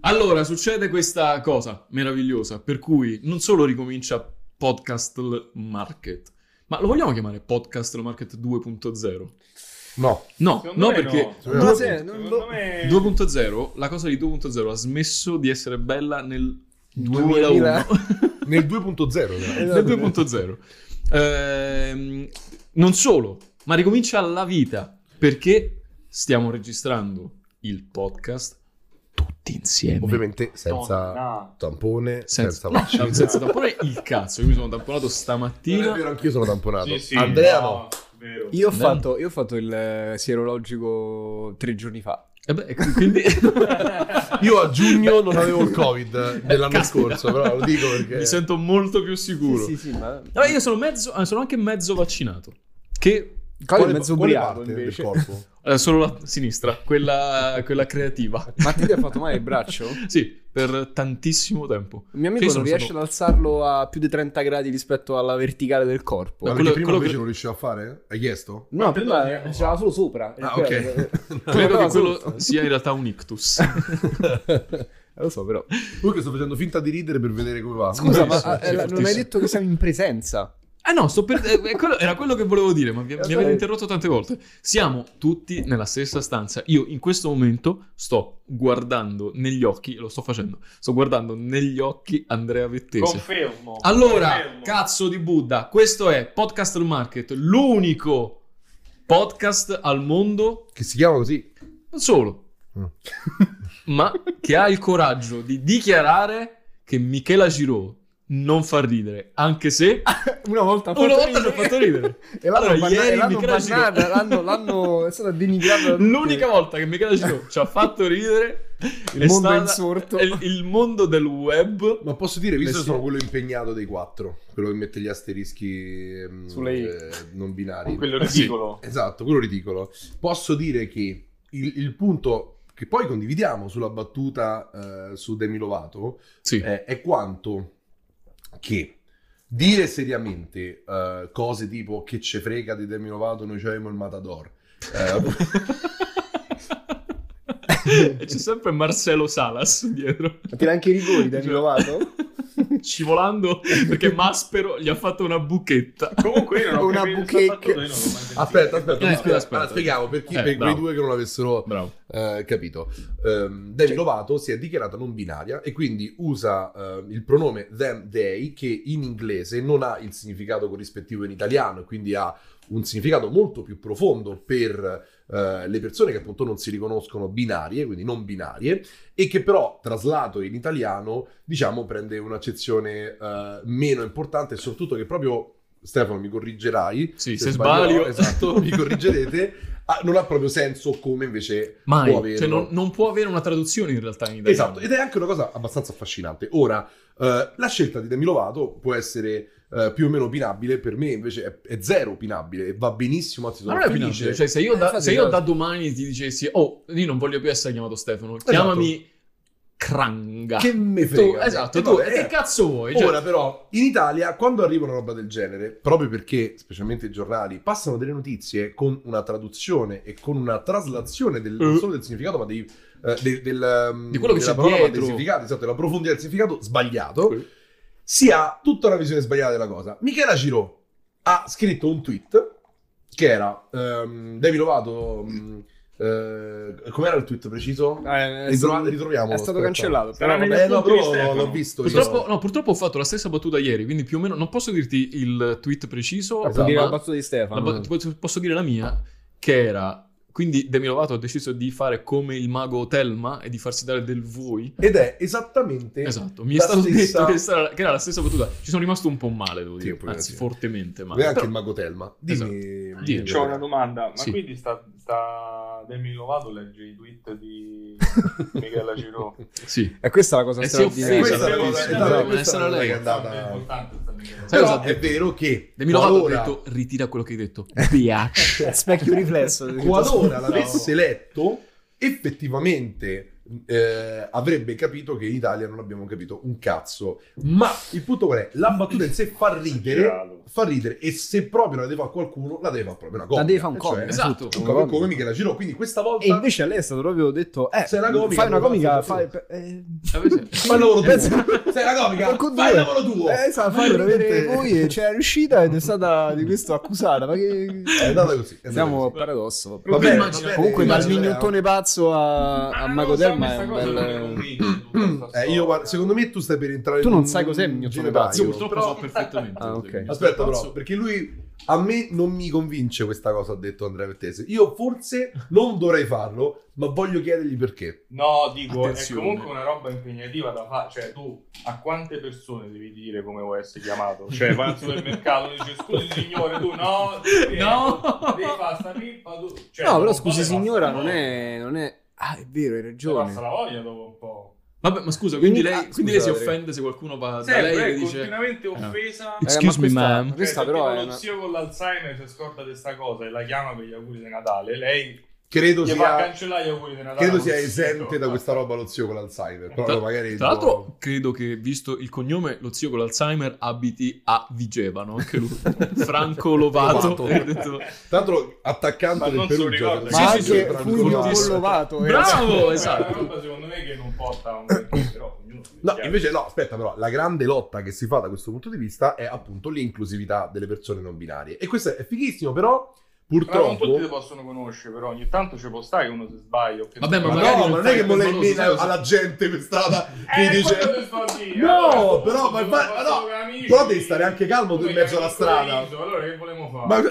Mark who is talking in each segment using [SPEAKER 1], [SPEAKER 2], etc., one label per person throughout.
[SPEAKER 1] Allora, succede questa cosa meravigliosa, per cui non solo ricomincia Podcast Market, ma lo vogliamo chiamare Podcast Market 2.0?
[SPEAKER 2] No,
[SPEAKER 1] No,
[SPEAKER 3] Secondo
[SPEAKER 1] Oh, no
[SPEAKER 3] me
[SPEAKER 1] perché
[SPEAKER 2] no.
[SPEAKER 1] due-
[SPEAKER 2] Ma
[SPEAKER 3] Secondo
[SPEAKER 2] se-
[SPEAKER 3] me-
[SPEAKER 2] non-
[SPEAKER 3] secondo me-
[SPEAKER 1] 2.0, la cosa di 2.0 ha smesso di essere bella nel
[SPEAKER 2] 2000.
[SPEAKER 1] 2001.
[SPEAKER 2] nel 2.0. però.
[SPEAKER 1] nel 2.0. Ehm, non solo, ma ricomincia la vita perché stiamo registrando il podcast tutti insieme.
[SPEAKER 2] Ovviamente senza
[SPEAKER 3] No.
[SPEAKER 2] tampone, senza,
[SPEAKER 1] Senza,
[SPEAKER 2] vaccino. Eh,
[SPEAKER 1] no, senza tamponare il cazzo, io mi sono tamponato
[SPEAKER 2] Non è
[SPEAKER 1] stamattina.
[SPEAKER 2] vero, anch'io sono tamponato.
[SPEAKER 3] Sì, sì,
[SPEAKER 2] Andrea no.
[SPEAKER 3] no, vero.
[SPEAKER 4] Io ho,
[SPEAKER 1] Beh.
[SPEAKER 4] fatto, io ho fatto il eh, sierologico tre giorni fa.
[SPEAKER 1] E Eh beh, quindi
[SPEAKER 2] Io a giugno non avevo il covid dell'anno
[SPEAKER 1] Caspita.
[SPEAKER 2] scorso, però lo dico perché...
[SPEAKER 1] mi sento molto più sicuro.
[SPEAKER 4] Sì, sì, sì, ma...
[SPEAKER 1] Allora, io sono, mezzo, ah, sono anche mezzo vaccinato. Che
[SPEAKER 4] Cavolo,
[SPEAKER 2] Quale-
[SPEAKER 4] è mezzo
[SPEAKER 2] quale
[SPEAKER 4] ubriaco
[SPEAKER 2] parte
[SPEAKER 4] invece.
[SPEAKER 2] del corpo?
[SPEAKER 1] eh, solo la sinistra, quella, quella creativa.
[SPEAKER 4] Ma ti ha fatto male il braccio?
[SPEAKER 1] Sì, per tantissimo tempo.
[SPEAKER 4] Il mio
[SPEAKER 1] Sì,
[SPEAKER 4] amico
[SPEAKER 1] sono
[SPEAKER 4] non riesce
[SPEAKER 1] stato-
[SPEAKER 4] ad alzarlo a più di 30 gradi rispetto alla verticale del corpo.
[SPEAKER 2] Ma
[SPEAKER 1] No,
[SPEAKER 2] perché
[SPEAKER 4] No,
[SPEAKER 1] quello-
[SPEAKER 2] prima
[SPEAKER 1] quello
[SPEAKER 2] invece
[SPEAKER 1] che-
[SPEAKER 2] non riusciva a fare? Hai chiesto?
[SPEAKER 4] prima c'era solo sopra. Cioè, eh,
[SPEAKER 2] Ah,
[SPEAKER 4] Era-
[SPEAKER 2] ok.
[SPEAKER 1] Credo che
[SPEAKER 4] No,
[SPEAKER 1] quello
[SPEAKER 4] sotto.
[SPEAKER 1] sia in realtà un ictus.
[SPEAKER 4] Lo so, però.
[SPEAKER 2] Comunque sto facendo finta di ridere per vedere come va.
[SPEAKER 4] Scusa, ma
[SPEAKER 1] Sì,
[SPEAKER 4] ah,
[SPEAKER 1] sì,
[SPEAKER 4] eh, la- non
[SPEAKER 1] fortissimo.
[SPEAKER 4] hai detto che siamo in presenza?
[SPEAKER 1] Ah no, sto per- eh, eh, quello- era quello che volevo dire, ma vi- mi,
[SPEAKER 4] Eh,
[SPEAKER 1] avete
[SPEAKER 4] dai.
[SPEAKER 1] interrotto tante volte. Siamo tutti nella stessa stanza. Io in questo momento sto guardando negli occhi, lo sto facendo, sto guardando negli occhi Andrea Vettese.
[SPEAKER 3] Confermo.
[SPEAKER 1] allora,
[SPEAKER 3] Confermo.
[SPEAKER 1] cazzo di Buddha, questo è Podcast al Market, l'unico podcast al mondo,
[SPEAKER 2] Che si chiama così?
[SPEAKER 1] non solo,
[SPEAKER 2] Mm.
[SPEAKER 1] ma che ha il coraggio di dichiarare che Michela Giraud non fa ridere, anche se...
[SPEAKER 4] Una volta
[SPEAKER 1] Una volta ci ha fatto ridere.
[SPEAKER 4] E l'hanno
[SPEAKER 1] Allora,
[SPEAKER 4] banna-
[SPEAKER 1] ieri
[SPEAKER 4] e l'hanno
[SPEAKER 1] Michela Giro-
[SPEAKER 4] bannata, l'hanno, l'hanno- è stata denigrata. da tutti.
[SPEAKER 1] L'unica volta che Michela Giro ci ha fatto ridere
[SPEAKER 4] Il
[SPEAKER 1] è
[SPEAKER 4] mondo
[SPEAKER 1] stata-
[SPEAKER 4] insorto.
[SPEAKER 1] è il, il mondo del web.
[SPEAKER 2] Ma posso dire, visto
[SPEAKER 1] Beh,
[SPEAKER 2] che
[SPEAKER 1] sì.
[SPEAKER 2] sono quello impegnato dei quattro, quello che mette gli asterischi ehm,
[SPEAKER 4] Sulle i.
[SPEAKER 2] eh, non binari.
[SPEAKER 3] Quello
[SPEAKER 1] Sì.
[SPEAKER 3] ridicolo.
[SPEAKER 2] Esatto, quello ridicolo. Posso dire che il, il punto che poi condividiamo sulla battuta eh, su Demi Lovato
[SPEAKER 1] Sì.
[SPEAKER 2] eh, è quanto che dire seriamente eh, cose tipo che ce frega di Demi Lovato, noi c'avevamo il Matador. Eh,
[SPEAKER 1] C'è sempre Marcelo Salas dietro. Cioè,
[SPEAKER 4] Ma tira anche i rigori, Demi Lovato?
[SPEAKER 1] Scivolando perché Maspero gli ha fatto una buchetta.
[SPEAKER 3] Comunque io non ho
[SPEAKER 4] Una
[SPEAKER 3] capito il
[SPEAKER 4] buchecca.
[SPEAKER 3] salvatore, io non l'ho mai sentito.
[SPEAKER 2] aspetta, aspetta,
[SPEAKER 1] Eh,
[SPEAKER 2] mi
[SPEAKER 1] scusa,
[SPEAKER 2] spiega-
[SPEAKER 1] aspetta.
[SPEAKER 2] allora, spieghiamo per, chi,
[SPEAKER 1] Eh,
[SPEAKER 2] per quei
[SPEAKER 1] bravo.
[SPEAKER 2] due che non l'avessero
[SPEAKER 1] Bravo.
[SPEAKER 2] Eh, capito. Ehm, Demi Lovato si è dichiarata non binaria e quindi usa eh, il pronome them, they, che in inglese non ha il significato corrispettivo in italiano e quindi ha un significato molto più profondo per eh, le persone che appunto non si riconoscono binarie, quindi non binarie, e che però traslato in italiano, diciamo, prende un'accezione eh, meno importante e soprattutto che proprio, Stefano, mi corrigerai.
[SPEAKER 1] Sì, se,
[SPEAKER 2] sbaglierò,
[SPEAKER 1] sbaglio,
[SPEAKER 2] Esatto, mi corrigerete. ah, non ha proprio senso come invece può
[SPEAKER 1] Mai.
[SPEAKER 2] averlo.
[SPEAKER 1] Cioè, non, non può avere una traduzione in realtà in italiano.
[SPEAKER 2] Esatto, ed è anche una cosa abbastanza affascinante. Ora, eh, la scelta di Demi Lovato può essere eh, più o meno opinabile, per me invece è, è zero opinabile, e va benissimo, anzi
[SPEAKER 1] Ma
[SPEAKER 2] sono
[SPEAKER 1] non è
[SPEAKER 2] felice.
[SPEAKER 1] opinabile, cioè se io,
[SPEAKER 4] Eh,
[SPEAKER 1] da,
[SPEAKER 4] infatti,
[SPEAKER 1] se io
[SPEAKER 4] no.
[SPEAKER 1] da domani ti dicessi oh, io non voglio più essere chiamato Stefano, chiamami Cranga.
[SPEAKER 2] Esatto. Che
[SPEAKER 1] Tu-
[SPEAKER 2] me frega.
[SPEAKER 1] esatto,
[SPEAKER 2] Eh,
[SPEAKER 1] tu
[SPEAKER 2] vabbè,
[SPEAKER 1] che
[SPEAKER 2] eh.
[SPEAKER 1] cazzo vuoi? Cioè,
[SPEAKER 2] Ora però, in Italia, quando arriva una roba del genere, proprio perché, specialmente i giornali, passano delle notizie con una traduzione e con una traslazione del, non
[SPEAKER 1] Eh.
[SPEAKER 2] solo del significato, ma dei- eh, del- del, um,
[SPEAKER 1] Di quello che
[SPEAKER 2] della
[SPEAKER 1] c'è
[SPEAKER 2] parola, ma del
[SPEAKER 1] dietro.
[SPEAKER 2] significato, esatto, della profondità del significato, sbagliato,
[SPEAKER 1] Sì.
[SPEAKER 2] si ha tutta una visione sbagliata della cosa. Michela Giro ha scritto un tweet che era, ehm, Demi Lovato... mm, eh, com'era il tweet preciso?
[SPEAKER 4] Eh,
[SPEAKER 2] Ritro-
[SPEAKER 4] sono-
[SPEAKER 2] ritroviamo,
[SPEAKER 4] È stato
[SPEAKER 2] aspetta.
[SPEAKER 4] cancellato.
[SPEAKER 3] Sarà
[SPEAKER 4] Però
[SPEAKER 3] nel-
[SPEAKER 4] vabbè.
[SPEAKER 2] Eh, no,
[SPEAKER 3] appunto di
[SPEAKER 2] però l'ho- l'ho
[SPEAKER 3] Stefano.
[SPEAKER 2] visto. io.
[SPEAKER 1] purtroppo, no, purtroppo ho fatto la stessa battuta ieri, quindi più o meno non posso dirti il tweet
[SPEAKER 2] Esatto.
[SPEAKER 1] preciso,
[SPEAKER 4] Posso dire
[SPEAKER 1] ma-
[SPEAKER 4] la battuta di
[SPEAKER 1] la
[SPEAKER 4] Stefano.
[SPEAKER 1] bat- posso- posso dire la mia, che era... Quindi Demi Lovato ha deciso di fare come il mago Telma e di farsi dare del voi.
[SPEAKER 2] Ed è esattamente
[SPEAKER 1] Esatto, mi è
[SPEAKER 2] La
[SPEAKER 1] stato
[SPEAKER 2] stessa-
[SPEAKER 1] detto che, sarà- che era la stessa battuta. Ci sono rimasto un po' male, devo
[SPEAKER 2] Sì,
[SPEAKER 1] dire,
[SPEAKER 2] pure
[SPEAKER 1] anzi
[SPEAKER 2] sì.
[SPEAKER 1] fortemente male.
[SPEAKER 2] neanche
[SPEAKER 1] Però- Esatto.
[SPEAKER 2] il mago Telma. Dimmi,
[SPEAKER 1] Dimmi.
[SPEAKER 3] C'ho una domanda, ma
[SPEAKER 1] Sì.
[SPEAKER 3] quindi sta, sta Demi Lovato legge i tweet di Michela Giro?
[SPEAKER 1] Sì.
[SPEAKER 4] E questa è la cosa
[SPEAKER 1] Eh, si è
[SPEAKER 4] straordinaria.
[SPEAKER 1] offesa,
[SPEAKER 2] Questa è la cosa-
[SPEAKER 1] Sì,
[SPEAKER 2] esatto,
[SPEAKER 1] doveva
[SPEAKER 2] questa è
[SPEAKER 1] essere
[SPEAKER 2] la
[SPEAKER 1] lei.
[SPEAKER 2] che è
[SPEAKER 3] È
[SPEAKER 2] andata.
[SPEAKER 3] importante sta Michela.
[SPEAKER 1] Sai cosa
[SPEAKER 2] Però
[SPEAKER 1] ha
[SPEAKER 2] è
[SPEAKER 1] detto?
[SPEAKER 2] vero che
[SPEAKER 1] Demi Lovato
[SPEAKER 2] qualora-
[SPEAKER 1] ha detto ritira quello che hai detto.
[SPEAKER 2] Eh,
[SPEAKER 1] Biatch.
[SPEAKER 4] Specchio riflesso. Esatto.
[SPEAKER 2] qualora l'avesse letto, effettivamente eh, avrebbe capito che in Italia non abbiamo capito un cazzo. Ma il punto qual è? La battuta in sé fa ridere,
[SPEAKER 3] Esagerato.
[SPEAKER 2] fa ridere e se proprio la deve fare qualcuno, la deve fare proprio una
[SPEAKER 4] La
[SPEAKER 2] comica.
[SPEAKER 4] devi fare un
[SPEAKER 2] E cioè,
[SPEAKER 4] comico.
[SPEAKER 1] Esatto.
[SPEAKER 2] Un comico come Michela Giro, quindi questa volta
[SPEAKER 4] E invece a lei è stato proprio detto, eh,
[SPEAKER 2] Sei una comica,
[SPEAKER 4] fai una
[SPEAKER 2] però
[SPEAKER 4] comica,
[SPEAKER 2] fai-
[SPEAKER 4] fai... eh,
[SPEAKER 2] fai il lavoro tuo.
[SPEAKER 4] Pensa-
[SPEAKER 2] Sei una comica,
[SPEAKER 4] Porco
[SPEAKER 2] fai il
[SPEAKER 4] due.
[SPEAKER 2] lavoro tuo.
[SPEAKER 4] Eh, esatto, fai veramente voi c'era riuscita ed è stata di questo accusata, ma che...
[SPEAKER 2] È andata così. è andata
[SPEAKER 4] Siamo a
[SPEAKER 2] così.
[SPEAKER 4] paradosso.
[SPEAKER 1] Va bene, immagina-
[SPEAKER 2] eh,
[SPEAKER 4] Comunque dal
[SPEAKER 2] immagina-
[SPEAKER 4] mignottone pazzo a, a Mago Delma è un bel...
[SPEAKER 3] bel...
[SPEAKER 2] Eh, io, guarda, secondo me tu stai per entrare
[SPEAKER 4] Tu
[SPEAKER 2] in
[SPEAKER 4] non
[SPEAKER 2] un
[SPEAKER 4] sai cos'è il mignottone
[SPEAKER 2] ginepraio,
[SPEAKER 4] pazzo,
[SPEAKER 1] purtroppo
[SPEAKER 2] però-
[SPEAKER 1] so perfettamente.
[SPEAKER 4] Ah, ok.
[SPEAKER 2] Aspetta però, perché lui a me non mi convince questa cosa, ha detto Andrea Vettese. Io forse non dovrei farlo, ma voglio chiedergli perché.
[SPEAKER 3] No, dico,
[SPEAKER 1] Attenzione.
[SPEAKER 3] è comunque una roba impegnativa da fare. Cioè, tu a quante persone devi dire come vuoi essere chiamato? Cioè, vai al supermercato e dici scusi signore, tu no, devi-
[SPEAKER 1] No.
[SPEAKER 3] devi fare sta pippa, tu. Cioè,
[SPEAKER 4] No,
[SPEAKER 3] dopo
[SPEAKER 4] però
[SPEAKER 3] un po'
[SPEAKER 4] scusi
[SPEAKER 3] te passa
[SPEAKER 4] signora,
[SPEAKER 3] la
[SPEAKER 4] non
[SPEAKER 3] voglia.
[SPEAKER 4] è... non è- Ah, è vero, hai
[SPEAKER 3] Te passa
[SPEAKER 4] ragione.
[SPEAKER 3] la voglia dopo un po'.
[SPEAKER 1] Vabbè, ma scusa, quindi
[SPEAKER 4] Ah,
[SPEAKER 1] lei, quindi lei si
[SPEAKER 4] scusate.
[SPEAKER 1] offende se qualcuno va da
[SPEAKER 3] Sempre,
[SPEAKER 1] lei e
[SPEAKER 3] è
[SPEAKER 1] le dice...
[SPEAKER 3] continuamente
[SPEAKER 1] no.
[SPEAKER 3] offesa.
[SPEAKER 1] Eh,
[SPEAKER 3] Cioè,
[SPEAKER 1] Excuse me,
[SPEAKER 4] questa,
[SPEAKER 1] ma'am.
[SPEAKER 4] Questa
[SPEAKER 3] se
[SPEAKER 4] però
[SPEAKER 3] tipo
[SPEAKER 4] è
[SPEAKER 3] lo
[SPEAKER 4] una...
[SPEAKER 3] zio con l'Alzheimer si scorda di sta cosa e la chiama per gli auguri di Natale. Lei
[SPEAKER 2] Credo
[SPEAKER 3] gli
[SPEAKER 2] sia,
[SPEAKER 3] fa cancellare gli auguri di Natale.
[SPEAKER 2] credo
[SPEAKER 3] non
[SPEAKER 2] sia
[SPEAKER 3] si
[SPEAKER 2] esente da
[SPEAKER 3] ricorda.
[SPEAKER 2] questa roba lo zio con l'Alzheimer. Però
[SPEAKER 1] Tra,
[SPEAKER 2] magari...
[SPEAKER 1] tra l'altro, credo che visto il cognome, lo zio con l'Alzheimer abiti a Vigevano, anche lui. Franco Lovato.
[SPEAKER 2] Lovato.
[SPEAKER 1] ha detto...
[SPEAKER 2] Tra l'altro attaccante
[SPEAKER 3] Ma
[SPEAKER 2] del
[SPEAKER 3] non se lo
[SPEAKER 2] Perugia.
[SPEAKER 3] ricorda.
[SPEAKER 4] Ma
[SPEAKER 1] Sì, sì,
[SPEAKER 4] anche
[SPEAKER 1] sì,
[SPEAKER 4] Fulvio
[SPEAKER 1] Bravo.
[SPEAKER 4] Collovato. eh.
[SPEAKER 1] Bravo,
[SPEAKER 3] Comunque È
[SPEAKER 1] esatto.
[SPEAKER 3] una roba secondo me che non porta a un perché, però ognuno si
[SPEAKER 2] No,
[SPEAKER 3] chiama.
[SPEAKER 2] invece no, aspetta però, la grande lotta che si fa da questo punto di vista è appunto l'inclusività delle persone non binarie. E questo è fighissimo, però
[SPEAKER 3] Però non tutti le
[SPEAKER 2] purtroppo...
[SPEAKER 3] possono conoscere, però ogni tanto ci può stare che uno si sbaglia. o che-
[SPEAKER 1] Vabbè, ma
[SPEAKER 2] Ma
[SPEAKER 1] magari
[SPEAKER 2] no, ma non è che
[SPEAKER 1] fai
[SPEAKER 2] volevi
[SPEAKER 1] permaloso,
[SPEAKER 2] bene
[SPEAKER 1] sai cosa-
[SPEAKER 2] alla gente per strada che
[SPEAKER 3] Eh,
[SPEAKER 2] dice...
[SPEAKER 3] quello ti sto a dire,
[SPEAKER 2] No,
[SPEAKER 3] allora,
[SPEAKER 2] però, ma
[SPEAKER 3] sono
[SPEAKER 2] fa- ma
[SPEAKER 3] fatto
[SPEAKER 2] no,
[SPEAKER 3] con amici,
[SPEAKER 2] però devi stare anche calmo tu
[SPEAKER 3] come
[SPEAKER 2] in mezzo alla
[SPEAKER 3] gli amici con
[SPEAKER 2] strada.
[SPEAKER 3] l'Iso, Allora che volevamo fare?
[SPEAKER 2] Ma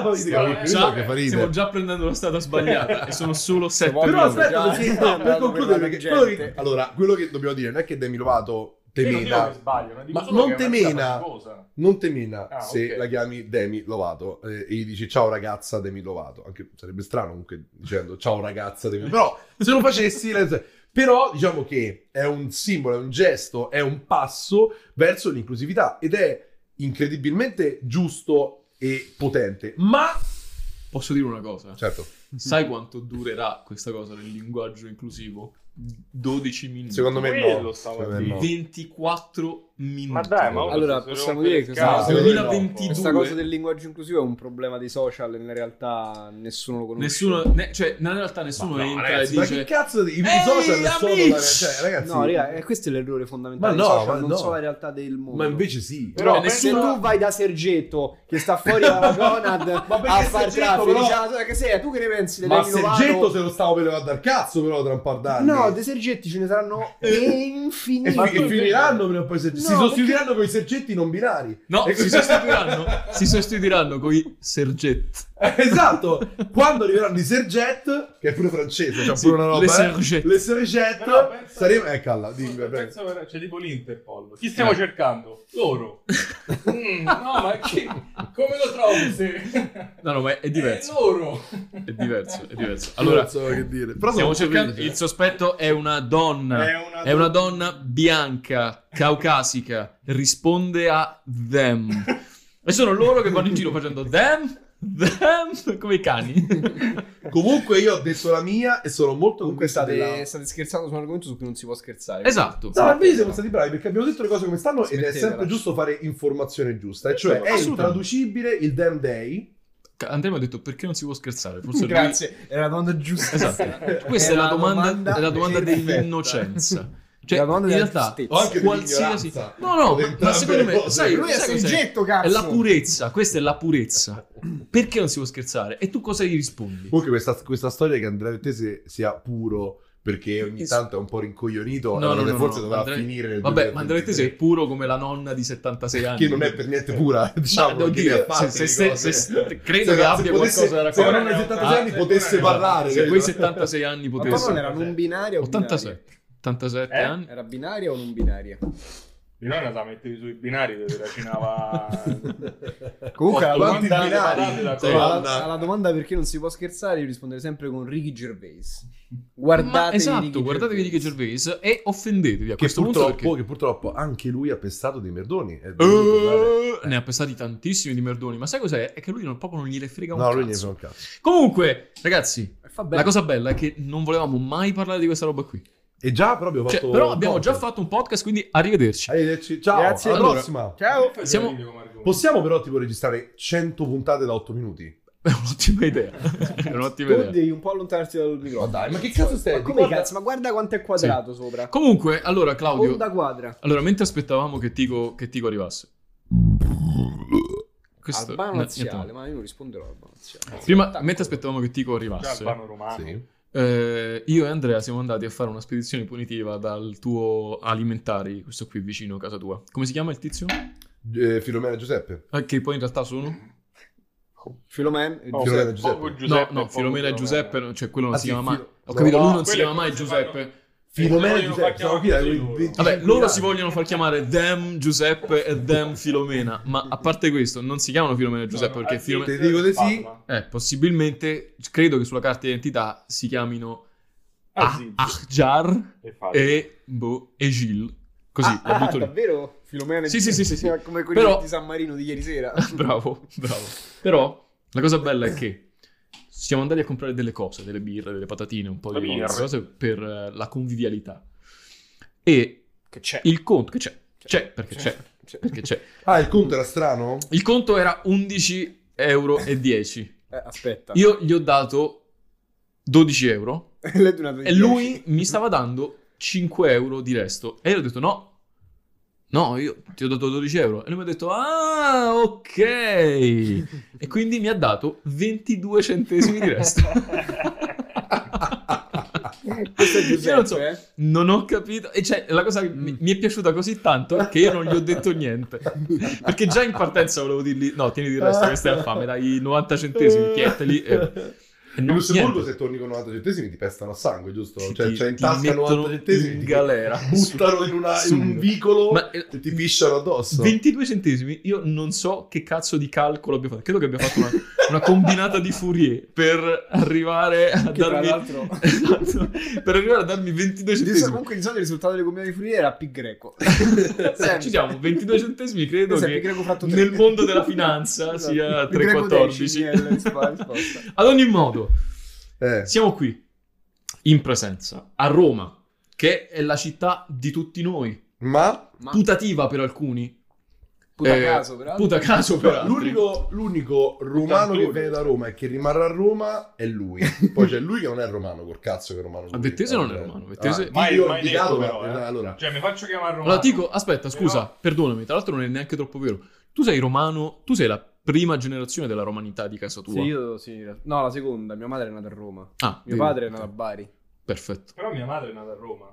[SPEAKER 2] no,
[SPEAKER 3] Sì,
[SPEAKER 2] sì,
[SPEAKER 3] sì,
[SPEAKER 2] capito,
[SPEAKER 3] eh,
[SPEAKER 2] capito
[SPEAKER 1] Già,
[SPEAKER 2] che fa ridere.
[SPEAKER 1] stiamo già prendendo la strada sbagliata e sono solo sette
[SPEAKER 4] Però
[SPEAKER 2] Però
[SPEAKER 1] minuti.
[SPEAKER 4] Ovvio,
[SPEAKER 2] aspetta,
[SPEAKER 4] già,
[SPEAKER 2] perché-
[SPEAKER 4] eh,
[SPEAKER 2] no, per
[SPEAKER 4] andando
[SPEAKER 2] concludere,
[SPEAKER 4] per la
[SPEAKER 2] perché
[SPEAKER 4] gente.
[SPEAKER 2] quello che- allora, quello che dobbiamo dire non è che Demi Lovato
[SPEAKER 3] Io non dico che
[SPEAKER 2] temena,
[SPEAKER 3] sbaglio, ma dico
[SPEAKER 2] Ma
[SPEAKER 3] solo
[SPEAKER 2] non
[SPEAKER 3] che è una
[SPEAKER 2] te
[SPEAKER 3] vita
[SPEAKER 2] mena.
[SPEAKER 3] faticosa.
[SPEAKER 2] non temena
[SPEAKER 3] Ah,
[SPEAKER 2] se
[SPEAKER 3] ok.
[SPEAKER 2] la chiami Demi Lovato eh, e gli dici ciao ragazza Demi Lovato, anche sarebbe strano comunque dicendo ciao ragazza Demi però se lo facessi... la- Però diciamo che è un simbolo, è un gesto, è un passo verso l'inclusività ed è incredibilmente giusto e potente, ma...
[SPEAKER 1] Posso dire una cosa?
[SPEAKER 2] Certo,
[SPEAKER 1] Sai quanto durerà questa cosa nel linguaggio inclusivo? 12 minuti.
[SPEAKER 2] secondo me no.
[SPEAKER 3] Quello stavo
[SPEAKER 2] Secondo me
[SPEAKER 3] a dire.
[SPEAKER 2] no.
[SPEAKER 1] 24 minuti.
[SPEAKER 3] Ma dai, ma Cioè,
[SPEAKER 4] Allora,
[SPEAKER 3] se
[SPEAKER 4] possiamo
[SPEAKER 3] rompe
[SPEAKER 4] dire
[SPEAKER 3] il
[SPEAKER 4] che
[SPEAKER 3] cazzo.
[SPEAKER 2] sono-
[SPEAKER 3] Secondo me no.
[SPEAKER 1] 2022.
[SPEAKER 4] Questa cosa del linguaggio inclusivo è un problema di social e in realtà nessuno lo conosce.
[SPEAKER 1] Nessuno, ne- cioè, in realtà nessuno
[SPEAKER 2] Ma no,
[SPEAKER 1] entra
[SPEAKER 2] ragazzi,
[SPEAKER 1] e
[SPEAKER 2] ma
[SPEAKER 1] dice...
[SPEAKER 2] che cazzo di i
[SPEAKER 1] "Ehi,
[SPEAKER 2] social sono
[SPEAKER 1] amici!"
[SPEAKER 2] la- cioè, ragazzi,
[SPEAKER 4] No, raga, eh, questo è l'errore fondamentale.
[SPEAKER 2] Ma
[SPEAKER 4] dei
[SPEAKER 2] no,
[SPEAKER 4] social,
[SPEAKER 2] ma
[SPEAKER 4] non
[SPEAKER 2] no.
[SPEAKER 4] so la realtà del mondo.
[SPEAKER 2] ma invece sì.
[SPEAKER 3] Però
[SPEAKER 1] Cioè,
[SPEAKER 3] penso-
[SPEAKER 4] se
[SPEAKER 1] nessuno-
[SPEAKER 4] tu vai da Sergetto che sta fuori dalla Conad
[SPEAKER 2] Ma perché
[SPEAKER 4] a far
[SPEAKER 2] Sergetto,
[SPEAKER 4] traffico,
[SPEAKER 2] però-
[SPEAKER 4] dice "Ah, sai che sei, tu che ne pensi?
[SPEAKER 2] Ma
[SPEAKER 4] Demi Lovato?"
[SPEAKER 2] Sergetto se lo stavo per levare dal cazzo però tra un par d'anni.
[SPEAKER 4] No, dei Sergetti ce ne saranno
[SPEAKER 2] e,
[SPEAKER 4] infiniti.
[SPEAKER 2] fi- e finiranno prima o poi i Sergetti. si
[SPEAKER 4] No,
[SPEAKER 2] sostituiranno con i Sergetti non binari.
[SPEAKER 1] No,
[SPEAKER 2] E-
[SPEAKER 1] si sostituiranno, si sostituiranno con i Sergette.
[SPEAKER 2] esatto. Quando arriveranno i Sergette, che è pure francese, c'ha
[SPEAKER 1] Sì,
[SPEAKER 2] pure una roba.
[SPEAKER 1] le
[SPEAKER 2] eh.
[SPEAKER 1] Sergette.
[SPEAKER 2] Le Sergette
[SPEAKER 3] Però pensa-
[SPEAKER 2] saremo eh calla, dimmi,
[SPEAKER 3] Pensa-
[SPEAKER 2] prego.
[SPEAKER 3] pensa per- C'è tipo l'Interpol.
[SPEAKER 4] Eh.
[SPEAKER 3] Chi stiamo cercando? Loro. Mm, no, ma chi- come lo trovi se...
[SPEAKER 1] No, no, ma è diverso.
[SPEAKER 3] Eh, loro.
[SPEAKER 1] È diverso, è diverso.
[SPEAKER 2] non
[SPEAKER 1] Allora,
[SPEAKER 2] so che dire. Però
[SPEAKER 1] stiamo
[SPEAKER 2] sono cioè.
[SPEAKER 1] cercando...
[SPEAKER 2] convinto.
[SPEAKER 1] Il sospetto è una donna.
[SPEAKER 3] una,
[SPEAKER 1] È una donna bianca, caucasica, risponde a them. E sono loro che vanno in giro facendo them, them, come i cani.
[SPEAKER 2] Comunque io ho detto la mia e sono molto
[SPEAKER 4] Comunque
[SPEAKER 2] convinto della-
[SPEAKER 4] state, state scherzando su un argomento su cui non si può scherzare.
[SPEAKER 1] Esatto.
[SPEAKER 2] No, ma invece siamo stati bravi perché abbiamo detto le cose come stanno ed è
[SPEAKER 4] Smettetela.
[SPEAKER 2] sempre giusto fare informazione giusta. E cioè è
[SPEAKER 1] Assolutamente.
[SPEAKER 2] intraducibile il damn day.
[SPEAKER 1] Andrea mi ha detto perché non si può scherzare. Forse lui-
[SPEAKER 4] Grazie, è la domanda giusta.
[SPEAKER 1] Esatto. Questa è, la domanda, è la domanda dell'innocenza. Cioè,
[SPEAKER 4] La domanda
[SPEAKER 1] in
[SPEAKER 4] della
[SPEAKER 1] realtà,
[SPEAKER 4] tristezza.
[SPEAKER 2] O anche
[SPEAKER 1] qualsiasi...
[SPEAKER 2] dell'ignoranza.
[SPEAKER 1] No, no,
[SPEAKER 2] Di
[SPEAKER 1] ma- ma,
[SPEAKER 2] entrambe
[SPEAKER 1] secondo
[SPEAKER 2] le
[SPEAKER 1] me,
[SPEAKER 2] cose.
[SPEAKER 1] sai,
[SPEAKER 4] Lui è
[SPEAKER 1] sai cos'è?
[SPEAKER 4] Sergetto,
[SPEAKER 1] È
[SPEAKER 4] cazzo.
[SPEAKER 1] la purezza, questa è la purezza. Perché non si può scherzare? E tu cosa gli rispondi?
[SPEAKER 2] Comunque questa, questa storia che Andrea Vettese sia puro perché ogni
[SPEAKER 1] Es-
[SPEAKER 2] tanto è un po' rincoglionito
[SPEAKER 1] No,
[SPEAKER 2] allora
[SPEAKER 1] no, no,
[SPEAKER 2] forse
[SPEAKER 1] no,
[SPEAKER 2] dovrà
[SPEAKER 1] Andrea-
[SPEAKER 2] finire nel
[SPEAKER 1] Vabbè, ma Andrea Vettese è
[SPEAKER 2] 2023,
[SPEAKER 1] puro come la nonna di 76 anni.
[SPEAKER 2] che non è per niente pura, diciamo,
[SPEAKER 1] devo
[SPEAKER 2] perché
[SPEAKER 1] dire,
[SPEAKER 2] ne ha fatte
[SPEAKER 1] se-
[SPEAKER 2] di
[SPEAKER 1] se-
[SPEAKER 2] cose.
[SPEAKER 1] se- se- credo
[SPEAKER 2] Se-
[SPEAKER 1] che
[SPEAKER 2] se
[SPEAKER 1] abbia
[SPEAKER 2] potesse-
[SPEAKER 1] qualcosa da
[SPEAKER 2] se una
[SPEAKER 1] raccontare.
[SPEAKER 2] nonna di 76 anni
[SPEAKER 3] Ah,
[SPEAKER 2] potesse
[SPEAKER 3] se-
[SPEAKER 2] parlare,
[SPEAKER 1] Se
[SPEAKER 2] capito?
[SPEAKER 1] quei 76 anni
[SPEAKER 4] Ma tua
[SPEAKER 1] potesse...
[SPEAKER 4] nonna era non binaria o
[SPEAKER 1] 87. 87
[SPEAKER 3] Eh?
[SPEAKER 1] anni.
[SPEAKER 4] binaria? Era binaria o non binaria?
[SPEAKER 3] Di nonna la mettevi sui binari dove racinava...
[SPEAKER 4] Comunque la
[SPEAKER 2] Quanti
[SPEAKER 4] domanda,
[SPEAKER 3] Guardate,
[SPEAKER 2] binari?
[SPEAKER 3] guardate
[SPEAKER 1] Sì.
[SPEAKER 3] la-
[SPEAKER 4] alla, alla domanda perché non si può scherzare, io risponderei sempre con Ricky Gervais. Guardatevi
[SPEAKER 1] Ma- esatto,
[SPEAKER 4] Ricky
[SPEAKER 1] guardatevi Ricky Gervais e offendetevi a
[SPEAKER 2] Che
[SPEAKER 1] questo punto Eh,
[SPEAKER 2] purtroppo,
[SPEAKER 1] perché...
[SPEAKER 2] che purtroppo anche lui ha pestato dei merdoni. è dovuto guardare.
[SPEAKER 1] Eh, ne ha pesati tantissimi di merdoni, ma sai cos'è? È che lui non, proprio non gliene frega un
[SPEAKER 2] no,
[SPEAKER 1] cazzo.
[SPEAKER 2] lui ne fa un cazzo.
[SPEAKER 1] Comunque, ragazzi,
[SPEAKER 4] fa bene.
[SPEAKER 1] La cosa bella è che non volevamo mai parlare di questa roba qui.
[SPEAKER 2] E già proprio ho
[SPEAKER 1] Cioè,
[SPEAKER 2] fatto
[SPEAKER 1] però abbiamo già
[SPEAKER 2] podcast.
[SPEAKER 1] fatto un podcast, quindi arrivederci.
[SPEAKER 2] Arrivederci. Ciao,
[SPEAKER 4] Grazie.
[SPEAKER 2] alla
[SPEAKER 1] Allora.
[SPEAKER 2] prossima.
[SPEAKER 4] Ciao.
[SPEAKER 3] Fai
[SPEAKER 1] Siamo-
[SPEAKER 3] vedere come argomento.
[SPEAKER 2] Possiamo però tipo registrare 100 puntate da 8 minuti?
[SPEAKER 1] È un'ottima idea. È un'ottima
[SPEAKER 4] Tu
[SPEAKER 1] idea.
[SPEAKER 4] devi un po' allontanarti dal microfono.
[SPEAKER 2] Ma dai, ma che cazzo stai-
[SPEAKER 4] Ma come
[SPEAKER 2] guarda-
[SPEAKER 4] cazzo? Ma guarda quanto è quadrato sopra.
[SPEAKER 1] Comunque, allora, Claudio.
[SPEAKER 4] Onda quadra.
[SPEAKER 1] Allora, mentre aspettavamo che Tico, che Tico arrivasse, questo,
[SPEAKER 4] Albano
[SPEAKER 1] no,
[SPEAKER 4] Laziale,
[SPEAKER 1] niente.
[SPEAKER 4] ma io non risponderò al Albano Laziale.
[SPEAKER 1] Prima,
[SPEAKER 4] Attacco.
[SPEAKER 1] mentre aspettavamo che Tico
[SPEAKER 3] Già il
[SPEAKER 1] arrivasse,
[SPEAKER 3] pano romano.
[SPEAKER 2] Sì.
[SPEAKER 1] eh, io e Andrea siamo andati a fare una spedizione punitiva dal tuo alimentari, questo qui vicino a casa tua. Come si chiama il tizio?
[SPEAKER 2] Eh, Filomena e Giuseppe.
[SPEAKER 1] Eh, che poi in realtà sono?
[SPEAKER 4] Filomen.
[SPEAKER 3] No,
[SPEAKER 2] Filomena
[SPEAKER 3] Oh, poco
[SPEAKER 2] Oh, Giuseppe.
[SPEAKER 3] Giuseppe,
[SPEAKER 1] no, no,
[SPEAKER 3] poco
[SPEAKER 1] Filomena e Giuseppe, no, cioè quello non
[SPEAKER 2] Ah,
[SPEAKER 1] si
[SPEAKER 2] sì,
[SPEAKER 1] chiama mai.
[SPEAKER 2] Filo-
[SPEAKER 1] Ho capito,
[SPEAKER 2] no,
[SPEAKER 1] lui non si
[SPEAKER 3] quello
[SPEAKER 1] chiama
[SPEAKER 3] è
[SPEAKER 1] mai
[SPEAKER 3] quello che si
[SPEAKER 1] Giuseppe.
[SPEAKER 2] Filomena e
[SPEAKER 3] Vogliono
[SPEAKER 2] Giuseppe. Siamo
[SPEAKER 3] far
[SPEAKER 2] qui eh, da
[SPEAKER 3] chiamare così
[SPEAKER 2] 25
[SPEAKER 1] Vabbè, loro
[SPEAKER 2] anni.
[SPEAKER 1] si vogliono far chiamare Dem Giuseppe e Dem Filomena, ma a parte questo, non si chiamano Filomena e Giuseppe
[SPEAKER 3] No, ah, no,
[SPEAKER 1] perché
[SPEAKER 3] anzi,
[SPEAKER 1] Filomena...
[SPEAKER 2] Te dico di sì.
[SPEAKER 3] Padova.
[SPEAKER 1] Eh, possibilmente, credo che sulla carta d'identità si chiamino Ah-
[SPEAKER 3] Aziz
[SPEAKER 1] Ahjar
[SPEAKER 3] e Fabio.
[SPEAKER 1] e, boh, e Gil. Così,
[SPEAKER 4] Ah,
[SPEAKER 1] la
[SPEAKER 4] ah,
[SPEAKER 1] butto lì.
[SPEAKER 4] davvero? Filomena
[SPEAKER 1] Sì, sì, sì, sì, sì.
[SPEAKER 4] Come quelli
[SPEAKER 1] Però-
[SPEAKER 4] di San Marino di ieri sera.
[SPEAKER 1] bravo, bravo. Però la cosa bella è che siamo andati a comprare delle cose, delle birre, delle patatine, un po'
[SPEAKER 3] Le
[SPEAKER 1] di
[SPEAKER 3] birre.
[SPEAKER 1] cose per eh, la convivialità. E
[SPEAKER 4] che c'è.
[SPEAKER 1] il conto, che c'è, c'è, perché c'è,
[SPEAKER 4] C'è.
[SPEAKER 1] perché c'è.
[SPEAKER 2] Ah, il conto era strano?
[SPEAKER 1] Il conto era 11,10 euro. E 10.
[SPEAKER 4] Eh, aspetta.
[SPEAKER 1] Io gli ho dato 12 euro.
[SPEAKER 4] Lei è di una
[SPEAKER 1] E lui mi stava dando 5 euro di resto. E io ho detto no. No, io ti ho dato 12 euro. E lui mi ha detto, ah, ok. e quindi mi ha dato 22 centesimi di resto.
[SPEAKER 4] Questo è
[SPEAKER 1] Io non
[SPEAKER 4] Giuseppe,
[SPEAKER 1] so,
[SPEAKER 4] eh? Mm.
[SPEAKER 1] non ho capito. E cioè, la cosa che mi, mi è piaciuta così tanto è che io non gli ho detto niente. Perché già in partenza volevo dirgli, no, tieniti il resto che stai a fame, dai 90 centesimi, tienteli. E, e
[SPEAKER 2] In
[SPEAKER 1] non-
[SPEAKER 2] Lussemburgo
[SPEAKER 1] niente.
[SPEAKER 2] se torni con 90 centesimi ti pestano a sangue, giusto?
[SPEAKER 1] Ti-
[SPEAKER 2] Cioè,
[SPEAKER 1] ti-
[SPEAKER 2] cioè in
[SPEAKER 1] ti
[SPEAKER 2] tasca
[SPEAKER 1] mettono
[SPEAKER 2] 90 centesimi
[SPEAKER 1] in
[SPEAKER 2] ti
[SPEAKER 1] galera.
[SPEAKER 2] buttano in, una- in un
[SPEAKER 1] Subito.
[SPEAKER 2] vicolo
[SPEAKER 1] Ma, eh,
[SPEAKER 2] e ti pisciano addosso.
[SPEAKER 1] 22 centesimi, io non so che cazzo di calcolo abbia fatto. Credo che abbia fatto una, una combinata di Fourier per arrivare a
[SPEAKER 4] eh, Che tra
[SPEAKER 1] darmi.
[SPEAKER 4] l'altro...
[SPEAKER 1] Esatto, per arrivare a darmi 22
[SPEAKER 4] Di solito-
[SPEAKER 1] centesimi.
[SPEAKER 4] comunque di solito il risultato delle comunità di Fourier era pi greco.
[SPEAKER 1] Eh, Ci siamo, 22 centesimi credo
[SPEAKER 4] Questo è pi
[SPEAKER 1] che
[SPEAKER 4] greco fratto Esatto, tre.
[SPEAKER 1] nel mondo della finanza
[SPEAKER 4] Esatto.
[SPEAKER 1] sia
[SPEAKER 4] Pi greco
[SPEAKER 1] 3,14.
[SPEAKER 4] dieci, è la risposta- risposta.
[SPEAKER 1] Ad ogni modo,
[SPEAKER 2] Eh.
[SPEAKER 1] siamo qui in presenza a Roma, che è la città di tutti noi,
[SPEAKER 2] Ma
[SPEAKER 4] Ma
[SPEAKER 1] putativa per alcuni,
[SPEAKER 4] puta
[SPEAKER 1] eh,
[SPEAKER 4] caso, però.
[SPEAKER 1] puta caso per
[SPEAKER 2] Però
[SPEAKER 1] altri.
[SPEAKER 2] l'unico, l'unico romano che
[SPEAKER 3] Tantuno.
[SPEAKER 2] viene da Roma e che rimarrà a Roma è lui. Poi c'è lui che non è romano, col cazzo che è romano.
[SPEAKER 1] Ma Ah, Vettese non è romano, Vettese-
[SPEAKER 3] Mai-
[SPEAKER 2] io
[SPEAKER 3] mai
[SPEAKER 2] ho indicato,
[SPEAKER 3] detto,
[SPEAKER 2] ma-
[SPEAKER 3] però, eh.
[SPEAKER 2] allora,
[SPEAKER 3] Cioè, mi faccio chiamare Romano.
[SPEAKER 1] Allora ah- Tico, aspetta, scusa,
[SPEAKER 3] Però-
[SPEAKER 1] perdonami, tra l'altro non è neanche troppo vero. Tu sei romano, tu sei la prima generazione della romanità di casa tua.
[SPEAKER 4] Sì, io sì. la- No, la seconda. Mia madre è nata a Roma. Mio
[SPEAKER 1] Ah, vedi.
[SPEAKER 4] padre è nato a Bari.
[SPEAKER 1] Perfetto.
[SPEAKER 3] Però mia madre è nata a Roma.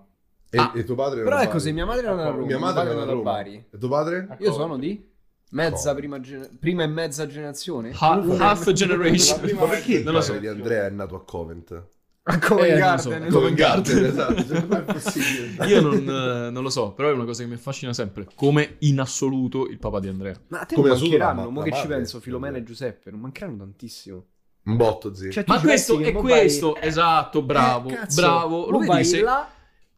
[SPEAKER 2] e,
[SPEAKER 1] Ah.
[SPEAKER 2] eh, e tuo padre è
[SPEAKER 4] Però è
[SPEAKER 2] romano.
[SPEAKER 4] così, mia madre è nata a Roma.
[SPEAKER 2] Mia
[SPEAKER 4] mio
[SPEAKER 2] madre
[SPEAKER 4] padre
[SPEAKER 2] è nata a Roma.
[SPEAKER 4] Bari.
[SPEAKER 2] E tuo padre?
[SPEAKER 4] Io sono di mezza
[SPEAKER 2] D'accordo.
[SPEAKER 4] prima, gener- prima e mezza generazione.
[SPEAKER 1] Ha- half
[SPEAKER 3] La prima-
[SPEAKER 1] generation.
[SPEAKER 2] Ma perché il
[SPEAKER 1] Non lo
[SPEAKER 2] padre
[SPEAKER 1] so.
[SPEAKER 2] di Andrea è nato a Covent?
[SPEAKER 4] A Covent
[SPEAKER 1] Eh, non so,
[SPEAKER 4] Garden.
[SPEAKER 1] a Covent Garden.
[SPEAKER 2] esatto. cioè, com'è possibile?
[SPEAKER 1] Io non, eh, non lo so, però è una cosa che mi affascina sempre, come in assoluto il papà di Andrea.
[SPEAKER 4] Ma a te
[SPEAKER 2] Come
[SPEAKER 4] non
[SPEAKER 2] la sua,
[SPEAKER 4] mancheranno,
[SPEAKER 2] la-
[SPEAKER 4] mo
[SPEAKER 2] la
[SPEAKER 4] che ci
[SPEAKER 2] madre.
[SPEAKER 4] penso, Filomena e Giuseppe, non mancheranno tantissimo.
[SPEAKER 2] Un botto, zio.
[SPEAKER 4] Cioè, tu
[SPEAKER 1] Ma
[SPEAKER 4] ci
[SPEAKER 1] questo
[SPEAKER 4] pensi che
[SPEAKER 1] è
[SPEAKER 4] mo
[SPEAKER 1] questo,
[SPEAKER 4] vai-
[SPEAKER 1] esatto, bravo,
[SPEAKER 4] Eh, cazzo,
[SPEAKER 1] bravo. Lo
[SPEAKER 4] mo vai
[SPEAKER 1] vedi se
[SPEAKER 4] là,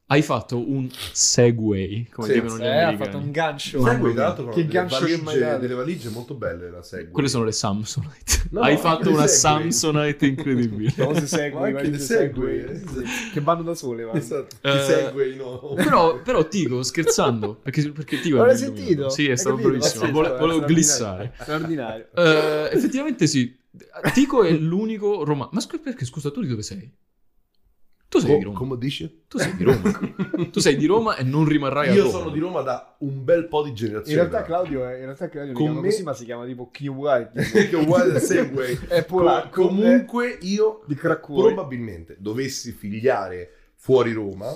[SPEAKER 1] hai fatto un segway, come
[SPEAKER 2] Sì,
[SPEAKER 1] dicono gli
[SPEAKER 4] eh, ha fatto un
[SPEAKER 1] americani.
[SPEAKER 4] gancio.
[SPEAKER 2] Sai,
[SPEAKER 4] Mamma
[SPEAKER 2] poi,
[SPEAKER 4] mia.
[SPEAKER 2] tra l'altro, con
[SPEAKER 4] che
[SPEAKER 2] delle
[SPEAKER 4] gancio che mi hai
[SPEAKER 2] valigie-
[SPEAKER 4] dato.
[SPEAKER 2] delle valigie molto belle la seguo.
[SPEAKER 1] Quelle sono le Samsonite.
[SPEAKER 2] No,
[SPEAKER 1] hai
[SPEAKER 2] no,
[SPEAKER 1] fatto
[SPEAKER 2] le
[SPEAKER 1] una
[SPEAKER 2] Segway.
[SPEAKER 1] Samsonite incredibile.
[SPEAKER 4] No, se segui,
[SPEAKER 2] Ma anche
[SPEAKER 4] vai,
[SPEAKER 2] le
[SPEAKER 4] se
[SPEAKER 2] segue,
[SPEAKER 4] segui.
[SPEAKER 2] eh.
[SPEAKER 4] Che vanno da sole, vanno.
[SPEAKER 2] Esatto.
[SPEAKER 1] Eh,
[SPEAKER 2] Ti segue in oro.
[SPEAKER 1] Però, però Tico, scherzando, perché, perché Tico è
[SPEAKER 4] L'ho
[SPEAKER 1] un
[SPEAKER 4] sentito?
[SPEAKER 1] illuminato. Sì, è
[SPEAKER 4] Hai
[SPEAKER 1] stato
[SPEAKER 4] capito?
[SPEAKER 1] bravissimo.
[SPEAKER 2] eh,
[SPEAKER 4] Pazzesco,
[SPEAKER 1] Vole- volevo
[SPEAKER 4] straordinario.
[SPEAKER 1] glissare.
[SPEAKER 4] Straordinario.
[SPEAKER 1] Eh, effettivamente sì. Tico è l'unico romano. Ma scusa, perché scusa, tu di dove sei? Tu sei di
[SPEAKER 2] Co-
[SPEAKER 1] Roma.
[SPEAKER 2] Oh, come dici?
[SPEAKER 1] Tu sei di Roma. tu sei di Roma e non rimarrai a
[SPEAKER 2] Io
[SPEAKER 1] Roma.
[SPEAKER 2] sono di Roma da un bel po' di
[SPEAKER 4] In
[SPEAKER 2] generazioni.
[SPEAKER 4] realtà Claudio è in realtà Claudio
[SPEAKER 2] Con
[SPEAKER 4] mi chiama
[SPEAKER 2] me-
[SPEAKER 4] così, ma si chiama tipo KY. tipo.
[SPEAKER 2] che è uguale al Segway.
[SPEAKER 4] È polacco.
[SPEAKER 2] Co- comunque io
[SPEAKER 4] eh, di Cracovia.
[SPEAKER 2] probabilmente dovessi figliare fuori Roma,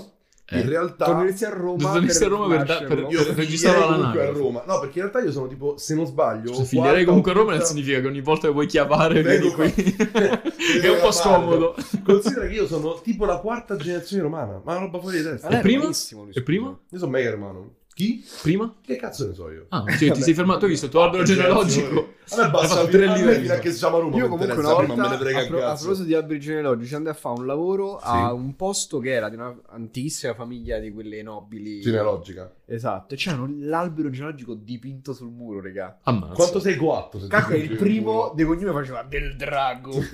[SPEAKER 1] Eh.
[SPEAKER 2] in realtà
[SPEAKER 4] Torneresti a Roma
[SPEAKER 1] Torneresti a Roma per da-
[SPEAKER 4] nascerlo.
[SPEAKER 1] per-
[SPEAKER 2] io
[SPEAKER 1] registravo
[SPEAKER 2] registrerei comunque a
[SPEAKER 1] l'anagrafe.
[SPEAKER 2] Roma. No, perché in realtà io sono tipo se non sbaglio
[SPEAKER 1] Scusa, figlierei comunque a Roma non
[SPEAKER 2] nel
[SPEAKER 1] significa che ogni volta che vuoi chiavare vieni
[SPEAKER 2] Vengo
[SPEAKER 1] qui.
[SPEAKER 2] qua.
[SPEAKER 1] è un po' scomodo.
[SPEAKER 2] Considera che io sono tipo la quarta generazione romana, ma una roba fuori di
[SPEAKER 4] Ma
[SPEAKER 2] testa.
[SPEAKER 4] lei
[SPEAKER 1] E
[SPEAKER 4] è
[SPEAKER 1] prima?
[SPEAKER 4] bravissimo, Eh, lui,
[SPEAKER 1] E prima?
[SPEAKER 2] Io sono mega romano. Chi?
[SPEAKER 1] Prima?
[SPEAKER 2] Che cazzo ne so io?
[SPEAKER 1] Ah, cioè, ti sei fermato, hai visto il tuo albero genealogico.
[SPEAKER 2] A me
[SPEAKER 1] Hai
[SPEAKER 2] basta ah,
[SPEAKER 1] fatto tre
[SPEAKER 2] a me
[SPEAKER 1] livelli.
[SPEAKER 2] fino a che siamo a Roma.
[SPEAKER 4] Io
[SPEAKER 2] mi
[SPEAKER 4] comunque una
[SPEAKER 2] interessa,
[SPEAKER 4] volta,
[SPEAKER 2] prima me ne frega
[SPEAKER 4] a,
[SPEAKER 2] il
[SPEAKER 4] pro- a
[SPEAKER 2] cazzo.
[SPEAKER 4] proposito di alberi genealogici, andai a fare un lavoro a
[SPEAKER 2] Sì.
[SPEAKER 4] un posto che era di una antichissima famiglia di quelle nobili.
[SPEAKER 2] genealogica.
[SPEAKER 4] Esatto, e c'erano l'albero genealogico dipinto sul muro, raga.
[SPEAKER 1] Ammazza.
[SPEAKER 2] Quanto sei guatto? se ti
[SPEAKER 4] Cacca,
[SPEAKER 2] dici
[SPEAKER 4] il primo
[SPEAKER 2] uno.
[SPEAKER 4] di cognome faceva del drago.
[SPEAKER 2] E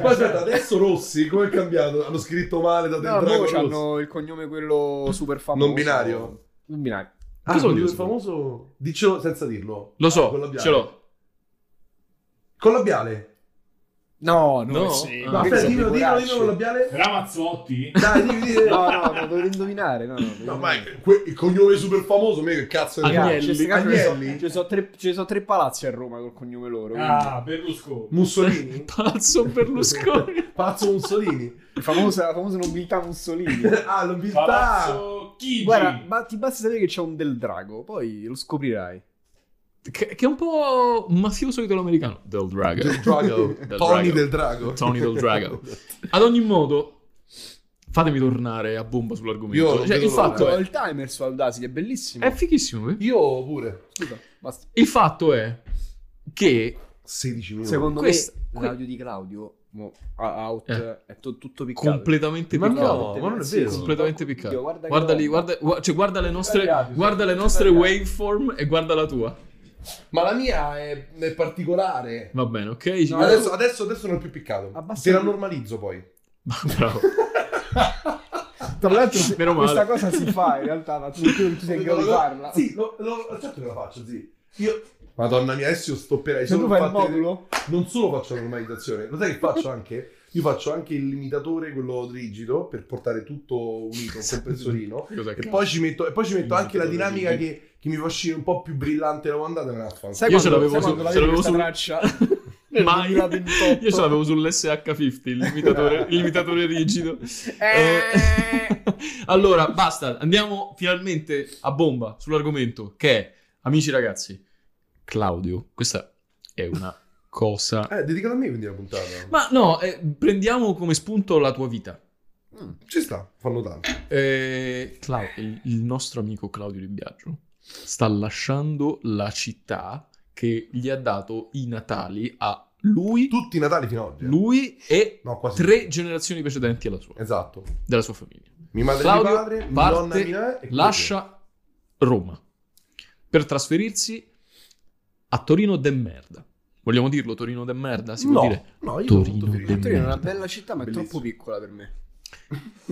[SPEAKER 2] poi aspetta, adesso Rossi, come è cambiato? Hanno scritto male da
[SPEAKER 4] No, boh,
[SPEAKER 2] dentro
[SPEAKER 4] loro
[SPEAKER 2] Rossi.
[SPEAKER 4] hanno il cognome quello super famoso.
[SPEAKER 2] Non binario?
[SPEAKER 4] Non binario.
[SPEAKER 2] Ah,
[SPEAKER 1] Cosa vuol
[SPEAKER 2] quello
[SPEAKER 1] dire?
[SPEAKER 2] famoso... Diccelo senza dirlo. Ah,
[SPEAKER 1] Lo
[SPEAKER 2] Con
[SPEAKER 1] so,
[SPEAKER 2] labiale.
[SPEAKER 1] ce l'ho.
[SPEAKER 2] Collabiale.
[SPEAKER 4] No, no,
[SPEAKER 1] No?
[SPEAKER 4] sì,
[SPEAKER 1] Ah.
[SPEAKER 4] ma che
[SPEAKER 2] Aspetta,
[SPEAKER 4] sono
[SPEAKER 2] dillo, dillo,
[SPEAKER 4] figuracce.
[SPEAKER 2] dillo con labiale.
[SPEAKER 3] Ramazzotti?
[SPEAKER 2] Dai, dimmi, dimmi.
[SPEAKER 4] No, no, no, dovevo indovinare. No, no, devo
[SPEAKER 2] No, ma
[SPEAKER 4] indovinare.
[SPEAKER 2] è- que- il cognome super famoso, me che cazzo ne
[SPEAKER 1] Agnelli.
[SPEAKER 2] cazzo.
[SPEAKER 4] Cazzo, sti cazzo, ce
[SPEAKER 2] Agnelli?
[SPEAKER 4] ne so- ce ne so tre- Ce ne sono tre palazzi a Roma col cognome loro. quindi.
[SPEAKER 3] Ah, Berlusconi.
[SPEAKER 2] Mussolini?
[SPEAKER 1] Palazzo Berlusconi.
[SPEAKER 2] Palazzo Mussolini.
[SPEAKER 4] La famosa, la famosa nobiltà Mussolini.
[SPEAKER 2] ah, l'umiltà.
[SPEAKER 3] Palazzo Chigi.
[SPEAKER 4] Guarda, ma ti basta sapere che c'è un del drago, poi lo scoprirai.
[SPEAKER 1] Che, che è un po' un mafioso italo-americano. Del Drago.
[SPEAKER 2] Del Drago.
[SPEAKER 1] Del
[SPEAKER 2] Tony
[SPEAKER 1] Drago.
[SPEAKER 2] del Drago.
[SPEAKER 1] Tony del Drago. Ad ogni modo, fatemi tornare a bomba sull'argomento.
[SPEAKER 2] Io non
[SPEAKER 1] Cioè,
[SPEAKER 2] vedo
[SPEAKER 1] il
[SPEAKER 2] l'ora.
[SPEAKER 1] fatto è,
[SPEAKER 4] il timer su Audacity è bellissimo.
[SPEAKER 1] è fighissimo. eh.
[SPEAKER 2] Io pure.
[SPEAKER 4] Scusa, basta.
[SPEAKER 1] Il fatto è che
[SPEAKER 2] 16 minuti.
[SPEAKER 4] Secondo
[SPEAKER 1] Questo-
[SPEAKER 4] me
[SPEAKER 1] que-
[SPEAKER 4] l'audio di Claudio mo, a- out
[SPEAKER 1] Eh.
[SPEAKER 4] è to- tutto piccato.
[SPEAKER 1] completamente
[SPEAKER 2] Ma no,
[SPEAKER 1] piccato.
[SPEAKER 2] ma non è vero.
[SPEAKER 1] Completamente piccato.
[SPEAKER 4] guarda,
[SPEAKER 1] Guarda
[SPEAKER 4] che
[SPEAKER 1] lì,
[SPEAKER 4] roba.
[SPEAKER 1] guarda, gua- cioè, guarda le nostre,
[SPEAKER 3] Tagliati, sì.
[SPEAKER 1] guarda le nostre
[SPEAKER 3] Tagliati.
[SPEAKER 1] waveform e guarda la tua.
[SPEAKER 2] Ma la mia è, è particolare.
[SPEAKER 1] Va bene, ok? Ci-
[SPEAKER 4] No,
[SPEAKER 2] adesso, adesso, adesso non è più piccato.
[SPEAKER 4] Abbassa
[SPEAKER 2] Te la
[SPEAKER 4] il-
[SPEAKER 2] normalizzo poi.
[SPEAKER 1] Bravo.
[SPEAKER 4] Tra l'altro, se-
[SPEAKER 1] Meno male.
[SPEAKER 4] questa cosa si fa in realtà, ma tu, tu non sei in grado di farla.
[SPEAKER 2] Sì, lo, lo, certo che la faccio, sì. Io... Madonna mia, adesso io stopperei.
[SPEAKER 4] Se
[SPEAKER 2] solo
[SPEAKER 4] Cioè, tu fai il
[SPEAKER 2] fatte-
[SPEAKER 4] modulo,
[SPEAKER 2] Non solo faccio la normalizzazione, lo sai che faccio anche? Io faccio anche il limitatore, quello rigido, per portare tutto unito, un compressorino.
[SPEAKER 1] Cos'è
[SPEAKER 2] E
[SPEAKER 1] che-
[SPEAKER 2] poi ci metto, e poi ci metto anche la
[SPEAKER 1] Limitatore
[SPEAKER 2] dinamica che, che mi fa uscire un po' più brillante la mandata e me la fa.
[SPEAKER 4] sai
[SPEAKER 1] Io
[SPEAKER 4] quando,
[SPEAKER 1] ce l'avevo
[SPEAKER 4] sai
[SPEAKER 1] su-
[SPEAKER 4] quando la
[SPEAKER 1] ce
[SPEAKER 4] vedi
[SPEAKER 1] l'avevo
[SPEAKER 4] questa
[SPEAKER 1] su-
[SPEAKER 4] traccia?
[SPEAKER 1] Mai.
[SPEAKER 4] 2028.
[SPEAKER 1] Io ce l'avevo sull'SH50, il limitatore, il limitatore rigido. Eh, allora, basta, andiamo finalmente a bomba sull'argomento che è, amici ragazzi, Claudio, questa è una cosa...
[SPEAKER 2] Eh, dedicata a me quindi la puntata.
[SPEAKER 1] Ma no, eh, prendiamo come spunto la tua vita.
[SPEAKER 2] Mm, Ci sta, fanno tanto.
[SPEAKER 1] Eh, Clau- il, il nostro amico Claudio Di Biagio sta lasciando la città che gli ha dato i natali a lui,
[SPEAKER 2] Tutti i Natali fino ad oggi. eh.
[SPEAKER 1] lui e
[SPEAKER 2] No, quasi.
[SPEAKER 1] tre generazioni precedenti alla sua,
[SPEAKER 2] Esatto.
[SPEAKER 1] della sua famiglia.
[SPEAKER 2] Mi madre
[SPEAKER 1] Claudio
[SPEAKER 2] mio padre, mi
[SPEAKER 1] parte,
[SPEAKER 2] nonna mia e
[SPEAKER 1] Lascia Roma per trasferirsi a Torino de merda. Vogliamo dirlo Torino de merda? Si
[SPEAKER 2] no,
[SPEAKER 1] può dire?
[SPEAKER 2] no, io
[SPEAKER 1] Torino
[SPEAKER 2] sono molto felice.
[SPEAKER 1] del
[SPEAKER 4] Torino è una
[SPEAKER 1] merda.
[SPEAKER 4] bella città, ma è
[SPEAKER 2] Bellissimo.
[SPEAKER 4] troppo piccola per me.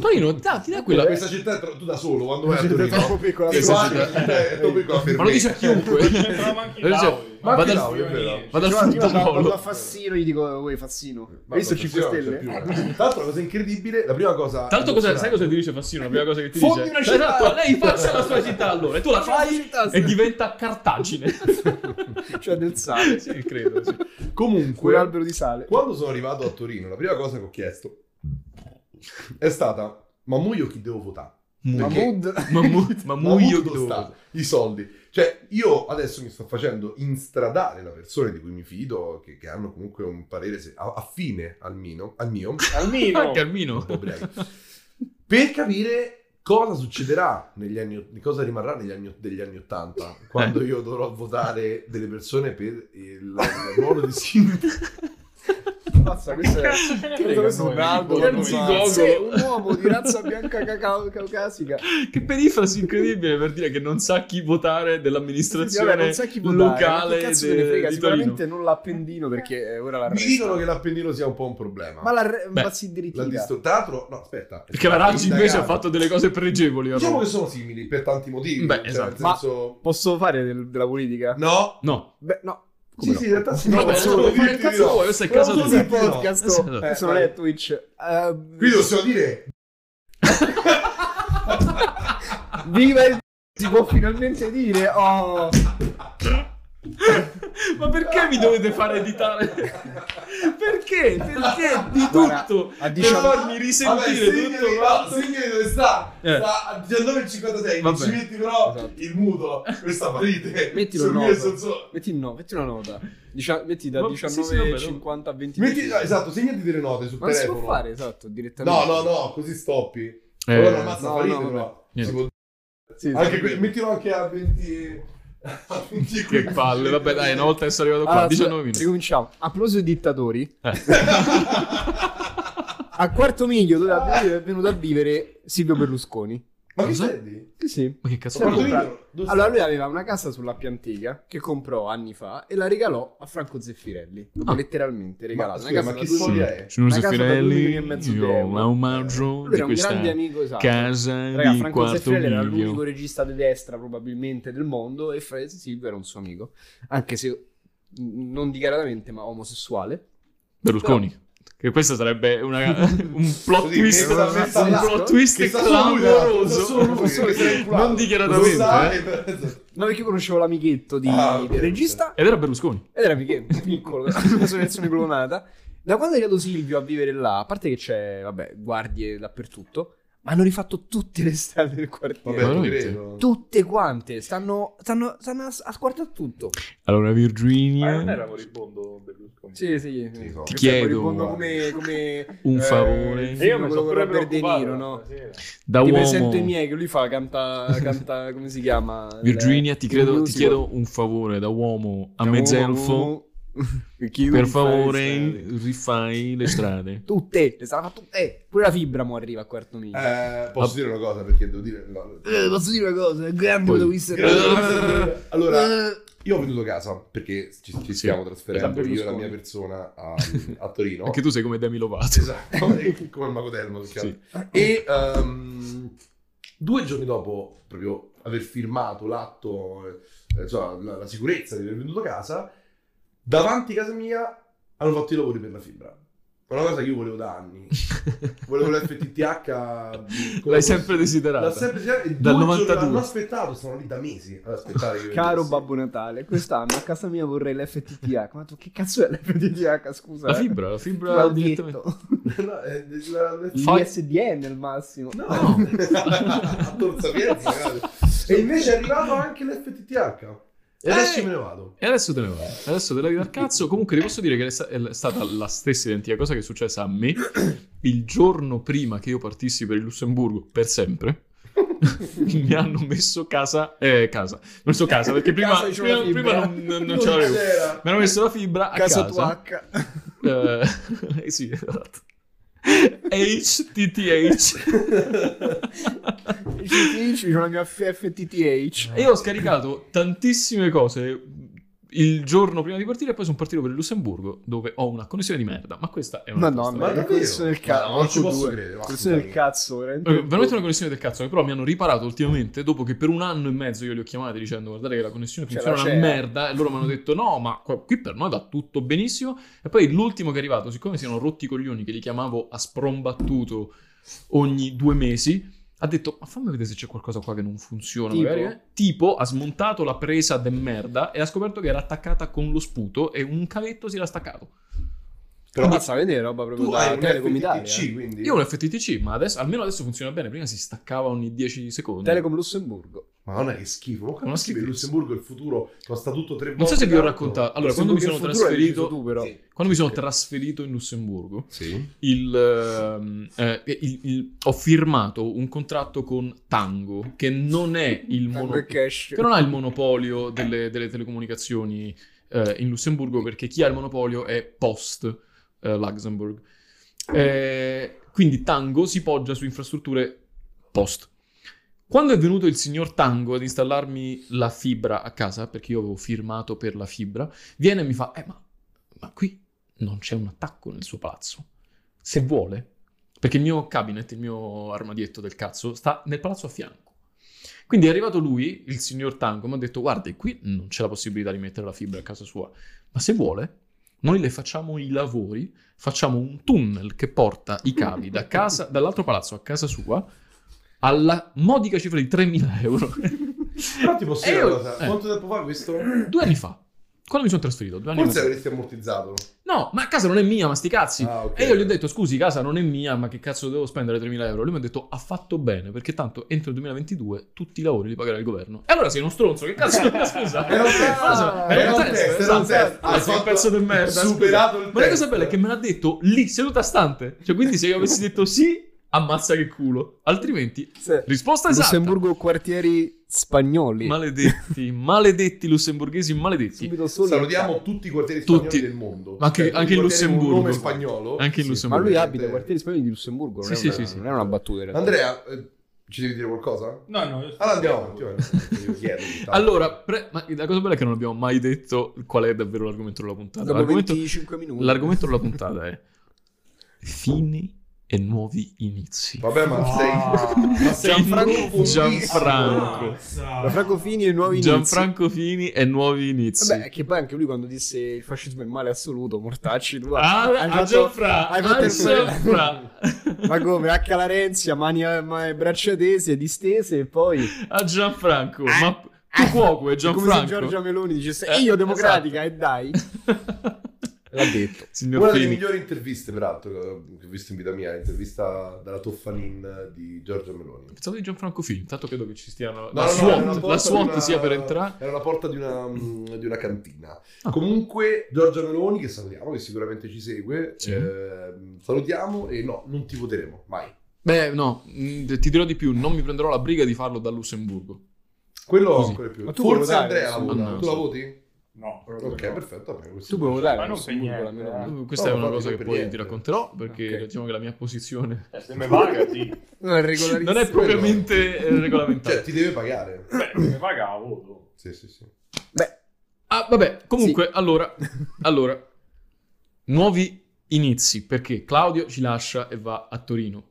[SPEAKER 1] Torino, da, ti dà quella...
[SPEAKER 2] Questa città è tro- tu da solo quando vai a Torino.
[SPEAKER 4] troppo piccola per
[SPEAKER 1] Questa
[SPEAKER 4] me.
[SPEAKER 1] città-
[SPEAKER 2] è troppo qua per
[SPEAKER 1] Ma lo
[SPEAKER 2] me.
[SPEAKER 1] dice a chiunque.
[SPEAKER 3] C'entravamo anche i
[SPEAKER 1] Lo dice-
[SPEAKER 3] Lauri.
[SPEAKER 1] Ma anche
[SPEAKER 3] dal-
[SPEAKER 2] Lauri, è vero.
[SPEAKER 1] Ma dal
[SPEAKER 4] Cioè,
[SPEAKER 1] sud
[SPEAKER 4] io vado- vado a
[SPEAKER 1] polo.
[SPEAKER 4] Fassino gli dico, voi Fassino.
[SPEAKER 2] Ma
[SPEAKER 4] Hai visto
[SPEAKER 2] non
[SPEAKER 4] 5
[SPEAKER 2] c'è più, non
[SPEAKER 4] stelle?
[SPEAKER 2] c'è più. Tra l'altro, la cosa incredibile, la prima cosa.
[SPEAKER 1] Tanto cosa, sai
[SPEAKER 2] emozionante-
[SPEAKER 1] cosa ti dice Fassino? La prima cosa che ti
[SPEAKER 2] Fondi
[SPEAKER 1] dice?
[SPEAKER 2] una
[SPEAKER 1] Cioè,
[SPEAKER 2] città!
[SPEAKER 1] Esatto, lei faccia la sua città allora, e tu la
[SPEAKER 4] Faccia la
[SPEAKER 1] fai
[SPEAKER 4] città, sì.
[SPEAKER 1] e diventa Cartagine.
[SPEAKER 4] Cioè del sale.
[SPEAKER 1] sì, credo, sì.
[SPEAKER 4] Quel
[SPEAKER 2] Comunque,
[SPEAKER 4] albero di sale.
[SPEAKER 2] quando sono arrivato a Torino, la prima cosa che ho chiesto è stata: ma mo io chi devo votare? Perché-
[SPEAKER 4] Mahmood.
[SPEAKER 1] Mammut,
[SPEAKER 2] Ma
[SPEAKER 1] Mammuglio
[SPEAKER 2] dove sta? I soldi. Cioè, io adesso mi sto facendo instradare da persone di cui mi fido, che, che hanno comunque un parere se- a- affine al mio, al mio
[SPEAKER 3] Almino.
[SPEAKER 1] Anche Armino.
[SPEAKER 2] un po' brevi, per capire cosa succederà negli anni, cosa rimarrà negli anni, degli anni 80, quando
[SPEAKER 4] Eh.
[SPEAKER 2] io dovrò votare delle persone per il, il ruolo di sindaco.
[SPEAKER 4] Mazza, questo è...
[SPEAKER 3] Cazzo ce ne
[SPEAKER 4] Credo
[SPEAKER 3] frega
[SPEAKER 4] questo
[SPEAKER 3] noi?
[SPEAKER 4] è un albero,
[SPEAKER 1] Che
[SPEAKER 4] non
[SPEAKER 1] non
[SPEAKER 4] so.
[SPEAKER 1] si gogolo.
[SPEAKER 4] Sì, un uomo di razza bianca cacao- caucasica.
[SPEAKER 1] Che perifrasi incredibile per dire che non sa chi votare
[SPEAKER 4] Sì, vabbè,
[SPEAKER 1] dell'amministrazione
[SPEAKER 4] non sa chi votare,
[SPEAKER 1] locale
[SPEAKER 4] ma che cazzo
[SPEAKER 1] de-
[SPEAKER 4] te ne frega,
[SPEAKER 1] di Torino.
[SPEAKER 4] sicuramente non l'appendino perché eh, ora la
[SPEAKER 2] Mi dicono che l'appendino sia un po' un problema.
[SPEAKER 4] Ma la
[SPEAKER 1] Beh,
[SPEAKER 4] ma si
[SPEAKER 2] la
[SPEAKER 4] dirittiva.
[SPEAKER 2] distro- Tra l'altro, no, aspetta.
[SPEAKER 1] Perché la Raggi
[SPEAKER 2] Indagato.
[SPEAKER 1] invece ha fatto delle cose pregevoli a
[SPEAKER 2] Diciamo
[SPEAKER 1] Roma.
[SPEAKER 2] che sono simili per tanti motivi.
[SPEAKER 1] Beh,
[SPEAKER 2] cioè,
[SPEAKER 1] esatto.
[SPEAKER 2] nel senso...
[SPEAKER 4] Posso fare del- della politica?
[SPEAKER 2] No,
[SPEAKER 1] No.
[SPEAKER 4] Beh, no.
[SPEAKER 2] sì,
[SPEAKER 4] Come
[SPEAKER 2] sì,
[SPEAKER 4] no?
[SPEAKER 2] in realtà sì.
[SPEAKER 1] Vabbè,
[SPEAKER 2] posso
[SPEAKER 1] no,
[SPEAKER 2] dirti
[SPEAKER 1] ma che
[SPEAKER 2] di
[SPEAKER 1] cazzo
[SPEAKER 2] no.
[SPEAKER 1] vuoi? Questo è casa
[SPEAKER 2] Posso
[SPEAKER 1] tua.
[SPEAKER 2] dirti di no. Esatto.
[SPEAKER 4] podcast.
[SPEAKER 1] Eh, sì,
[SPEAKER 4] oh.
[SPEAKER 1] no.
[SPEAKER 4] Eh, sono
[SPEAKER 2] Vai.
[SPEAKER 4] lei a Twitch. Eh,
[SPEAKER 2] Quindi possiamo dire...
[SPEAKER 4] Viva il... Si può finalmente dire... Oh...
[SPEAKER 1] Ma perché mi dovete far editare? Perché? Perché di
[SPEAKER 4] Guarda,
[SPEAKER 1] tutto?
[SPEAKER 4] a
[SPEAKER 1] Per
[SPEAKER 4] 19
[SPEAKER 1] farmi risentire
[SPEAKER 2] diciamo- Vabbè, segnali,
[SPEAKER 1] tutto
[SPEAKER 2] no,
[SPEAKER 1] quanto?
[SPEAKER 2] segnali dove sta.
[SPEAKER 1] Eh.
[SPEAKER 2] Sta a 19,56. Non
[SPEAKER 1] Vabbè.
[SPEAKER 2] ci metti però
[SPEAKER 4] Esatto.
[SPEAKER 2] il muto. Questa parete.
[SPEAKER 4] Mettilo
[SPEAKER 2] Sul
[SPEAKER 4] in
[SPEAKER 2] mio
[SPEAKER 4] nota.
[SPEAKER 2] sensore.
[SPEAKER 4] Metti, il no, metti una nota. Dicia- metti da
[SPEAKER 1] Ma- sì, sì,
[SPEAKER 4] 19,50 a 20.
[SPEAKER 2] Metti, no, esatto, segnati delle note sul
[SPEAKER 4] Ma non si
[SPEAKER 2] telefono.
[SPEAKER 4] può fare, esatto, direttamente.
[SPEAKER 2] No, no, no, così stoppi.
[SPEAKER 1] Eh,
[SPEAKER 2] Allora ammazza
[SPEAKER 4] no,
[SPEAKER 2] parete,
[SPEAKER 4] no,
[SPEAKER 2] però.
[SPEAKER 1] vabbè.
[SPEAKER 2] Si può-
[SPEAKER 4] Sì, sì.
[SPEAKER 2] Anche que- mettilo anche a 20. a 20 e
[SPEAKER 1] Che
[SPEAKER 2] 15.
[SPEAKER 1] palle, vabbè dai, una volta che sono arrivato qua,
[SPEAKER 4] Allora,
[SPEAKER 1] 19 minuti. Eh.
[SPEAKER 4] Ricominciamo. A proposito di dittatori, a quarto miglio dove è venuto a vivere Silvio Berlusconi.
[SPEAKER 1] Ma
[SPEAKER 2] Ma
[SPEAKER 1] che
[SPEAKER 2] che
[SPEAKER 1] Cosa?
[SPEAKER 2] intendi?
[SPEAKER 4] Sì, sì.
[SPEAKER 1] Ma che cazzo
[SPEAKER 4] Sì,
[SPEAKER 1] vuol
[SPEAKER 4] sì.
[SPEAKER 1] dire?
[SPEAKER 4] Allora lui aveva una casa sulla Piantica che comprò anni fa e la regalò a Franco Zeffirelli. Proprio
[SPEAKER 1] Ah. Letteralmente
[SPEAKER 4] letteralmente regalata.
[SPEAKER 2] Ma
[SPEAKER 4] una
[SPEAKER 2] scusa,
[SPEAKER 4] casa
[SPEAKER 2] ma
[SPEAKER 4] da
[SPEAKER 2] chi
[SPEAKER 4] due-
[SPEAKER 2] follia è?
[SPEAKER 1] Sono
[SPEAKER 4] eh. Una casa da due
[SPEAKER 1] Zeffirelli,
[SPEAKER 4] milioni e mezzo di
[SPEAKER 1] io
[SPEAKER 4] euro. Eh,
[SPEAKER 1] un omaggio
[SPEAKER 4] Lui
[SPEAKER 1] di
[SPEAKER 4] era un grande
[SPEAKER 1] questa
[SPEAKER 4] amico, esatto.
[SPEAKER 1] casa
[SPEAKER 4] Raga,
[SPEAKER 1] di
[SPEAKER 4] Franco
[SPEAKER 1] quarto
[SPEAKER 4] Zeffirelli era l'unico
[SPEAKER 1] miglio.
[SPEAKER 4] regista di destra probabilmente del mondo e Fresi Silva era un suo amico, anche se mh, non dichiaratamente ma omosessuale.
[SPEAKER 1] Berlusconi. Che questo sarebbe una- un plot
[SPEAKER 2] Così,
[SPEAKER 1] twist,
[SPEAKER 2] che non
[SPEAKER 1] un
[SPEAKER 2] sa-
[SPEAKER 1] plot twist
[SPEAKER 2] che sa solo lui, sa solo lui.
[SPEAKER 1] clamoroso. eh.
[SPEAKER 4] Non so che sarà inculato.
[SPEAKER 1] Non
[SPEAKER 2] Lo sa,
[SPEAKER 1] dichiaratamente. eh.
[SPEAKER 2] eh.
[SPEAKER 4] Ma perché conoscevo l'amichetto di,
[SPEAKER 2] Ah, ok.
[SPEAKER 4] del regista
[SPEAKER 1] Ed era Berlusconi.
[SPEAKER 4] ed era amichetto, piccolo, una sua versione clonata. Da quando è arrivato Silvio a vivere là, a parte che c'è, vabbè, guardie dappertutto, ma hanno rifatto tutte le strade del quartiere.
[SPEAKER 2] Vabbè, ti
[SPEAKER 1] Veramente.
[SPEAKER 2] credo.
[SPEAKER 4] Tutte quante, stanno, stanno, stanno a, a guardare tutto.
[SPEAKER 1] Allora,
[SPEAKER 3] Ma non era
[SPEAKER 1] Virginia,
[SPEAKER 3] moribondo Berlusconi?
[SPEAKER 4] Sì, sì.
[SPEAKER 2] Sì, no.
[SPEAKER 1] Ti
[SPEAKER 4] Che
[SPEAKER 1] chiedo-
[SPEAKER 4] poi rispondo come, come,
[SPEAKER 1] Un
[SPEAKER 4] eh,
[SPEAKER 1] favore.
[SPEAKER 4] il
[SPEAKER 3] E io
[SPEAKER 4] film
[SPEAKER 3] mi
[SPEAKER 4] quello
[SPEAKER 3] sono
[SPEAKER 4] con
[SPEAKER 3] pure
[SPEAKER 4] Robert De
[SPEAKER 3] preoccupato
[SPEAKER 4] Niro, no?
[SPEAKER 3] stasera.
[SPEAKER 1] da
[SPEAKER 4] Ti
[SPEAKER 1] uomo,
[SPEAKER 4] presento i miei che lui fa canta, canta come si chiama?
[SPEAKER 1] Virginia, ti,
[SPEAKER 4] Il
[SPEAKER 1] credo, ti
[SPEAKER 4] musical.
[SPEAKER 1] chiedo un favore, da uomo a
[SPEAKER 4] Da
[SPEAKER 1] mezzelfo,
[SPEAKER 4] uomo, Chiudi
[SPEAKER 1] per
[SPEAKER 4] di fare
[SPEAKER 1] favore
[SPEAKER 2] Eh,
[SPEAKER 4] strade.
[SPEAKER 1] rifai le strade.
[SPEAKER 4] tutte, le sarà fatte tutte. Pure la fibra mo arriva a quarto miglio.
[SPEAKER 2] Eh, posso dire una cosa perché devo dire no.
[SPEAKER 4] Eh, posso dire una cosa? È grande
[SPEAKER 1] Poi-
[SPEAKER 4] quello che si-
[SPEAKER 2] Eh, Allora,
[SPEAKER 4] Eh,
[SPEAKER 2] io ho venduto casa perché ci, ci
[SPEAKER 1] Sì.
[SPEAKER 2] stiamo
[SPEAKER 4] Esatto,
[SPEAKER 2] trasferendo io e la
[SPEAKER 4] Berlusconi.
[SPEAKER 2] mia persona a, a Torino.
[SPEAKER 1] Anche tu sei come Demi Lovato.
[SPEAKER 2] Esatto, e- come il Mago Telmo. si chiama.
[SPEAKER 1] Sì.
[SPEAKER 2] E ehm, due giorni dopo proprio aver firmato l'atto, eh, insomma, la, la sicurezza di aver venduto casa, davanti a casa mia hanno fatto i lavori per la fibra. Una cosa che io volevo da anni. Volevo l'FTTH. come
[SPEAKER 1] L'hai
[SPEAKER 2] fosse-
[SPEAKER 1] sempre desiderata.
[SPEAKER 2] L'ho sempre desiderato e
[SPEAKER 1] Dal
[SPEAKER 2] due giorni
[SPEAKER 1] 92.
[SPEAKER 2] l'hanno aspettato, sono lì da mesi ad aspettare. che
[SPEAKER 4] Caro
[SPEAKER 2] venisse.
[SPEAKER 4] Babbo Natale, quest'anno a casa mia vorrei l'FTTH. Ma tu che cazzo è l'FTTH? Scusa.
[SPEAKER 1] La
[SPEAKER 4] eh.
[SPEAKER 1] fibra, la fibra
[SPEAKER 4] L'ho
[SPEAKER 1] direttamente.
[SPEAKER 4] detto.
[SPEAKER 2] No, eh, la- la-
[SPEAKER 1] Fa-
[SPEAKER 4] l'ISDN al massimo.
[SPEAKER 2] No,
[SPEAKER 1] No.
[SPEAKER 2] a Tor Sapienza, magari. E invece è arrivato anche l'FTTH. E adesso
[SPEAKER 1] Eh.
[SPEAKER 2] me ne vado.
[SPEAKER 1] E adesso te ne vai, adesso te la dal cazzo. Comunque ti posso dire che è sta- è stata la stessa identica cosa che è successa a me il giorno prima che io partissi per il Lussemburgo per sempre. mi hanno messo casa, eh, casa, non messo casa perché prima,
[SPEAKER 4] Casa
[SPEAKER 1] prima,
[SPEAKER 4] diceva la fibra.
[SPEAKER 1] prima non, non, non ce l'avevo. Mi hanno messo la fibra a casa. Eh, sì, esatto. HTTH.
[SPEAKER 4] FTTH, c'è la mia FTTH.
[SPEAKER 1] E io ho scaricato tantissime cose il giorno prima di partire e poi sono partito per il Lussemburgo dove ho una connessione di merda. Ma questa è una
[SPEAKER 4] Madonna,
[SPEAKER 2] Ma
[SPEAKER 4] ma
[SPEAKER 2] davvero?
[SPEAKER 4] questo del
[SPEAKER 2] Ma
[SPEAKER 4] cazzo.
[SPEAKER 2] non ci posso credere, ma
[SPEAKER 4] Questo del
[SPEAKER 2] scusami.
[SPEAKER 4] cazzo,
[SPEAKER 1] Eh,
[SPEAKER 4] veramente.
[SPEAKER 1] veramente una connessione del cazzo che però mi hanno riparato ultimamente dopo che per un anno e mezzo io li ho chiamati dicendo guardate che la connessione
[SPEAKER 4] Cioè,
[SPEAKER 1] funziona
[SPEAKER 4] la
[SPEAKER 1] una
[SPEAKER 4] c'era.
[SPEAKER 1] merda e loro mi hanno detto no ma qua- qui per noi va tutto benissimo e poi l'ultimo che è arrivato siccome si erano rotti i coglioni che li chiamavo a sprombattuto ogni due mesi ha detto ma fammi vedere se c'è qualcosa qua che non funziona
[SPEAKER 4] Tipo?
[SPEAKER 1] magari, eh." tipo ha smontato la presa de merda e ha scoperto che era attaccata con lo sputo e un cavetto si era staccato
[SPEAKER 4] Però
[SPEAKER 2] Però
[SPEAKER 4] basta vedere roba proprio
[SPEAKER 2] tu
[SPEAKER 4] da
[SPEAKER 2] hai
[SPEAKER 4] Telecom
[SPEAKER 2] un
[SPEAKER 4] Italia.
[SPEAKER 2] FTTC, quindi...
[SPEAKER 1] io ho un FTTC ma adesso, almeno adesso funziona bene prima si staccava ogni 10 secondi
[SPEAKER 4] eh. Telecom Lussemburgo.
[SPEAKER 2] Madonna che schifo. Ma
[SPEAKER 1] Una
[SPEAKER 2] che schifo.
[SPEAKER 1] schifezza.
[SPEAKER 2] Il Lussemburgo, il futuro, costa tutto tre volte.
[SPEAKER 1] Non so se vi ho
[SPEAKER 2] tanto.
[SPEAKER 1] raccontato. Allora,
[SPEAKER 4] Lussemburgo
[SPEAKER 1] quando mi sono
[SPEAKER 4] in futuro l'hai deciso
[SPEAKER 1] trasferito,
[SPEAKER 4] tu, però.
[SPEAKER 2] Sì.
[SPEAKER 1] quando mi sono trasferito in Lussemburgo,
[SPEAKER 2] Sì.
[SPEAKER 1] il, ehm, eh, il- il- ho firmato un contratto con Tango, che non è il
[SPEAKER 4] Tango
[SPEAKER 1] monopolio,
[SPEAKER 4] e cash.
[SPEAKER 1] che non ha il monopolio delle, delle telecomunicazioni eh, in Lussemburgo, perché chi ha il monopolio è Post eh, Luxembourg. Eh, quindi Tango si poggia su infrastrutture Post. Quando è venuto il signor Tango ad installarmi la fibra a casa, perché io avevo firmato per la fibra, viene e mi fa: Eh, ma, ma qui non c'è un attacco nel suo palazzo. Se vuole, perché il mio cabinet, il mio armadietto del cazzo, sta nel palazzo a fianco. Quindi è arrivato lui, il signor Tango, mi ha detto: Guardi, qui non c'è la possibilità di mettere la fibra a casa sua, ma se vuole, noi le facciamo i lavori, facciamo un tunnel che porta i cavi da casa- dall'altro palazzo a casa sua alla modica cifra di 3.000 euro.
[SPEAKER 2] Però ti posso
[SPEAKER 1] E
[SPEAKER 2] dire
[SPEAKER 1] io-
[SPEAKER 2] una cosa.
[SPEAKER 1] eh.
[SPEAKER 2] Quanto tempo fa questo?
[SPEAKER 1] due anni fa, quando mi sono trasferito, due anni e
[SPEAKER 2] Forse
[SPEAKER 1] mezzo.
[SPEAKER 2] avresti ammortizzato.
[SPEAKER 1] No, ma casa non è mia, ma sti cazzi.
[SPEAKER 2] Ah, ok.
[SPEAKER 1] E io gli ho detto, scusi, casa non è mia, ma che cazzo devo spendere 3.000 euro? Lui mi ha detto, ha fatto bene, perché tanto entro il 2022 tutti i lavori li pagherà il governo. E allora sei uno stronzo, che cazzo? scusa.
[SPEAKER 2] Era un
[SPEAKER 1] Ah,
[SPEAKER 2] test.
[SPEAKER 1] so,
[SPEAKER 2] Era un test. Era un
[SPEAKER 1] esatto.
[SPEAKER 2] test.
[SPEAKER 1] Ah, sei un pezzo di merda. scusa.
[SPEAKER 2] Superato il
[SPEAKER 1] Ma la cosa
[SPEAKER 2] test.
[SPEAKER 1] bella è che me l'ha detto lì, seduta a stante. Cioè, quindi se io avessi detto sì, ammazza che culo. Altrimenti,
[SPEAKER 4] Sì. esatto?
[SPEAKER 1] risposta esatta.
[SPEAKER 4] Lussemburgo quartieri spagnoli.
[SPEAKER 1] Maledetti, maledetti lussemburghesi, maledetti.
[SPEAKER 4] Subito solo
[SPEAKER 2] Salutiamo tutti i quartieri
[SPEAKER 1] Tutti.
[SPEAKER 2] spagnoli del mondo.
[SPEAKER 1] Ma anche-
[SPEAKER 2] Cioè, tutti
[SPEAKER 1] anche
[SPEAKER 2] i
[SPEAKER 1] in
[SPEAKER 2] quartieri con un
[SPEAKER 1] Lussemburgo.
[SPEAKER 2] nome spagnolo.
[SPEAKER 1] Anche in
[SPEAKER 2] Sì.
[SPEAKER 1] Lussemburgo.
[SPEAKER 4] Ma lui
[SPEAKER 2] Veramente-
[SPEAKER 4] abita i quartieri spagnoli di Lussemburgo, non,
[SPEAKER 1] Sì,
[SPEAKER 4] è,
[SPEAKER 1] sì,
[SPEAKER 4] una,
[SPEAKER 1] sì, sì.
[SPEAKER 4] non è una battuta in realtà.
[SPEAKER 2] Andrea, eh, Ci devi dire qualcosa?
[SPEAKER 3] No, no, io sto-
[SPEAKER 2] Allora andiamo avanti. vai. Io chiedo ogni tanto.
[SPEAKER 1] Allora, pre- ma la cosa bella è che non abbiamo mai detto qual è davvero l'argomento della puntata.
[SPEAKER 4] Dopo
[SPEAKER 1] L'argomento,
[SPEAKER 4] 25 minuti.
[SPEAKER 1] l'argomento della puntata è fini e nuovi inizi.
[SPEAKER 2] Vabbè, ma sei...
[SPEAKER 3] Ah.
[SPEAKER 2] Ma sei
[SPEAKER 4] Gianfranco-
[SPEAKER 2] profondissimo.
[SPEAKER 1] Gianfranco.
[SPEAKER 4] Da Franco Fini e i nuovi inizi.
[SPEAKER 1] Gianfranco Fini e nuovi inizi.
[SPEAKER 4] Vabbè, che poi anche lui quando disse il fascismo è male assoluto, mortacci tu.
[SPEAKER 1] Ah,
[SPEAKER 4] hai
[SPEAKER 1] a
[SPEAKER 4] fatto-
[SPEAKER 1] Gianfra,
[SPEAKER 4] hai fatto
[SPEAKER 1] a
[SPEAKER 4] il-
[SPEAKER 1] Gianfra.
[SPEAKER 4] Ma come? A Calarenzia, mani a- ma- braccia tese, distese e poi...
[SPEAKER 1] a Gianfranco, ma tu cuoco e
[SPEAKER 4] Eh. Come se
[SPEAKER 1] Gianfranco.
[SPEAKER 4] Giorgia Meloni dicesse
[SPEAKER 1] Eh,
[SPEAKER 4] io democratica
[SPEAKER 1] esatto.
[SPEAKER 4] e dai. L'ha detto.
[SPEAKER 1] Signor
[SPEAKER 2] Una delle
[SPEAKER 1] Fini.
[SPEAKER 2] migliori interviste, peraltro, che ho visto in vita mia, l'intervista dalla Toffanin di Giorgio Meloni.
[SPEAKER 1] Pensavo di Gianfranco Fini, intanto credo che ci stiano... la
[SPEAKER 2] No, no, no, era
[SPEAKER 1] SWAT,
[SPEAKER 2] una porta
[SPEAKER 1] la
[SPEAKER 2] di
[SPEAKER 1] SWAT
[SPEAKER 2] una-
[SPEAKER 1] sia per entrare.
[SPEAKER 2] Era la porta di una, mm, di una cantina.
[SPEAKER 1] Ah.
[SPEAKER 2] Comunque, Giorgio Meloni, che salutiamo, che sicuramente ci segue,
[SPEAKER 1] Sì.
[SPEAKER 2] ehm, salutiamo e no, non ti voteremo, mai.
[SPEAKER 1] Beh, no, mh, ti dirò di più, non mi prenderò la briga di farlo da Lussemburgo.
[SPEAKER 2] Quello
[SPEAKER 1] Così.
[SPEAKER 2] ancora più.
[SPEAKER 4] Ma tu vuoi
[SPEAKER 2] Forse
[SPEAKER 4] votare?
[SPEAKER 2] Andrea la
[SPEAKER 4] Sì.
[SPEAKER 2] vota.
[SPEAKER 1] Ah, no.
[SPEAKER 2] Tu la voti?
[SPEAKER 3] No, proprio
[SPEAKER 2] Ok,
[SPEAKER 3] no.
[SPEAKER 2] perfetto. vabbè, questo-
[SPEAKER 4] Tu puoi votare.
[SPEAKER 3] Ma non per niente,
[SPEAKER 1] Eh,
[SPEAKER 3] eh.
[SPEAKER 1] Questa
[SPEAKER 2] No,
[SPEAKER 1] è una
[SPEAKER 2] infatti,
[SPEAKER 1] cosa
[SPEAKER 2] non
[SPEAKER 1] che
[SPEAKER 2] per
[SPEAKER 1] poi
[SPEAKER 2] niente.
[SPEAKER 1] ti racconterò, perché
[SPEAKER 4] Ok.
[SPEAKER 1] diciamo che la mia posizione
[SPEAKER 3] Eh, se me paga, sì.
[SPEAKER 4] Non è regolarizzato.
[SPEAKER 1] non è propriamente eh, regolamentare.
[SPEAKER 2] Cioè, ti deve pagare.
[SPEAKER 3] Beh, se me paga, voto.
[SPEAKER 2] Sì, sì, sì.
[SPEAKER 4] Beh,
[SPEAKER 1] Ah, vabbè, comunque, allora, allora, nuovi inizi, perché Claudio ci lascia e va a Torino.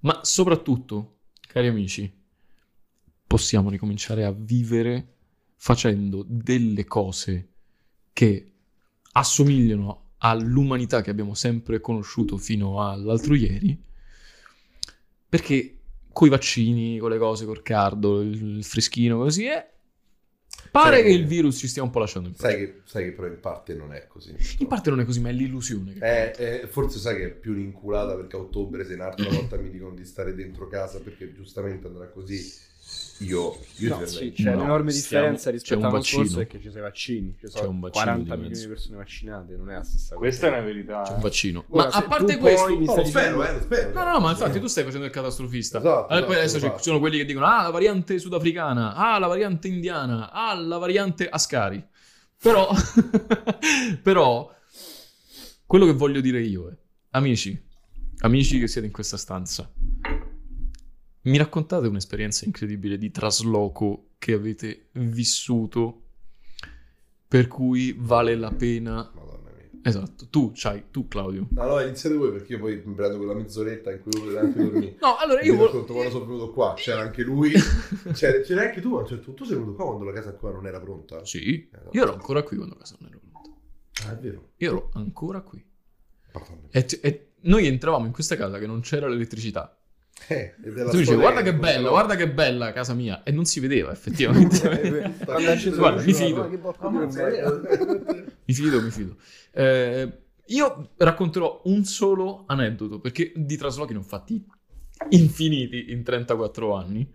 [SPEAKER 1] Ma soprattutto, cari amici, possiamo ricominciare a vivere facendo delle cose che assomigliano all'umanità che abbiamo sempre conosciuto fino all'altro ieri, perché coi vaccini, con le cose, col cardo, il il freschino, così è. Pare
[SPEAKER 2] Sai
[SPEAKER 1] che
[SPEAKER 2] che-
[SPEAKER 1] il virus ci stia un po' lasciando in pace.
[SPEAKER 2] Sai che, sai che però in parte non è così.
[SPEAKER 1] In parte non è così, ma è l'illusione. che-
[SPEAKER 2] Eh, eh, forse sai che è più un'inculata perché a ottobre se un'altra volta mi dicono di stare dentro casa perché giustamente andrà così. Io, io
[SPEAKER 4] no,
[SPEAKER 2] ti
[SPEAKER 4] sì,
[SPEAKER 2] verrei.
[SPEAKER 4] c'è
[SPEAKER 1] No,
[SPEAKER 4] un'enorme
[SPEAKER 1] stiamo-
[SPEAKER 4] differenza
[SPEAKER 1] c'è un
[SPEAKER 4] rispetto all'anno
[SPEAKER 1] vaccino.
[SPEAKER 4] scorso è che ci sono i vaccini. Ci sono
[SPEAKER 1] un vaccino
[SPEAKER 4] 40
[SPEAKER 1] di
[SPEAKER 4] milioni
[SPEAKER 1] mezzo.
[SPEAKER 4] di persone vaccinate, non è la stessa cosa.
[SPEAKER 3] Questa è una verità. eh.
[SPEAKER 1] C'è un vaccino.
[SPEAKER 4] Ora,
[SPEAKER 1] ma
[SPEAKER 4] se
[SPEAKER 1] a parte
[SPEAKER 4] tu poi
[SPEAKER 1] questo...
[SPEAKER 2] No,
[SPEAKER 4] mi stai
[SPEAKER 2] lo spero,
[SPEAKER 4] dicendo-
[SPEAKER 2] eh, lo spero.
[SPEAKER 1] No, no, no, ma infatti tu stai facendo il catastrofista. Allora,
[SPEAKER 2] Esatto,
[SPEAKER 1] poi
[SPEAKER 2] esatto,
[SPEAKER 1] adesso ci
[SPEAKER 2] esatto.
[SPEAKER 1] sono quelli che dicono: Ah, la variante sudafricana, ah, la variante indiana, ah, la variante Ascari. Però, però, quello che voglio dire io è, amici, amici che siete in questa stanza, mi raccontate un'esperienza incredibile di trasloco che avete vissuto, per cui vale la pena.
[SPEAKER 2] Madonna mia.
[SPEAKER 1] Esatto, tu, c'hai, tu, Claudio.
[SPEAKER 2] No, no, iniziate voi perché io poi mi prendo quella mezz'oretta in cui voi volete anche dormire.
[SPEAKER 1] No, allora
[SPEAKER 2] Io
[SPEAKER 1] io
[SPEAKER 2] vi racconto
[SPEAKER 1] voglio.
[SPEAKER 2] quando sono venuto qua, c'era anche lui, c'era, c'era anche tu, a un certo punto tu sei venuto qua quando la casa qua non era pronta.
[SPEAKER 1] Sì,
[SPEAKER 2] Eh, no.
[SPEAKER 1] io ero ancora qui quando casa non era pronta.
[SPEAKER 2] Ah, è vero.
[SPEAKER 1] Io ero ancora qui. Eh.
[SPEAKER 2] Madonna.
[SPEAKER 1] E, c- e noi entravamo in questa casa che non c'era l'elettricità.
[SPEAKER 2] Eh, ed è la
[SPEAKER 1] tu dici,
[SPEAKER 2] storia
[SPEAKER 1] guarda che
[SPEAKER 2] non
[SPEAKER 1] bella,
[SPEAKER 2] so".
[SPEAKER 1] guarda che bella casa mia. E non si vedeva effettivamente.
[SPEAKER 4] Quando è acceso
[SPEAKER 1] Guarda,
[SPEAKER 4] il
[SPEAKER 1] mi
[SPEAKER 4] fuoco,
[SPEAKER 1] fido.
[SPEAKER 4] ma che bocca di
[SPEAKER 2] Ammazza,
[SPEAKER 4] merda.
[SPEAKER 2] eh.
[SPEAKER 1] mi fido, mi fido. Eh, io racconterò un solo aneddoto, perché di traslochi ne ho fatti infiniti in 34 anni.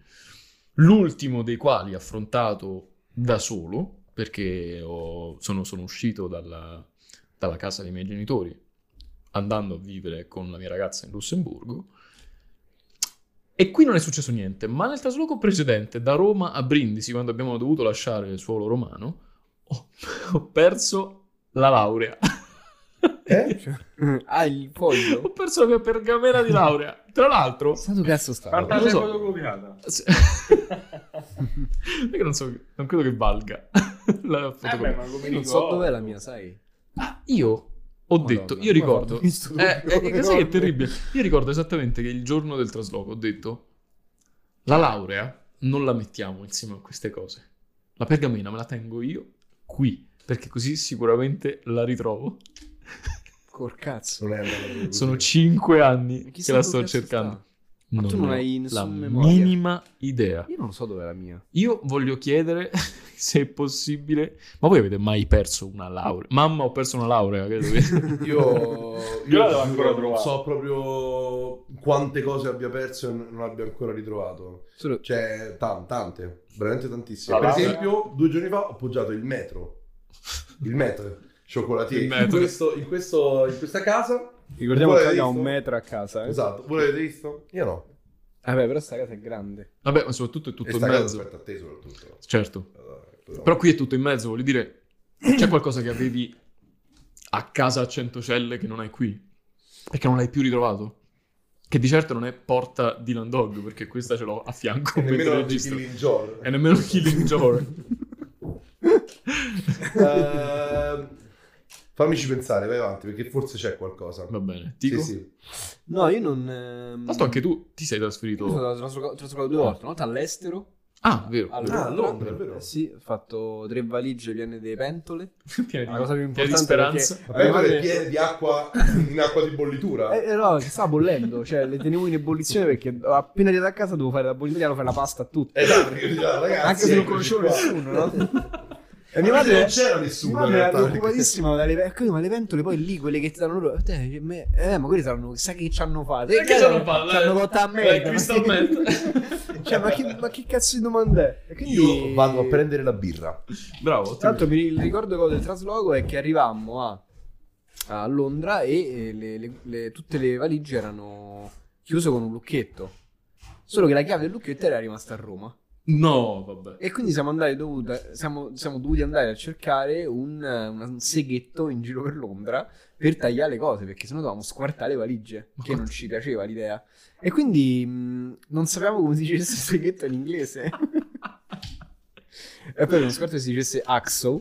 [SPEAKER 1] L'ultimo dei quali affrontato da solo, perché ho- sono, sono uscito dalla, dalla casa dei miei genitori, andando a vivere con la mia ragazza in Lussemburgo. E qui non è successo niente, ma nel trasloco precedente, da Roma a Brindisi, quando abbiamo dovuto lasciare il suolo romano, ho, ho perso la laurea.
[SPEAKER 2] Eh?
[SPEAKER 4] Ah, il
[SPEAKER 1] Ho
[SPEAKER 4] foglio?
[SPEAKER 1] perso la mia pergamena di laurea. Tra l'altro,
[SPEAKER 4] Santo cazzo sta.
[SPEAKER 3] Quanta
[SPEAKER 1] Non lo
[SPEAKER 3] sei
[SPEAKER 1] so.
[SPEAKER 3] fotocopiata?
[SPEAKER 1] se- perché non so, non credo che valga la
[SPEAKER 3] Eh beh,
[SPEAKER 1] fotocopia.
[SPEAKER 3] ma come
[SPEAKER 4] Non
[SPEAKER 3] dico,
[SPEAKER 4] so
[SPEAKER 3] oh,
[SPEAKER 4] dov'è la mia, sai?
[SPEAKER 1] Ah, io ho
[SPEAKER 4] Madonna,
[SPEAKER 1] detto,
[SPEAKER 4] come
[SPEAKER 1] io ricordo,
[SPEAKER 4] guardo questo
[SPEAKER 1] eh,
[SPEAKER 4] dubbio,
[SPEAKER 1] eh, che- sai
[SPEAKER 4] le
[SPEAKER 1] che è
[SPEAKER 4] corde.
[SPEAKER 1] terribile. Io ricordo esattamente che il giorno del trasloco ho detto la laurea non la mettiamo insieme a queste cose. La pergamena me la tengo io qui, perché così sicuramente la ritrovo.
[SPEAKER 4] Col cazzo.
[SPEAKER 2] Non è andata proprio così.
[SPEAKER 1] Sono cinque anni
[SPEAKER 4] Chi
[SPEAKER 1] che
[SPEAKER 4] sa
[SPEAKER 1] la
[SPEAKER 4] dove
[SPEAKER 1] sto
[SPEAKER 4] cazzo
[SPEAKER 1] cercando.
[SPEAKER 4] Ma tu non
[SPEAKER 1] ho
[SPEAKER 4] hai
[SPEAKER 1] la
[SPEAKER 4] nessuna memoria.
[SPEAKER 1] minima idea.
[SPEAKER 4] sta? Io non lo so dov'è la mia.
[SPEAKER 1] Io voglio chiedere se è possibile. Ma voi avete mai perso una laurea? Mamma, ho perso una laurea. credo che-
[SPEAKER 2] Io,
[SPEAKER 3] Io la devo
[SPEAKER 2] giuro,
[SPEAKER 3] ancora
[SPEAKER 2] non
[SPEAKER 3] trovare.
[SPEAKER 2] so proprio quante cose abbia perso e n- non abbia ancora ritrovato.
[SPEAKER 4] Solo...
[SPEAKER 2] Cioè, tan- tante, veramente tantissime.
[SPEAKER 3] La
[SPEAKER 2] per
[SPEAKER 3] laurea?
[SPEAKER 2] esempio, due giorni fa ho appoggiato il metro. Il metro, cioccolatieri.
[SPEAKER 1] Il metro.
[SPEAKER 2] In, questo- in questo- in questa casa.
[SPEAKER 4] Ricordiamo
[SPEAKER 2] Voi
[SPEAKER 4] che
[SPEAKER 2] l'avete
[SPEAKER 4] ha un
[SPEAKER 2] visto?
[SPEAKER 4] metro a casa. Eh?
[SPEAKER 2] Esatto, voi l'avete visto? Io no.
[SPEAKER 4] Vabbè, però sta casa è grande.
[SPEAKER 1] Vabbè, ma soprattutto è tutto
[SPEAKER 2] e
[SPEAKER 1] in
[SPEAKER 2] sta casa
[SPEAKER 1] mezzo.
[SPEAKER 2] aspetta a te soprattutto.
[SPEAKER 1] Certo.
[SPEAKER 2] Allora,
[SPEAKER 1] Però qui è tutto in mezzo, voglio dire, c'è qualcosa che avevi a casa a Centocelle che non hai qui? Perché non l'hai più ritrovato? Che di certo non è porta di Landog, perché questa ce l'ho a fianco.
[SPEAKER 2] E
[SPEAKER 1] mentre
[SPEAKER 2] nemmeno di
[SPEAKER 1] registro.
[SPEAKER 2] Killing Joke.
[SPEAKER 1] E nemmeno Killing Joke.
[SPEAKER 2] Ehm, fammici pensare, vai avanti, perché forse c'è qualcosa.
[SPEAKER 1] Va bene.
[SPEAKER 2] Sì,
[SPEAKER 1] Tico?
[SPEAKER 2] sì.
[SPEAKER 4] No, io non... ehm,
[SPEAKER 1] Tanto anche tu ti sei
[SPEAKER 4] Io mi
[SPEAKER 1] trasferito.
[SPEAKER 4] sono traslocato traslocato due volte, una volta all'estero.
[SPEAKER 1] Ah, vero.
[SPEAKER 4] a
[SPEAKER 2] Ah, a Londra, è vero.
[SPEAKER 4] Sì, ho fatto tre valigie piene di pentole.
[SPEAKER 1] Pieni
[SPEAKER 4] La cosa più
[SPEAKER 1] pieni di
[SPEAKER 4] importante
[SPEAKER 1] speranza.
[SPEAKER 4] perché-
[SPEAKER 2] Vabbè, guarda,
[SPEAKER 4] perché-
[SPEAKER 2] è pieno di acqua, in acqua di bollitura.
[SPEAKER 4] Eh, eh, no, si stava bollendo, cioè le tenevo in ebollizione perché appena arrivato a casa dovevo fare la bollita italiana, fare la pasta a tutti.
[SPEAKER 2] Esatto, perché già, ragazzi,
[SPEAKER 4] Anche se non
[SPEAKER 2] eccoci
[SPEAKER 4] conoscevo
[SPEAKER 2] qua.
[SPEAKER 4] nessuno, no? E
[SPEAKER 2] Anche
[SPEAKER 4] mia
[SPEAKER 2] se
[SPEAKER 4] madre
[SPEAKER 2] non c'era nessuno,
[SPEAKER 4] Mia madre
[SPEAKER 2] in
[SPEAKER 4] era
[SPEAKER 2] realtà,
[SPEAKER 4] preoccupatissima dalle pe- ecco, ma le pentole poi lì, quelle che ti danno loro. Eh, che me- eh, ma quelle saranno, chissà che ci hanno fatto.
[SPEAKER 1] Perché
[SPEAKER 4] ci
[SPEAKER 1] ce l'ho fatta?
[SPEAKER 4] Ci hanno fatto a me.
[SPEAKER 1] Eh, Crystal Meth.
[SPEAKER 4] cioè, ma che, ma che cazzo di domanda è? E quindi-
[SPEAKER 2] Io vado a prendere la birra.
[SPEAKER 1] Bravo.
[SPEAKER 4] Tra l'altro, mi- il ricordo che ho del trasloco è che arrivammo a, a Londra e eh, le- le- le- tutte le valigie erano chiuse con un lucchetto. Solo che la chiave del lucchetto era rimasta a Roma.
[SPEAKER 1] No, vabbè.
[SPEAKER 4] E quindi siamo, andati dovuta- siamo- siamo dovuti andare a cercare un, una- un seghetto in giro per Londra per tagliare le cose, perché sennò dovevamo squartare le valigie,
[SPEAKER 1] Ma
[SPEAKER 4] che
[SPEAKER 1] quanto-
[SPEAKER 4] non ci piaceva l'idea. E quindi mh, non sapevamo come si dicesse seghetto in inglese. e poi uno squarto si dicesse axo,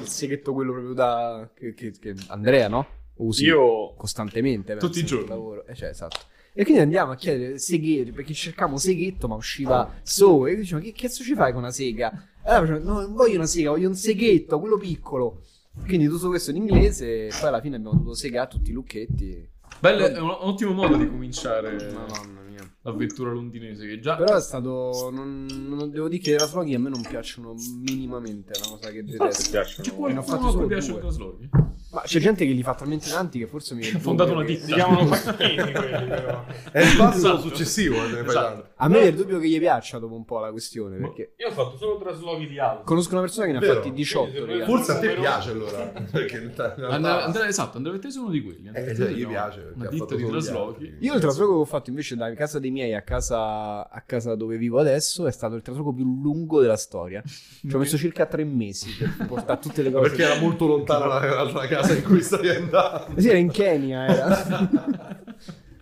[SPEAKER 4] il seghetto quello proprio da... che, che- che Andrea, no? Usi
[SPEAKER 3] Io
[SPEAKER 4] costantemente.
[SPEAKER 1] Tutti i
[SPEAKER 4] penso,
[SPEAKER 1] giorni.
[SPEAKER 4] sul Lavoro. Eh, cioè, esatto. E quindi andiamo a chiedere seghetti, perché cercavamo seghetto, ma usciva so. E diciamo, che cazzo ci fai con una sega? E Allora facevamo, no, non voglio una sega, voglio un seghetto, quello piccolo. Quindi tutto questo in inglese, e poi alla fine abbiamo dovuto segare tutti i lucchetti. e-
[SPEAKER 1] Bello, è un ottimo modo di cominciare
[SPEAKER 4] Madonna mia.
[SPEAKER 1] l'avventura londinese che già...
[SPEAKER 4] Però è stato. Non, non- devo dire che i traslochi a me non piacciono minimamente, è una cosa che detesto.
[SPEAKER 1] C'è
[SPEAKER 4] Ne ho fatti
[SPEAKER 1] qualcuno a
[SPEAKER 4] solo
[SPEAKER 1] cui piace il
[SPEAKER 4] due.
[SPEAKER 1] traslochi?
[SPEAKER 4] Ma c'è gente che li fa talmente tanti che forse mi.
[SPEAKER 1] Ha fondato una
[SPEAKER 4] che-
[SPEAKER 1] ditta.
[SPEAKER 3] si
[SPEAKER 2] Diciamo-
[SPEAKER 3] chiamano pacchini quelli però.
[SPEAKER 2] È il passo
[SPEAKER 1] Esatto.
[SPEAKER 2] successivo. eh, ne fai
[SPEAKER 1] Esatto.
[SPEAKER 2] tanto.
[SPEAKER 4] A me è il dubbio che gli piaccia dopo un po' la questione,
[SPEAKER 1] Ma-
[SPEAKER 4] perché.
[SPEAKER 3] Io ho fatto solo traslochi di altri.
[SPEAKER 4] Conosco una persona che ne ha
[SPEAKER 2] Vero.
[SPEAKER 4] fatti 18,
[SPEAKER 3] Quindi se
[SPEAKER 4] raga.
[SPEAKER 3] vuoi-
[SPEAKER 2] Forse a te piace allora. Perché in realtà-
[SPEAKER 1] Andrea, Andrea- esatto, Andrea Vettese è uno di quelli. Andrea
[SPEAKER 2] Eh,
[SPEAKER 1] Vettese
[SPEAKER 2] cioè, gli
[SPEAKER 1] no.
[SPEAKER 2] piace. perché
[SPEAKER 1] Una
[SPEAKER 2] ha
[SPEAKER 1] ditta
[SPEAKER 2] fatto
[SPEAKER 1] di
[SPEAKER 2] solo gli
[SPEAKER 1] traslochi.
[SPEAKER 2] altri.
[SPEAKER 4] Io il trasloco che ho fatto invece da casa dei miei a casa, a casa dove vivo adesso è stato il trasloco più lungo della storia. Ci ho messo circa tre mesi per portare tutte le cose. Eh
[SPEAKER 2] Perché era molto lontana la, la casa in cui stavi andando.
[SPEAKER 4] Sì, era in Kenya, era.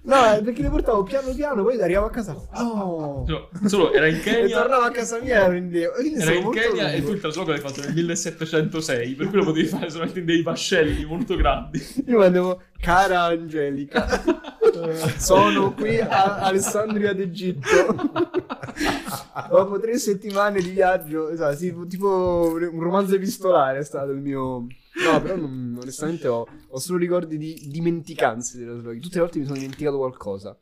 [SPEAKER 4] No, eh, perché le portavo piano piano, poi arrivavo a casa. No!
[SPEAKER 1] No, solo era in
[SPEAKER 4] E
[SPEAKER 1] Kenya...
[SPEAKER 4] tornavo a casa mia e lo rendevo. Quindi è
[SPEAKER 1] Era
[SPEAKER 4] stato
[SPEAKER 1] in
[SPEAKER 4] molto
[SPEAKER 1] Kenya e
[SPEAKER 4] lungo.
[SPEAKER 1] tu il trasloco l'hai fatto nel 1706, per cui lo potevi fare solamente in dei vascelli molto grandi.
[SPEAKER 4] Io mandevo, cara Angelica, eh, sono qui a Alessandria d'Egitto. Dopo tre settimane di viaggio, esatto, sì, tipo un romanzo epistolare è stato il mio... No, però non- onestamente ho, ho solo ricordi di dimenticanze della Slovenia. Tutte le volte mi sono dimenticato qualcosa.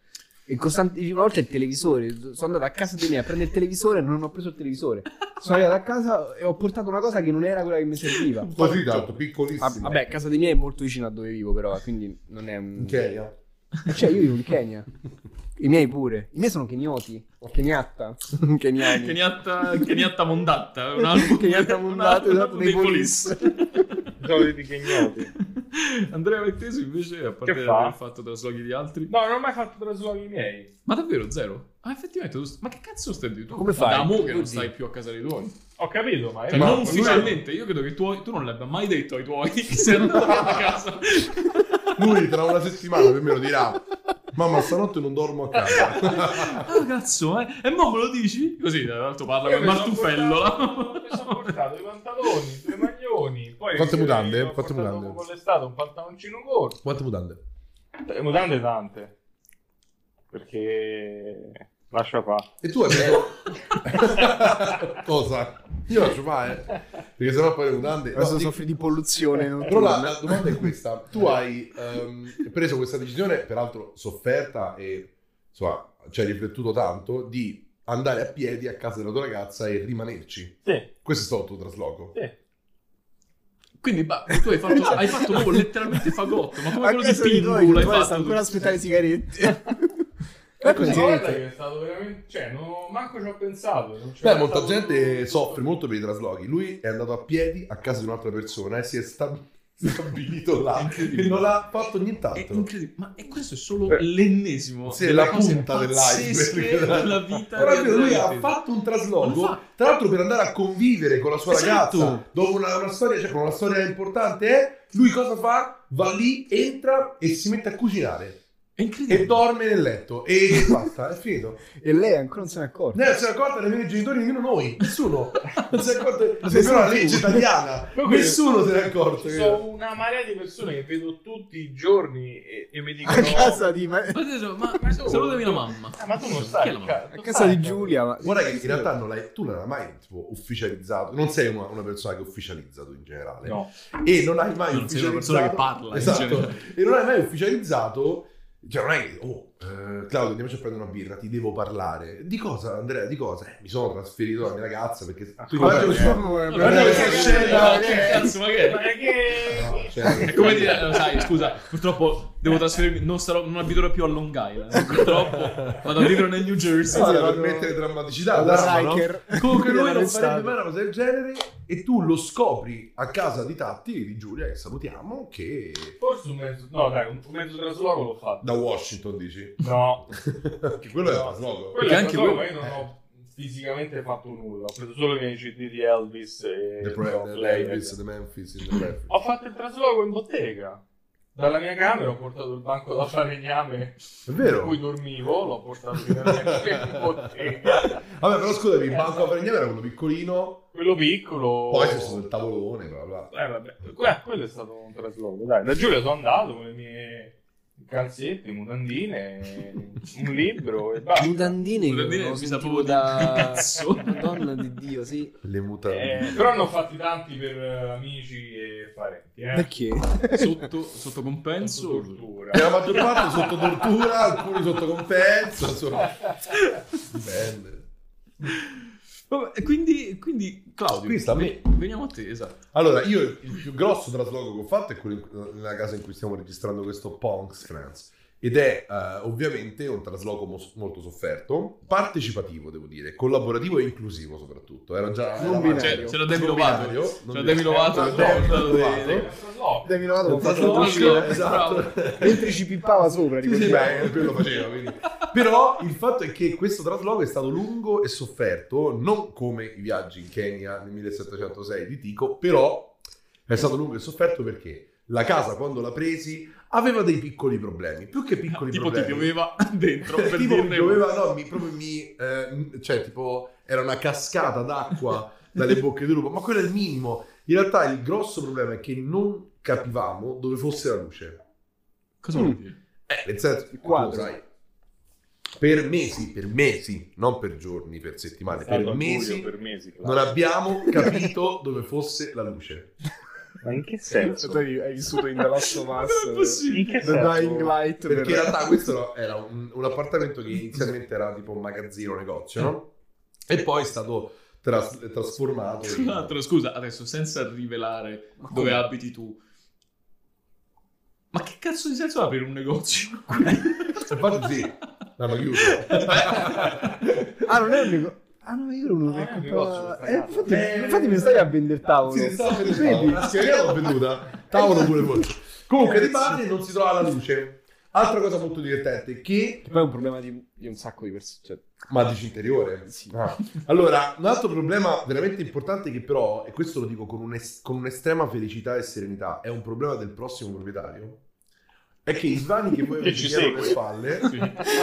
[SPEAKER 4] E costante- una volta il televisore, sono andato a casa di me a prendere il televisore e non ho preso il televisore. Sono arrivato a casa e ho portato una cosa che non era quella che mi serviva.
[SPEAKER 2] Così tanto, piccolissimo.
[SPEAKER 4] Ah, Vabbè, casa dei miei è molto vicina a dove vivo, però, quindi non è un.
[SPEAKER 2] In Kenya.
[SPEAKER 4] Cioè, io vivo in Kenya. I miei pure. I miei sono kenioti. Keniatta. Keniani.
[SPEAKER 1] Keniatta, Keniatta Mondatta, un album,
[SPEAKER 4] Kenyatta
[SPEAKER 1] un
[SPEAKER 4] Mondatta,
[SPEAKER 1] album
[SPEAKER 4] esatto, dei Police.
[SPEAKER 3] Soldi di Chignoti.
[SPEAKER 1] Andrea Vettese invece, a parte
[SPEAKER 3] Che fa?
[SPEAKER 1] aver fatto trasloghi di altri...
[SPEAKER 3] No, non ho mai fatto traslochi miei.
[SPEAKER 1] Ma davvero zero? Ah, effettivamente, tu st- ma che cazzo stai di tu?
[SPEAKER 4] Come fai?
[SPEAKER 1] Da mo che non
[SPEAKER 4] Oddio.
[SPEAKER 1] stai più a casa dei tuoi.
[SPEAKER 3] Ho capito, ma...
[SPEAKER 1] Cioè,
[SPEAKER 3] Eh, ma-
[SPEAKER 1] non finalmente, io credo che tu, tu non l'abbia mai detto ai tuoi che sei andato a casa.
[SPEAKER 2] Lui tra una settimana per me lo dirà. Mamma, stanotte non dormo a casa.
[SPEAKER 1] Ah, cazzo, eh? E mo me lo dici? Così, tra l'altro parla
[SPEAKER 3] Io
[SPEAKER 1] con
[SPEAKER 3] mi sono
[SPEAKER 1] Martufello.
[SPEAKER 3] portato- Mi sono portato i pantaloni, due maglioni. Poi
[SPEAKER 2] Quante
[SPEAKER 3] eh,
[SPEAKER 2] mutande?
[SPEAKER 3] ho
[SPEAKER 2] Quante
[SPEAKER 3] portato
[SPEAKER 2] mutande?
[SPEAKER 3] Con l'estate un pantaloncino corto.
[SPEAKER 2] Quante mutande?
[SPEAKER 3] Eh, Mutande tante. Perché... Lascia qua.
[SPEAKER 2] E tu hai preso... Cosa? Io lascio fare. eh. Perché sennò poi le mutande... No,
[SPEAKER 4] Adesso
[SPEAKER 2] dico-
[SPEAKER 4] soffri di polluzione.
[SPEAKER 2] Però la,
[SPEAKER 4] notturna.
[SPEAKER 2] la domanda è questa: tu hai ehm, preso questa decisione, peraltro sofferta e insomma, ci hai riflettuto tanto, di andare a piedi a casa della tua ragazza e rimanerci.
[SPEAKER 3] Sì,
[SPEAKER 2] Questo è stato il tuo trasloco.
[SPEAKER 3] sì.
[SPEAKER 1] Quindi, bah, tu hai fatto,
[SPEAKER 4] Cioè,
[SPEAKER 1] hai fatto proprio letteralmente fagotto, ma come
[SPEAKER 4] A
[SPEAKER 1] quello di
[SPEAKER 4] casa dei tuoi,
[SPEAKER 1] Pingu l'hai
[SPEAKER 4] tu
[SPEAKER 1] fatto?
[SPEAKER 4] sta
[SPEAKER 1] tu?
[SPEAKER 4] ancora a aspettare Ecco, le sigarette. Ma
[SPEAKER 3] No,
[SPEAKER 4] come
[SPEAKER 3] guarda
[SPEAKER 4] sigarette?
[SPEAKER 3] che è stato veramente... Cioè, non, manco ci ho pensato. non ci ho
[SPEAKER 2] Beh,
[SPEAKER 3] pensato
[SPEAKER 2] molta gente
[SPEAKER 3] proprio.
[SPEAKER 2] soffre molto per i traslochi. Lui è andato a piedi a casa di un'altra persona e si è sta- stabilito là
[SPEAKER 1] Incredibile.
[SPEAKER 2] e non ha fatto
[SPEAKER 1] È
[SPEAKER 2] nient'altro.
[SPEAKER 1] incredibile, ma e questo è solo
[SPEAKER 2] Eh.
[SPEAKER 1] l'ennesimo
[SPEAKER 2] Sì, è
[SPEAKER 1] delle
[SPEAKER 2] la
[SPEAKER 1] cose
[SPEAKER 2] punta dell'iceberg.
[SPEAKER 1] pazzesche della vita
[SPEAKER 2] Però
[SPEAKER 1] di
[SPEAKER 2] è vero, lui
[SPEAKER 1] Andrea
[SPEAKER 2] ha
[SPEAKER 1] Vettese.
[SPEAKER 2] fatto un
[SPEAKER 1] Ma
[SPEAKER 2] trasloco,
[SPEAKER 1] fa-
[SPEAKER 2] tra l'altro per andare a convivere con la sua
[SPEAKER 1] Esatto.
[SPEAKER 2] ragazza, dopo una, una storia, cioè con una storia importante, eh, lui cosa fa? Va lì, entra e si mette a cucinare.
[SPEAKER 1] È
[SPEAKER 2] e
[SPEAKER 1] incredibile.
[SPEAKER 2] dorme nel letto e basta, è finito.
[SPEAKER 4] E lei ancora non se n'è accorta.
[SPEAKER 2] Non si è accorta nemmeno i genitori, nemmeno noi, nessuno. Non si è accorto,
[SPEAKER 4] Nessuno
[SPEAKER 2] sembra una
[SPEAKER 4] tu.
[SPEAKER 2] legge italiana,
[SPEAKER 3] Però quello-
[SPEAKER 2] nessuno se n'è accorto. che-
[SPEAKER 3] Sono una marea di persone che vedo tutti i giorni e, e mi dicono:
[SPEAKER 4] A casa di, ma-
[SPEAKER 1] Ma, adesso- ma-
[SPEAKER 3] Ma tu-
[SPEAKER 1] salutami la mamma.
[SPEAKER 3] Ah, ma tu non
[SPEAKER 1] Chi è
[SPEAKER 3] stai
[SPEAKER 1] la mamma?
[SPEAKER 4] a casa di Giulia. Ma...
[SPEAKER 2] Guarda che in realtà non l'hai- tu non l'hai mai tipo, ufficializzato, non sei una, una persona che ufficializza tu in generale.
[SPEAKER 3] No,
[SPEAKER 2] E non hai mai
[SPEAKER 1] Non sei una
[SPEAKER 2] ufficializzato...
[SPEAKER 1] persona che parla, in
[SPEAKER 2] Esatto.
[SPEAKER 1] genere.
[SPEAKER 2] E non hai mai ufficializzato... Cioè non è che, oh, eh, Claudio andiamoci a prendere una birra, ti devo parlare. Di cosa Andrea, di cosa? Eh, mi sono trasferito dalla mia ragazza perché...
[SPEAKER 1] Ah,
[SPEAKER 2] Tu
[SPEAKER 4] Guarda
[SPEAKER 2] immagini-
[SPEAKER 4] questo uomo, eh,
[SPEAKER 2] guarda
[SPEAKER 4] guarda
[SPEAKER 2] che
[SPEAKER 4] che-
[SPEAKER 2] scena,
[SPEAKER 1] Ma che cazzo, ma che
[SPEAKER 3] ma
[SPEAKER 1] è?
[SPEAKER 3] che.
[SPEAKER 2] No, cioè-
[SPEAKER 1] È come dire, eh, sai, scusa, purtroppo devo trasferirmi, non, sarò, non abiterò più a Long Island, purtroppo vado a vivere nel New
[SPEAKER 2] Sì,
[SPEAKER 1] Jersey.
[SPEAKER 2] sì,
[SPEAKER 4] Guarda,
[SPEAKER 2] per
[SPEAKER 4] vado-
[SPEAKER 2] mettere drammaticità,
[SPEAKER 4] Guarda,
[SPEAKER 2] dramma, no?
[SPEAKER 4] Riker.
[SPEAKER 2] Comunque lui non farebbe
[SPEAKER 4] Arrestato.
[SPEAKER 2] mai una cosa del genere e tu lo scopri a casa di Tatti, di Giulia, che salutiamo, che...
[SPEAKER 3] Forse un mezzo. No, dai, un un mezzo trasloco l'ho fatto.
[SPEAKER 2] Da Washington, dici?
[SPEAKER 3] No,
[SPEAKER 2] Perché quello era trasloco.
[SPEAKER 3] quello
[SPEAKER 1] Che
[SPEAKER 3] è
[SPEAKER 1] anche
[SPEAKER 3] trasloco,
[SPEAKER 1] voi-
[SPEAKER 3] ma io non ho fisicamente fatto nulla. Ho preso solo i miei CD di Elvis e.
[SPEAKER 2] The Pre-
[SPEAKER 3] no,
[SPEAKER 2] the
[SPEAKER 3] Playback.
[SPEAKER 2] Elvis, The Memphis, in The Breakfast.
[SPEAKER 3] Ho fatto il trasloco in bottega. Dalla mia camera ho portato il banco da falegname
[SPEAKER 2] È
[SPEAKER 3] in cui
[SPEAKER 2] vero?
[SPEAKER 3] dormivo, l'ho portato fino alla mia camera in bottega.
[SPEAKER 2] Vabbè, però scusami, il banco a Farignana era quello piccolino,
[SPEAKER 3] Quello piccolo.
[SPEAKER 2] poi c'è stato il tavolone, bla bla.
[SPEAKER 3] Eh, vabbè, que- quello è stato un trasloco. Dai, da Giulia sono andato con le mie calzette, mutandine, un libro e basta.
[SPEAKER 4] Mutandine,
[SPEAKER 1] Mutandine mi
[SPEAKER 4] che mi
[SPEAKER 1] sa
[SPEAKER 4] sapevo
[SPEAKER 1] proprio di
[SPEAKER 4] da
[SPEAKER 1] cazzo.
[SPEAKER 4] Madonna di Dio, sì.
[SPEAKER 2] Le
[SPEAKER 3] Eh,
[SPEAKER 2] mutande.
[SPEAKER 3] però ne ho fatti tanti per eh, amici e parenti. Eh.
[SPEAKER 4] Perché?
[SPEAKER 1] Sotto, sotto
[SPEAKER 3] Penso
[SPEAKER 1] compenso.
[SPEAKER 3] tortura. Eh,
[SPEAKER 2] E la maggior parte sotto tortura, alcuni sotto compenso, insomma. Bene.
[SPEAKER 1] Vabbè, e quindi, quindi, Claudio,
[SPEAKER 2] Qui sta a me.
[SPEAKER 1] ve- veniamo a te, esatto.
[SPEAKER 2] Allora, io il più grosso trasloco che ho fatto è quello in- nella casa in cui stiamo registrando questo Punks France. Ed è eh, ovviamente un trasloco mos- molto sofferto, partecipativo devo dire, collaborativo e inclusivo soprattutto. Era già
[SPEAKER 4] Non
[SPEAKER 2] era
[SPEAKER 4] binario.
[SPEAKER 2] avanti.
[SPEAKER 1] Cioè, se lo
[SPEAKER 2] Non
[SPEAKER 1] devi
[SPEAKER 2] binario,
[SPEAKER 1] Lovato,
[SPEAKER 2] non
[SPEAKER 1] Cioè,
[SPEAKER 2] binario.
[SPEAKER 1] Demi Lovato
[SPEAKER 2] Eh,
[SPEAKER 1] è
[SPEAKER 2] Demi
[SPEAKER 1] tornato
[SPEAKER 2] Lovato.
[SPEAKER 1] dei-
[SPEAKER 3] È un trasloco.
[SPEAKER 4] Demi Lovato
[SPEAKER 2] Un
[SPEAKER 4] con fatto
[SPEAKER 2] trasloco,
[SPEAKER 1] uscire.
[SPEAKER 2] esatto.
[SPEAKER 4] Mentre ci pippava sopra,
[SPEAKER 2] Sì, sì,
[SPEAKER 4] ricordiamo.
[SPEAKER 2] beh, quello faceva, quindi. Però il fatto è che questo trasloco è stato lungo e sofferto, non come i viaggi in Kenya nel 1706 di Tico, però è stato lungo e sofferto perché la casa quando la presi aveva dei piccoli problemi, più che piccoli
[SPEAKER 1] Tipo ti
[SPEAKER 2] problemi.
[SPEAKER 1] pioveva dentro, per
[SPEAKER 2] tipo mi
[SPEAKER 1] dirne-
[SPEAKER 2] pioveva, no, mi, proprio mi, eh, cioè tipo era una cascata d'acqua dalle bocche del lupo, ma quello è il minimo. In realtà il grosso problema è che non capivamo dove fosse la luce.
[SPEAKER 1] Cosa vuol dire?
[SPEAKER 2] Eh, nel senso,
[SPEAKER 4] Il quadro.
[SPEAKER 2] tu lo sai, per mesi, per mesi, non per giorni, per settimane,
[SPEAKER 3] Stato
[SPEAKER 2] Eh, per
[SPEAKER 3] al buio
[SPEAKER 2] mesi,
[SPEAKER 3] per mesi, Claudio.
[SPEAKER 2] non abbiamo capito dove fosse la luce.
[SPEAKER 3] Ma in che
[SPEAKER 4] Cioè, tu hai hai vissuto in The Last of
[SPEAKER 1] Ma
[SPEAKER 4] Us, eh,
[SPEAKER 1] non è possibile.
[SPEAKER 3] In che
[SPEAKER 4] The Dying Light.
[SPEAKER 2] Cioè, Perché in
[SPEAKER 4] per-
[SPEAKER 2] realtà questo era un, un appartamento che inizialmente era tipo un magazzino, un negozio, no? E poi è stato tras- trasformato.
[SPEAKER 1] Tra
[SPEAKER 2] in-
[SPEAKER 1] l'altro, scusa, adesso senza rivelare
[SPEAKER 4] Ma
[SPEAKER 1] dove
[SPEAKER 4] come?
[SPEAKER 1] abiti tu. Ma che cazzo di senso ha aprire un negozio?
[SPEAKER 2] Infatti sì, l'hanno chiuso.
[SPEAKER 4] Ah, non è un negozio. Ah, no, io non
[SPEAKER 3] Ah,
[SPEAKER 4] ho
[SPEAKER 3] è un negozio,
[SPEAKER 4] eh, infatti,
[SPEAKER 2] Eh,
[SPEAKER 4] infatti mi stai a vendere tavolo.
[SPEAKER 2] Sì, stavo per il
[SPEAKER 4] Vedi?
[SPEAKER 2] tavolo. La schierina l'ho venduta. Tavolo pure voi. Comunque, di parte non si trova la luce. Altra cosa molto divertente, che
[SPEAKER 4] Che Poi è un problema di, di un sacco di persone. Cioè,
[SPEAKER 2] Ma dici Ah, interiore?
[SPEAKER 4] Sì.
[SPEAKER 2] Ah. Allora, un altro problema veramente importante che però, e questo lo dico con, un es- con un'estrema felicità e serenità, è un problema del prossimo proprietario, è che i svani che voi
[SPEAKER 3] Che
[SPEAKER 2] avete
[SPEAKER 3] ci
[SPEAKER 2] dietro le
[SPEAKER 3] segue.
[SPEAKER 2] spalle,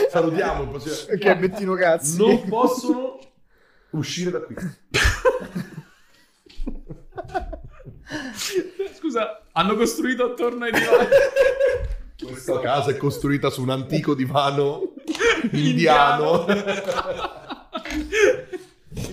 [SPEAKER 2] salutiamo il prossimo,
[SPEAKER 4] che è Bettino Cazzi.
[SPEAKER 2] non possono uscire da qui.
[SPEAKER 1] scusa, hanno costruito attorno ai divani
[SPEAKER 2] Questa casa è costruita su un antico divano indiano. In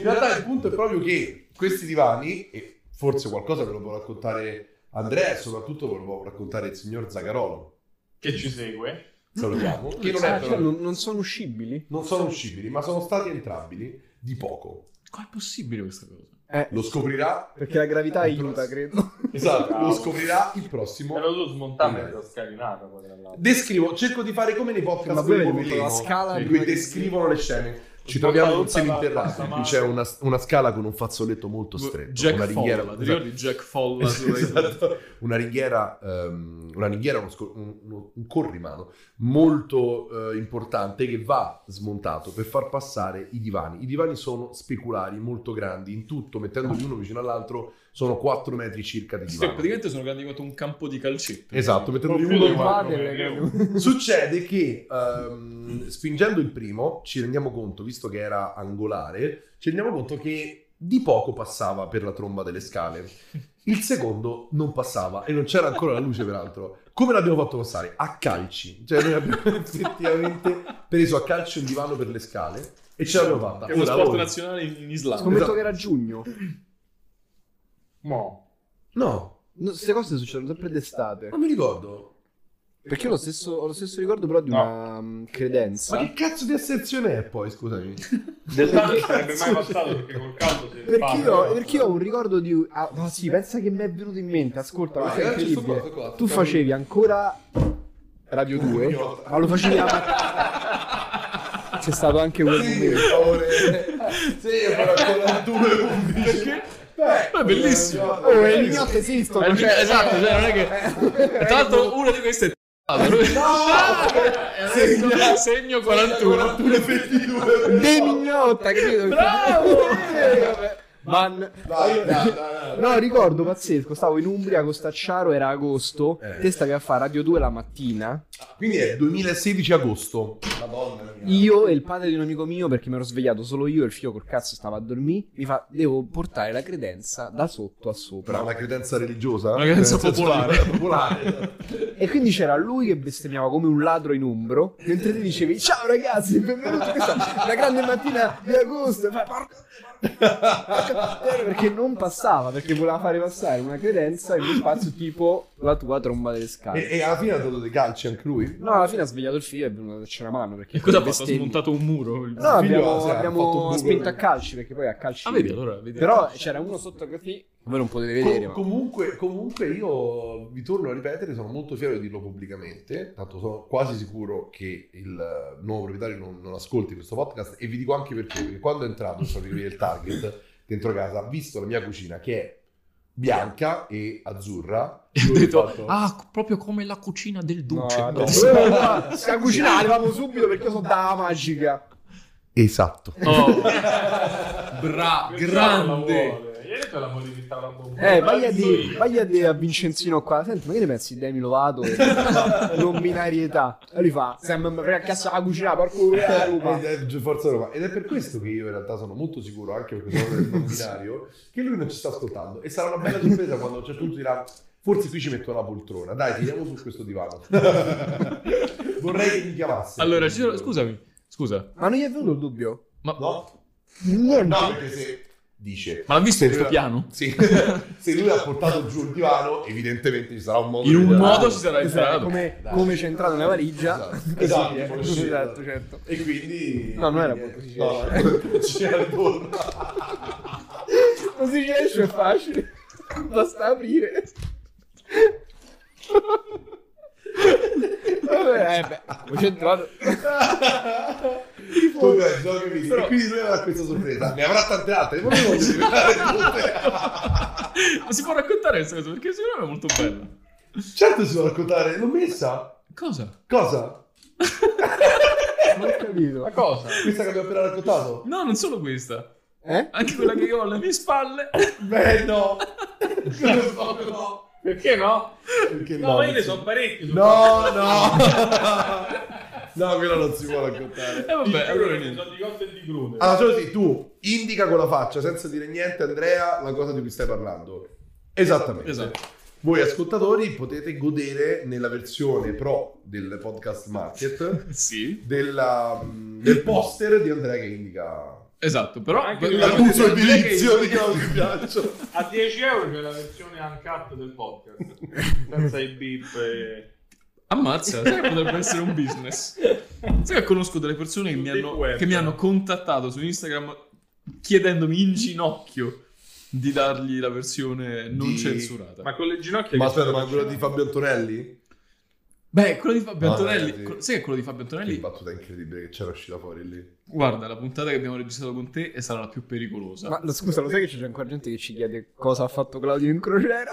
[SPEAKER 2] realtà il punto è proprio che questi divani, e forse qualcosa ve lo può raccontare Andrea, e soprattutto ve lo può raccontare il signor Zagarolo,
[SPEAKER 3] Che ci segue?
[SPEAKER 2] salutiamo, che non, è
[SPEAKER 4] Ah, cioè,
[SPEAKER 2] però-
[SPEAKER 4] non, non sono uscibili?
[SPEAKER 2] non sono uscibili, ma sono stati entrabili di poco.
[SPEAKER 1] Com'è possibile questa cosa?
[SPEAKER 4] Eh,
[SPEAKER 2] Lo scoprirà,
[SPEAKER 4] perché Ah. la gravità
[SPEAKER 2] Il
[SPEAKER 4] aiuta,
[SPEAKER 2] prossimo.
[SPEAKER 4] credo.
[SPEAKER 2] esatto, lo
[SPEAKER 3] Bravo.
[SPEAKER 2] scoprirà il
[SPEAKER 3] Me
[SPEAKER 2] prossimo.
[SPEAKER 3] l'ho dovuto smontare mezza scalinata. poi, tra l'altro.
[SPEAKER 2] Descrivo, cerco di fare come nei
[SPEAKER 4] Ma
[SPEAKER 2] podcast
[SPEAKER 4] voi
[SPEAKER 2] del
[SPEAKER 4] avete avuto
[SPEAKER 2] Popolino,
[SPEAKER 4] la scala
[SPEAKER 2] in
[SPEAKER 4] prima
[SPEAKER 2] cui
[SPEAKER 4] che-
[SPEAKER 2] descrivono le scene. Ci troviamo in un
[SPEAKER 3] Tutta la-
[SPEAKER 2] seminterrato,
[SPEAKER 3] tutta
[SPEAKER 2] in cui
[SPEAKER 3] la-
[SPEAKER 2] c'è una, una scala con un fazzoletto molto stretto, una
[SPEAKER 1] Boh, Jack
[SPEAKER 2] ringhiera.
[SPEAKER 1] Folla, ti ricordi Jack Folla?
[SPEAKER 2] Esatto,
[SPEAKER 1] sulla-
[SPEAKER 2] esatto. Una ringhiera, ehm, una ringhiera uno scor- un, uno- un corrimano molto eh, importante che va smontato per far passare i divani. I divani sono speculari, molto grandi in tutto, mettendoli uno vicino all'altro sono 4 metri circa di
[SPEAKER 1] Sì,
[SPEAKER 2] divano.
[SPEAKER 1] praticamente sono grandi quanto un campo di calcetto.
[SPEAKER 2] Esatto, mettendoli
[SPEAKER 3] Più
[SPEAKER 2] uno
[SPEAKER 3] di
[SPEAKER 2] in mano.
[SPEAKER 3] quattro, perché-
[SPEAKER 2] Succede che ehm, spingendo il primo ci rendiamo conto, visto che era angolare, ci rendiamo conto che di poco passava per la tromba delle scale. Il secondo non passava e non c'era ancora la luce, peraltro. Come l'abbiamo fatto passare? A calci. Cioè, noi abbiamo effettivamente preso a calci un divano per le scale e ce l'abbiamo fatta.
[SPEAKER 1] È uno
[SPEAKER 2] Ora,
[SPEAKER 1] sport
[SPEAKER 2] voi-
[SPEAKER 1] nazionale in, in Islanda.
[SPEAKER 4] Scommetto
[SPEAKER 2] Esatto.
[SPEAKER 4] che era giugno.
[SPEAKER 3] Mo.
[SPEAKER 2] No,
[SPEAKER 4] No, queste cose succedono sempre d'estate.
[SPEAKER 2] non mi ricordo.
[SPEAKER 4] Perché io ho lo stesso, ho lo stesso ricordo però di
[SPEAKER 3] No.
[SPEAKER 4] una mm, credenza.
[SPEAKER 2] Ma che cazzo di asserzione è poi, scusami?
[SPEAKER 3] Del tanto non sarebbe mai passato perché col caldo si
[SPEAKER 4] Perché io,
[SPEAKER 3] spacca.
[SPEAKER 4] perché io ho un ricordo di... Ah, no, sì, pensa che mi è venuto in mente, ascolta, questo è
[SPEAKER 2] Guarda, questo qua,
[SPEAKER 4] incredibile.
[SPEAKER 2] questo qua.
[SPEAKER 4] Tu facevi ancora Radio 2, ma lo facevi a mat- C'è stato anche quel
[SPEAKER 2] Sì, per
[SPEAKER 4] momento.
[SPEAKER 2] favore. Sì, però con due pubblici. Beh,
[SPEAKER 1] Ma è bellissimo.
[SPEAKER 4] Oh, e le mignotte esistono,
[SPEAKER 1] Eh,
[SPEAKER 4] cioè-
[SPEAKER 1] esatto, cioè, non è che- Tra l'altro una di queste è
[SPEAKER 2] Ah! No!
[SPEAKER 1] segno, segno 41.
[SPEAKER 2] 22.
[SPEAKER 4] De mignotta, capito?
[SPEAKER 1] Bravo!
[SPEAKER 4] Eh, vabbè. Man-
[SPEAKER 2] Dai, dai, dai, dai.
[SPEAKER 4] No, ricordo pazzesco, stavo in Umbria con Stacciaro, era agosto,
[SPEAKER 2] Eh.
[SPEAKER 4] te stavi a fare Radio 2 la mattina,
[SPEAKER 2] Quindi è 2016 agosto. Madonna
[SPEAKER 4] io e il padre di un amico mio, perché mi ero svegliato solo io, il figlio col cazzo stava a dormire, mi fa, devo portare la credenza da sotto a
[SPEAKER 2] Però
[SPEAKER 4] sopra.
[SPEAKER 2] una credenza religiosa?
[SPEAKER 1] Una credenza
[SPEAKER 2] Nel senso
[SPEAKER 1] popolare.
[SPEAKER 2] di- popolare.
[SPEAKER 4] E quindi c'era lui che bestemmiava come un ladro in umbro, mentre te dicevi, ciao ragazzi, benvenuti, questa è la grande mattina di agosto, e fai, "Porca Era perché non passava, perché voleva fare passare una credenza in uno spazio tipo la tua tromba delle
[SPEAKER 2] e,
[SPEAKER 4] scale.
[SPEAKER 2] e alla fine ha dato dei calci anche lui?
[SPEAKER 4] No, alla fine ha svegliato il figlio e è venuto a darci una mano. Perché
[SPEAKER 1] E cosa ha fatto? Ha
[SPEAKER 4] bestemmi.
[SPEAKER 1] smontato un muro.
[SPEAKER 4] No,
[SPEAKER 2] Il figlio
[SPEAKER 4] abbiamo,
[SPEAKER 2] si era
[SPEAKER 4] abbiamo
[SPEAKER 2] fatto eh. un buco
[SPEAKER 4] spinto a
[SPEAKER 2] nel-
[SPEAKER 4] calci, perché poi a calci...
[SPEAKER 1] Ah, vedi allora, vedi.
[SPEAKER 4] Però c'era uno sotto così, voi non potete
[SPEAKER 2] Com-
[SPEAKER 4] vedere, ma...
[SPEAKER 2] comunque, comunque io vi torno a ripetere, sono molto fiero di dirlo pubblicamente, tanto sono quasi sicuro che il eh, nuovo proprietario non, non ascolti questo podcast e vi dico anche perché, perché quando è entrato sono arrivato del Target dentro casa, ha visto la mia cucina che è bianca e azzurra,
[SPEAKER 1] E ho
[SPEAKER 2] lui ha
[SPEAKER 1] detto,
[SPEAKER 2] fatto-
[SPEAKER 1] ah, c- proprio come la cucina del duce.
[SPEAKER 4] No, no. Eh, a
[SPEAKER 2] cucinare,
[SPEAKER 4] vamo subito perché sono da magica.
[SPEAKER 2] esatto.
[SPEAKER 1] Oh. Bra,
[SPEAKER 3] Perché la
[SPEAKER 1] grande.
[SPEAKER 3] vuole? Ieri te la modificava un po'.
[SPEAKER 4] Eh, vai a
[SPEAKER 3] L'ho
[SPEAKER 4] dire
[SPEAKER 3] visto
[SPEAKER 4] vai a dire a Vincenzino qua, senti, ma che ne pensi di Demi Lovato e non binarietà? E lui fa, se mi frega a casa la cucina, porco culo, eh, Roma.
[SPEAKER 2] Ed è gi- Forza Roma. Ed è per questo che io in realtà sono molto sicuro, anche perché sono del non binario, che lui non ci sta ascoltando. E sarà una bella sorpresa quando a un certo punto dirà: Forse qui ci metto la poltrona. Dai, tiriamo su questo divano. Vorrei che mi chiamasse.
[SPEAKER 1] Allora, ci sono- scusami, scusa,
[SPEAKER 4] Ma non gli è venuto il dubbio?
[SPEAKER 1] ma,
[SPEAKER 2] No,
[SPEAKER 4] Niente. Cioè,
[SPEAKER 2] no, perché se dice.
[SPEAKER 1] ma l'ha visto
[SPEAKER 2] Se
[SPEAKER 1] questo
[SPEAKER 2] lui-
[SPEAKER 1] piano?
[SPEAKER 2] Sì. Se lui ha portato giù il divano, evidentemente ci sarà un modo
[SPEAKER 1] In
[SPEAKER 2] di
[SPEAKER 1] un
[SPEAKER 2] darlo.
[SPEAKER 1] modo ci sarà
[SPEAKER 4] Esatto,
[SPEAKER 1] entrato.
[SPEAKER 4] come,
[SPEAKER 2] Dai.
[SPEAKER 4] come c'è entrato nella valigia.
[SPEAKER 2] Esatto,
[SPEAKER 4] Così,
[SPEAKER 2] esatto,
[SPEAKER 4] eh.
[SPEAKER 2] come scende.
[SPEAKER 4] Esatto, certo.
[SPEAKER 2] E quindi.
[SPEAKER 4] No, non era così.
[SPEAKER 2] No, no, c'era il torno.
[SPEAKER 4] Così ci esce è facile. Basta aprire. Vabbè, eh beh, come c'è entrato.
[SPEAKER 2] Tu dai, giochi video.
[SPEAKER 1] Però-
[SPEAKER 2] E quindi lui avrà questa sorpresa. Ne avrà tante altre, ma le voglio rivelare tutte.
[SPEAKER 1] Ma si può raccontare questa cosa? Perché secondo me è molto bella.
[SPEAKER 2] Certo si può raccontare, l'ho messa.
[SPEAKER 1] Cosa?
[SPEAKER 2] Cosa?
[SPEAKER 4] Non ho capito.
[SPEAKER 3] Ma cosa?
[SPEAKER 2] Questa che abbiamo appena raccontato?
[SPEAKER 1] No, non solo questa.
[SPEAKER 4] Eh?
[SPEAKER 1] Anche quella che io ho alle mie spalle.
[SPEAKER 2] Beh, no. Lo so, no.
[SPEAKER 3] Perché no?
[SPEAKER 2] Perché
[SPEAKER 3] No, ma io ne so parecchi. su
[SPEAKER 2] No, no. No, quello non si può raccontare.
[SPEAKER 1] E vabbè, allora niente.
[SPEAKER 3] Sono di Gotte e di Gruner.
[SPEAKER 2] Allora, cioè così, tu indica con la faccia, senza dire niente, Andrea, la cosa di cui stai parlando. Esattamente.
[SPEAKER 1] Esatto.
[SPEAKER 2] Voi ascoltatori potete godere nella versione pro del podcast market
[SPEAKER 1] Sì,
[SPEAKER 2] della- mm, del poster di Andrea che indica
[SPEAKER 1] esatto, però...
[SPEAKER 3] Anche
[SPEAKER 1] però-
[SPEAKER 2] l'abuso
[SPEAKER 1] però-
[SPEAKER 2] edilizio di Claudio Biagio.
[SPEAKER 3] A 10 euro c'è la versione uncut del podcast. Senza i beep e...
[SPEAKER 1] Ammazza, sai che potrebbe essere un business. Sai che conosco delle persone che mi, hanno,
[SPEAKER 3] Web.
[SPEAKER 1] che mi hanno contattato su Instagram chiedendomi in ginocchio di dargli la versione non
[SPEAKER 2] Di-
[SPEAKER 1] censurata.
[SPEAKER 3] Ma con le ginocchia...
[SPEAKER 2] Ma
[SPEAKER 3] che
[SPEAKER 2] aspetta,
[SPEAKER 3] si
[SPEAKER 2] ma
[SPEAKER 3] faccia?
[SPEAKER 2] quello di Fabio Antonelli?
[SPEAKER 1] Beh, quello di Fabio
[SPEAKER 2] No,
[SPEAKER 1] Antonelli.
[SPEAKER 2] ragazzi.
[SPEAKER 1] que- Sai che quello di Fabio
[SPEAKER 2] Che
[SPEAKER 1] Antonelli?
[SPEAKER 2] battuta incredibile che c'era uscita fuori lì.
[SPEAKER 1] Guarda, la puntata che abbiamo registrato con te è sarà la più pericolosa.
[SPEAKER 4] Ma lo- scusa, lo sai che c'è ancora gente che ci chiede cosa ha fatto Claudio in crociera?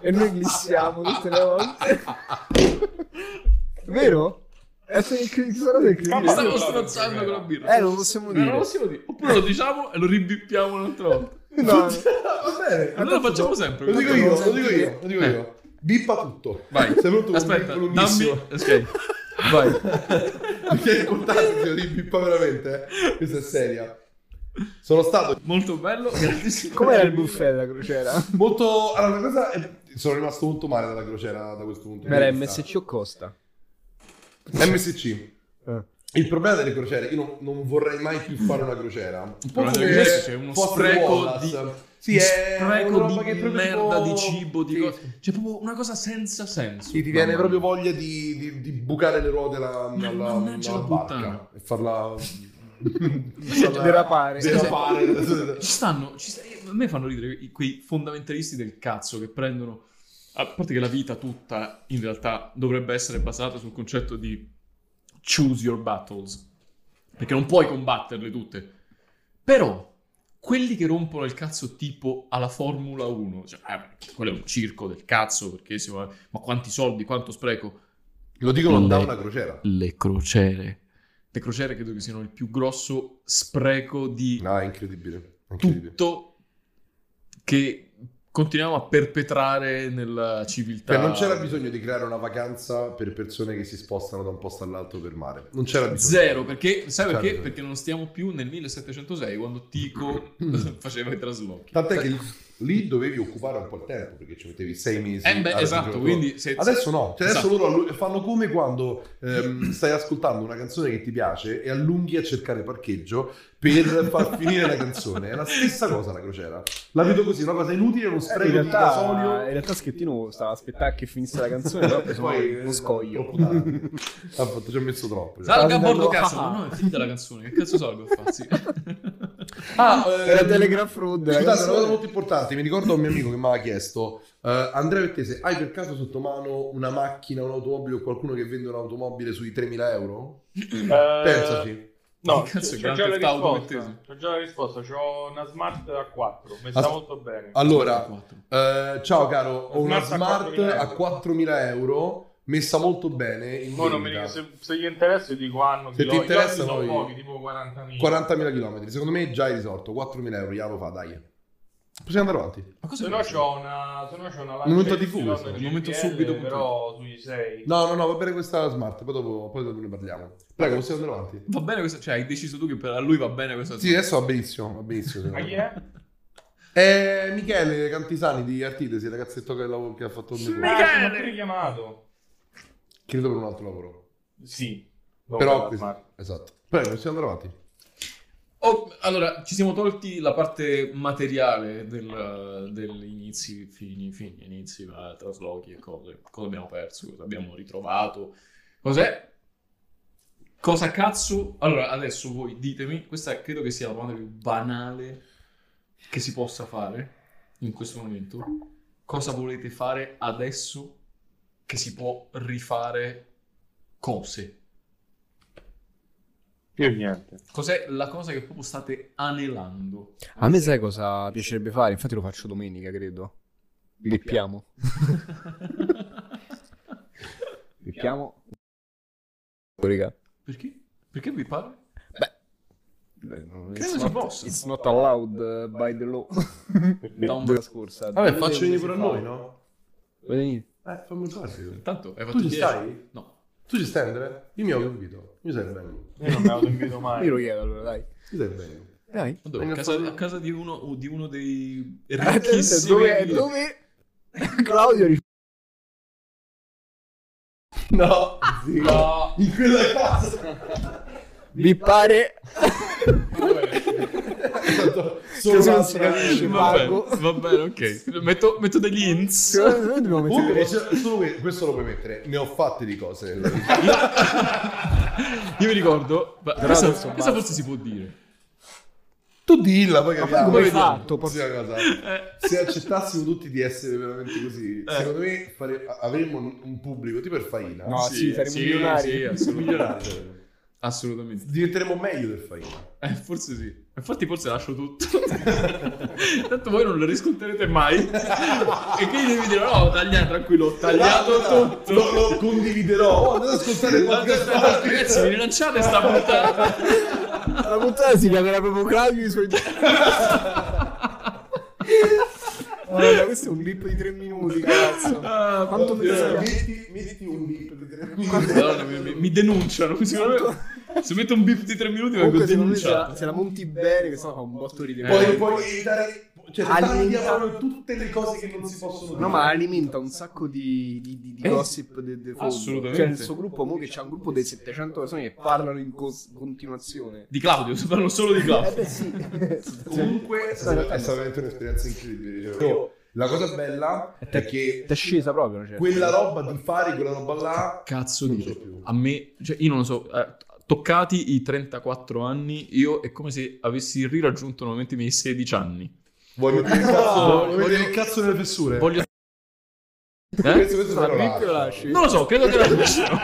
[SPEAKER 4] e noi glissiamo tutte le volte. Vero? Eh, È se- che sarà incredibile.
[SPEAKER 1] Mi stavo
[SPEAKER 3] Ma-
[SPEAKER 1] strozzando con la birra.
[SPEAKER 4] Eh, lo possiamo
[SPEAKER 1] Ma non lo
[SPEAKER 4] dire.
[SPEAKER 1] possiamo dire. Oppure lo diciamo e lo ribippiamo un'altra volta.
[SPEAKER 4] No,
[SPEAKER 2] Ah, Va bene.
[SPEAKER 1] Allora lo
[SPEAKER 2] Tanto
[SPEAKER 1] facciamo
[SPEAKER 2] so-
[SPEAKER 1] sempre.
[SPEAKER 2] Lo dico
[SPEAKER 4] Tanto
[SPEAKER 2] io,
[SPEAKER 4] lo
[SPEAKER 2] lo dico io,
[SPEAKER 4] sentite.
[SPEAKER 2] lo dico io. Bippa tutto.
[SPEAKER 1] Eh. Vai.
[SPEAKER 2] Sei venuto
[SPEAKER 1] Aspetta,
[SPEAKER 2] un
[SPEAKER 1] dammi... Ok. Vai.
[SPEAKER 2] Perché contatto di bippa veramente, eh. Questa è seria. Sono stato
[SPEAKER 1] Molto bello. Grandissimo.
[SPEAKER 4] com'era il buffet della crociera?
[SPEAKER 2] molto allora la cosa è- sono rimasto molto male dalla crociera da questo punto di
[SPEAKER 4] Era
[SPEAKER 2] vista.
[SPEAKER 4] MSC o Costa?
[SPEAKER 2] MSC.
[SPEAKER 4] Eh.
[SPEAKER 2] Il problema delle crociere, io non, non vorrei mai più fare una crociera. Un po'
[SPEAKER 1] problema
[SPEAKER 2] come
[SPEAKER 1] delle crociere c'è uno
[SPEAKER 2] Foster
[SPEAKER 1] spreco
[SPEAKER 2] Wallace.
[SPEAKER 1] di-
[SPEAKER 2] sì, è una
[SPEAKER 1] spreco
[SPEAKER 2] roba che è
[SPEAKER 1] di
[SPEAKER 2] proprio
[SPEAKER 1] merda,
[SPEAKER 2] tipo-
[SPEAKER 1] di cibo, di
[SPEAKER 2] sì,
[SPEAKER 1] cose. Cioè, proprio una cosa senza senso.
[SPEAKER 2] Sì, ti viene
[SPEAKER 1] Mamma mia.
[SPEAKER 2] proprio voglia di, di- di bucare le ruote alla,
[SPEAKER 1] Ma
[SPEAKER 2] alla-
[SPEAKER 1] mannaggia
[SPEAKER 2] alla
[SPEAKER 1] la
[SPEAKER 2] barca
[SPEAKER 1] puttana.
[SPEAKER 2] e farla farla
[SPEAKER 4] Derapare.
[SPEAKER 2] derapare.
[SPEAKER 1] Ci stanno, ci sta- a me fanno ridere i- quei fondamentalisti del cazzo che prendono. A parte che la vita tutta in realtà dovrebbe essere basata sul concetto di choose your battles. Perché non puoi combatterle tutte. Però, quelli che rompono il cazzo tipo alla Formula 1, cioè, eh, beh, quello è un circo del cazzo, perché si va- ma quanti soldi, quanto spreco.
[SPEAKER 2] Lo dicono da
[SPEAKER 1] Le-
[SPEAKER 2] una crociera.
[SPEAKER 1] Le crociere. Le crociere credo che siano il più grosso spreco di
[SPEAKER 2] No, è incredibile. è incredibile.
[SPEAKER 1] tutto che continuiamo a perpetrare nella civiltà.
[SPEAKER 2] Cioè, non c'era bisogno di creare una vacanza per persone che si spostano da un posto all'altro per mare. Non c'era bisogno.
[SPEAKER 1] Zero, perché sai
[SPEAKER 2] C'era
[SPEAKER 1] perché?
[SPEAKER 2] bisogno.
[SPEAKER 1] Perché non stiamo più nel 1706 quando Tico faceva i traslochi.
[SPEAKER 2] Tant'è che lì dovevi occupare un po' il tempo perché ci mettevi sei mesi.
[SPEAKER 1] Eh beh,
[SPEAKER 2] a
[SPEAKER 1] esatto,
[SPEAKER 2] raggiungere-
[SPEAKER 1] quindi se-
[SPEAKER 2] Adesso no, cioè, adesso
[SPEAKER 1] Esatto.
[SPEAKER 2] loro allu- fanno come quando ehm, stai ascoltando una canzone che ti piace e allunghi a cercare parcheggio per far finire la canzone. È la stessa cosa la crociera. La vedo così, una cosa inutile, uno
[SPEAKER 4] Eh,
[SPEAKER 2] spreco
[SPEAKER 4] in,
[SPEAKER 2] di gasolio.
[SPEAKER 4] realtà, in realtà Schettino stava a aspettare che finisse la canzone, però ha preso uno scoglio.
[SPEAKER 2] troppo tardi. Ha fatto- ci Ah, ho messo troppo. cioè.
[SPEAKER 1] Salga a bordo
[SPEAKER 4] andando-
[SPEAKER 1] cazzo, ma no, è finita la canzone, che cazzo salgo a farsi?
[SPEAKER 2] Ah,
[SPEAKER 4] Era
[SPEAKER 2] ehm,
[SPEAKER 4] Telegraph Road. la
[SPEAKER 2] Scusate, una
[SPEAKER 4] canzone.
[SPEAKER 2] cosa molto importante, mi ricordo un mio amico che mi aveva chiesto, eh, Andrea Vettese, hai per caso sotto mano una macchina, un'automobile o qualcuno che vende un'automobile sui 3.000 euro?
[SPEAKER 3] Eh,
[SPEAKER 2] Pensaci.
[SPEAKER 3] No,
[SPEAKER 1] Che cazzo,
[SPEAKER 3] c'ho
[SPEAKER 1] Grand
[SPEAKER 3] già la
[SPEAKER 1] Theft Auto
[SPEAKER 3] risposta.
[SPEAKER 1] mettesi.
[SPEAKER 3] C'ho già la risposta. C'ho una Smart a 4. Messa
[SPEAKER 2] As- Ah,
[SPEAKER 3] molto bene.
[SPEAKER 2] Allora, eh, ciao caro, ho una smart
[SPEAKER 3] Smart
[SPEAKER 2] a
[SPEAKER 3] a
[SPEAKER 2] 4.000 euro, messa molto bene, in
[SPEAKER 3] Mo non mi
[SPEAKER 2] vendita.
[SPEAKER 3] ricordo- se, se gli interessa, io dico "Ah, hanno.
[SPEAKER 2] Se ti
[SPEAKER 3] chilo-
[SPEAKER 2] interessa, poi-
[SPEAKER 3] chilometri sono pochi, tipo 40.000.
[SPEAKER 2] 40.000 km, secondo me già hai risolto, 4.000 euro, glielo fa, dai. Possiamo andare avanti?
[SPEAKER 1] ma cosa
[SPEAKER 3] Se
[SPEAKER 1] è
[SPEAKER 3] no,
[SPEAKER 1] questo?
[SPEAKER 3] c'ho una. Se no, c'ho una
[SPEAKER 2] Momento
[SPEAKER 3] Lancia
[SPEAKER 2] TV,
[SPEAKER 3] Ypsilon
[SPEAKER 2] questo.
[SPEAKER 3] GPL,
[SPEAKER 1] Momento subito.
[SPEAKER 3] Però sui 6.
[SPEAKER 2] No, no, no, va bene questa smart, poi dopo, poi dopo ne parliamo. Prego, possiamo andare avanti?
[SPEAKER 1] Va bene questa, cioè hai deciso tu che per a lui va bene questa
[SPEAKER 2] Sì, eh. adesso va benissimo, va benissimo.
[SPEAKER 3] Ma
[SPEAKER 2] secondo
[SPEAKER 3] chi
[SPEAKER 2] me.
[SPEAKER 3] è?
[SPEAKER 2] È Eh, Michele Cantisani di Artitesi, il ragazzetto che, lav- che ha fatto un lavoro.
[SPEAKER 1] Michele!
[SPEAKER 3] Michele! Eh, richiamato.
[SPEAKER 2] Credo per un altro lavoro.
[SPEAKER 3] Sì.
[SPEAKER 2] Però
[SPEAKER 3] Però
[SPEAKER 2] questo- esatto. Prego, possiamo andare avanti.
[SPEAKER 1] Oh, allora, ci siamo tolti la parte materiale del, degli inizi, fini, fini, inizi, va, traslochi e cose. Cosa abbiamo perso, cosa abbiamo ritrovato. Cos'è? Cosa cazzo? Allora, adesso voi ditemi, questa credo che sia la domanda più banale che si possa fare in questo momento. Cosa volete fare adesso che si può rifare cose?
[SPEAKER 3] Io niente.
[SPEAKER 1] Cos'è la cosa che proprio state anelando?
[SPEAKER 4] A me sai cosa piacerebbe fare? Infatti lo faccio domenica, credo. Bippiamo. Bippiamo. Riga.
[SPEAKER 1] Perché? Perché vi pare?
[SPEAKER 4] It's
[SPEAKER 1] Credo si
[SPEAKER 4] not,
[SPEAKER 1] possa.
[SPEAKER 4] it's not allowed uh, by the law.
[SPEAKER 1] Da un-
[SPEAKER 4] Della scorsa.
[SPEAKER 2] Vabbè, faccio venire pure a noi, no?
[SPEAKER 4] Vuoi venire?
[SPEAKER 2] Eh, fammi un classico.
[SPEAKER 1] Intanto hai fatto
[SPEAKER 2] Tu ci
[SPEAKER 1] 10.
[SPEAKER 2] stai?
[SPEAKER 1] No.
[SPEAKER 2] Tu ci stai, Andrea? Io mi ho capito. Mi sei bello.
[SPEAKER 3] Io non me lo invito mai.
[SPEAKER 4] Io lo chiedo allora, dai.
[SPEAKER 2] Mi sei bello.
[SPEAKER 4] Dai.
[SPEAKER 1] Ma dove?
[SPEAKER 2] Venga
[SPEAKER 1] A casa,
[SPEAKER 2] fuori.
[SPEAKER 1] a casa di, uno, o di uno dei
[SPEAKER 4] Adesso,
[SPEAKER 1] ricchissimi.
[SPEAKER 4] Eh, dove, dove Claudio ris-
[SPEAKER 2] No, zio.
[SPEAKER 3] No.
[SPEAKER 2] In quella casa.
[SPEAKER 4] vi pare
[SPEAKER 2] Solo
[SPEAKER 4] Così non
[SPEAKER 2] un'altra-
[SPEAKER 4] si capisce,
[SPEAKER 1] Va
[SPEAKER 4] Vago.
[SPEAKER 1] bene, va bene, ok. Metto, metto degli hints.
[SPEAKER 4] Secondo me dobbiamo
[SPEAKER 2] Comunque,
[SPEAKER 4] mettere
[SPEAKER 2] posso- solo que- questo lo puoi mettere. Ne ho fatte di cose. nella vita.
[SPEAKER 1] Io mi ricordo. ma questa
[SPEAKER 4] adesso
[SPEAKER 1] questa
[SPEAKER 4] basta.
[SPEAKER 1] forse si può dire.
[SPEAKER 2] Tu dilla, poi capiamo.
[SPEAKER 1] come hai
[SPEAKER 2] Vediamo.
[SPEAKER 4] fatto? Posso-
[SPEAKER 2] Sì, una cosa. Se accettassimo tutti di essere veramente così, secondo me fare- avremmo un- un pubblico tipo il Faina.
[SPEAKER 4] No, Ah, sì, saremmo milionari.
[SPEAKER 1] Sì, assolutamente.
[SPEAKER 2] milionario.
[SPEAKER 1] Assolutamente.
[SPEAKER 2] Diventeremo meglio del Faina.
[SPEAKER 1] Eh, forse sì. Infatti forse lascio tutto. Tanto voi non lo riscontrerete mai. e quindi devi dire, no, tagliato, tranquillo, ho tagliato
[SPEAKER 2] Guarda,
[SPEAKER 1] tutto.
[SPEAKER 2] Lo, lo condividerò. Oh, andate ad ascoltare il podcast.
[SPEAKER 1] Aspetta, Ragazzi, mi rilanciate sta puntata.
[SPEAKER 4] La puntata si chiamerà proprio Claudio e i suoi... Guarda, questo è un clip di tre minuti, cazzo.
[SPEAKER 1] Ah,
[SPEAKER 4] Quanto mi serve?
[SPEAKER 2] Mettiti- Mettiti un beep di tre minuti.
[SPEAKER 1] Madonna, mi, mi- mi denunciano. Secondo me, se metto un beep di tre minuti vengo
[SPEAKER 4] Comunque Eh. secondo me se la,
[SPEAKER 1] denunciato.
[SPEAKER 4] se la monti bene, che sennò fa un botto ridere.
[SPEAKER 2] Poi puoi evitare... Cioè, tagli
[SPEAKER 4] Alimenta-
[SPEAKER 2] proprio tutte le cose che non si possono
[SPEAKER 4] No, ma alimenta un sacco di, di, di- di
[SPEAKER 1] Eh,
[SPEAKER 4] gossip de, de fondo.
[SPEAKER 1] assolutamente.
[SPEAKER 4] Cioè, nel suo gruppo, mo che c'è un gruppo di 700 persone che parlano in cos- continuazione.
[SPEAKER 1] Di Claudio, si parlo solo di
[SPEAKER 4] Eh
[SPEAKER 1] Claudio.
[SPEAKER 4] beh, sì.
[SPEAKER 2] Comunque è stata, è stata veramente un'esperienza incredibile. cioè, io- la cosa bella è che
[SPEAKER 4] T'è scesa proprio, cioè.
[SPEAKER 2] quella roba di fare quella roba là
[SPEAKER 1] Cazzo
[SPEAKER 2] Non
[SPEAKER 1] di
[SPEAKER 2] so più.
[SPEAKER 1] a me, cioè io non lo so, eh, toccati i 34 anni, io è come se avessi riraggiunto nuovamente i miei 16 anni.
[SPEAKER 2] vuoi mettere il cazzo,
[SPEAKER 1] No,
[SPEAKER 2] vuoi
[SPEAKER 1] voglio-
[SPEAKER 2] mettere il cazzo nelle fessure
[SPEAKER 1] Voglio Eh?
[SPEAKER 2] questo, questo
[SPEAKER 4] La
[SPEAKER 2] te lo
[SPEAKER 4] piccola
[SPEAKER 2] lascio
[SPEAKER 4] lasci.
[SPEAKER 1] Non lo so, credo che la lascerò.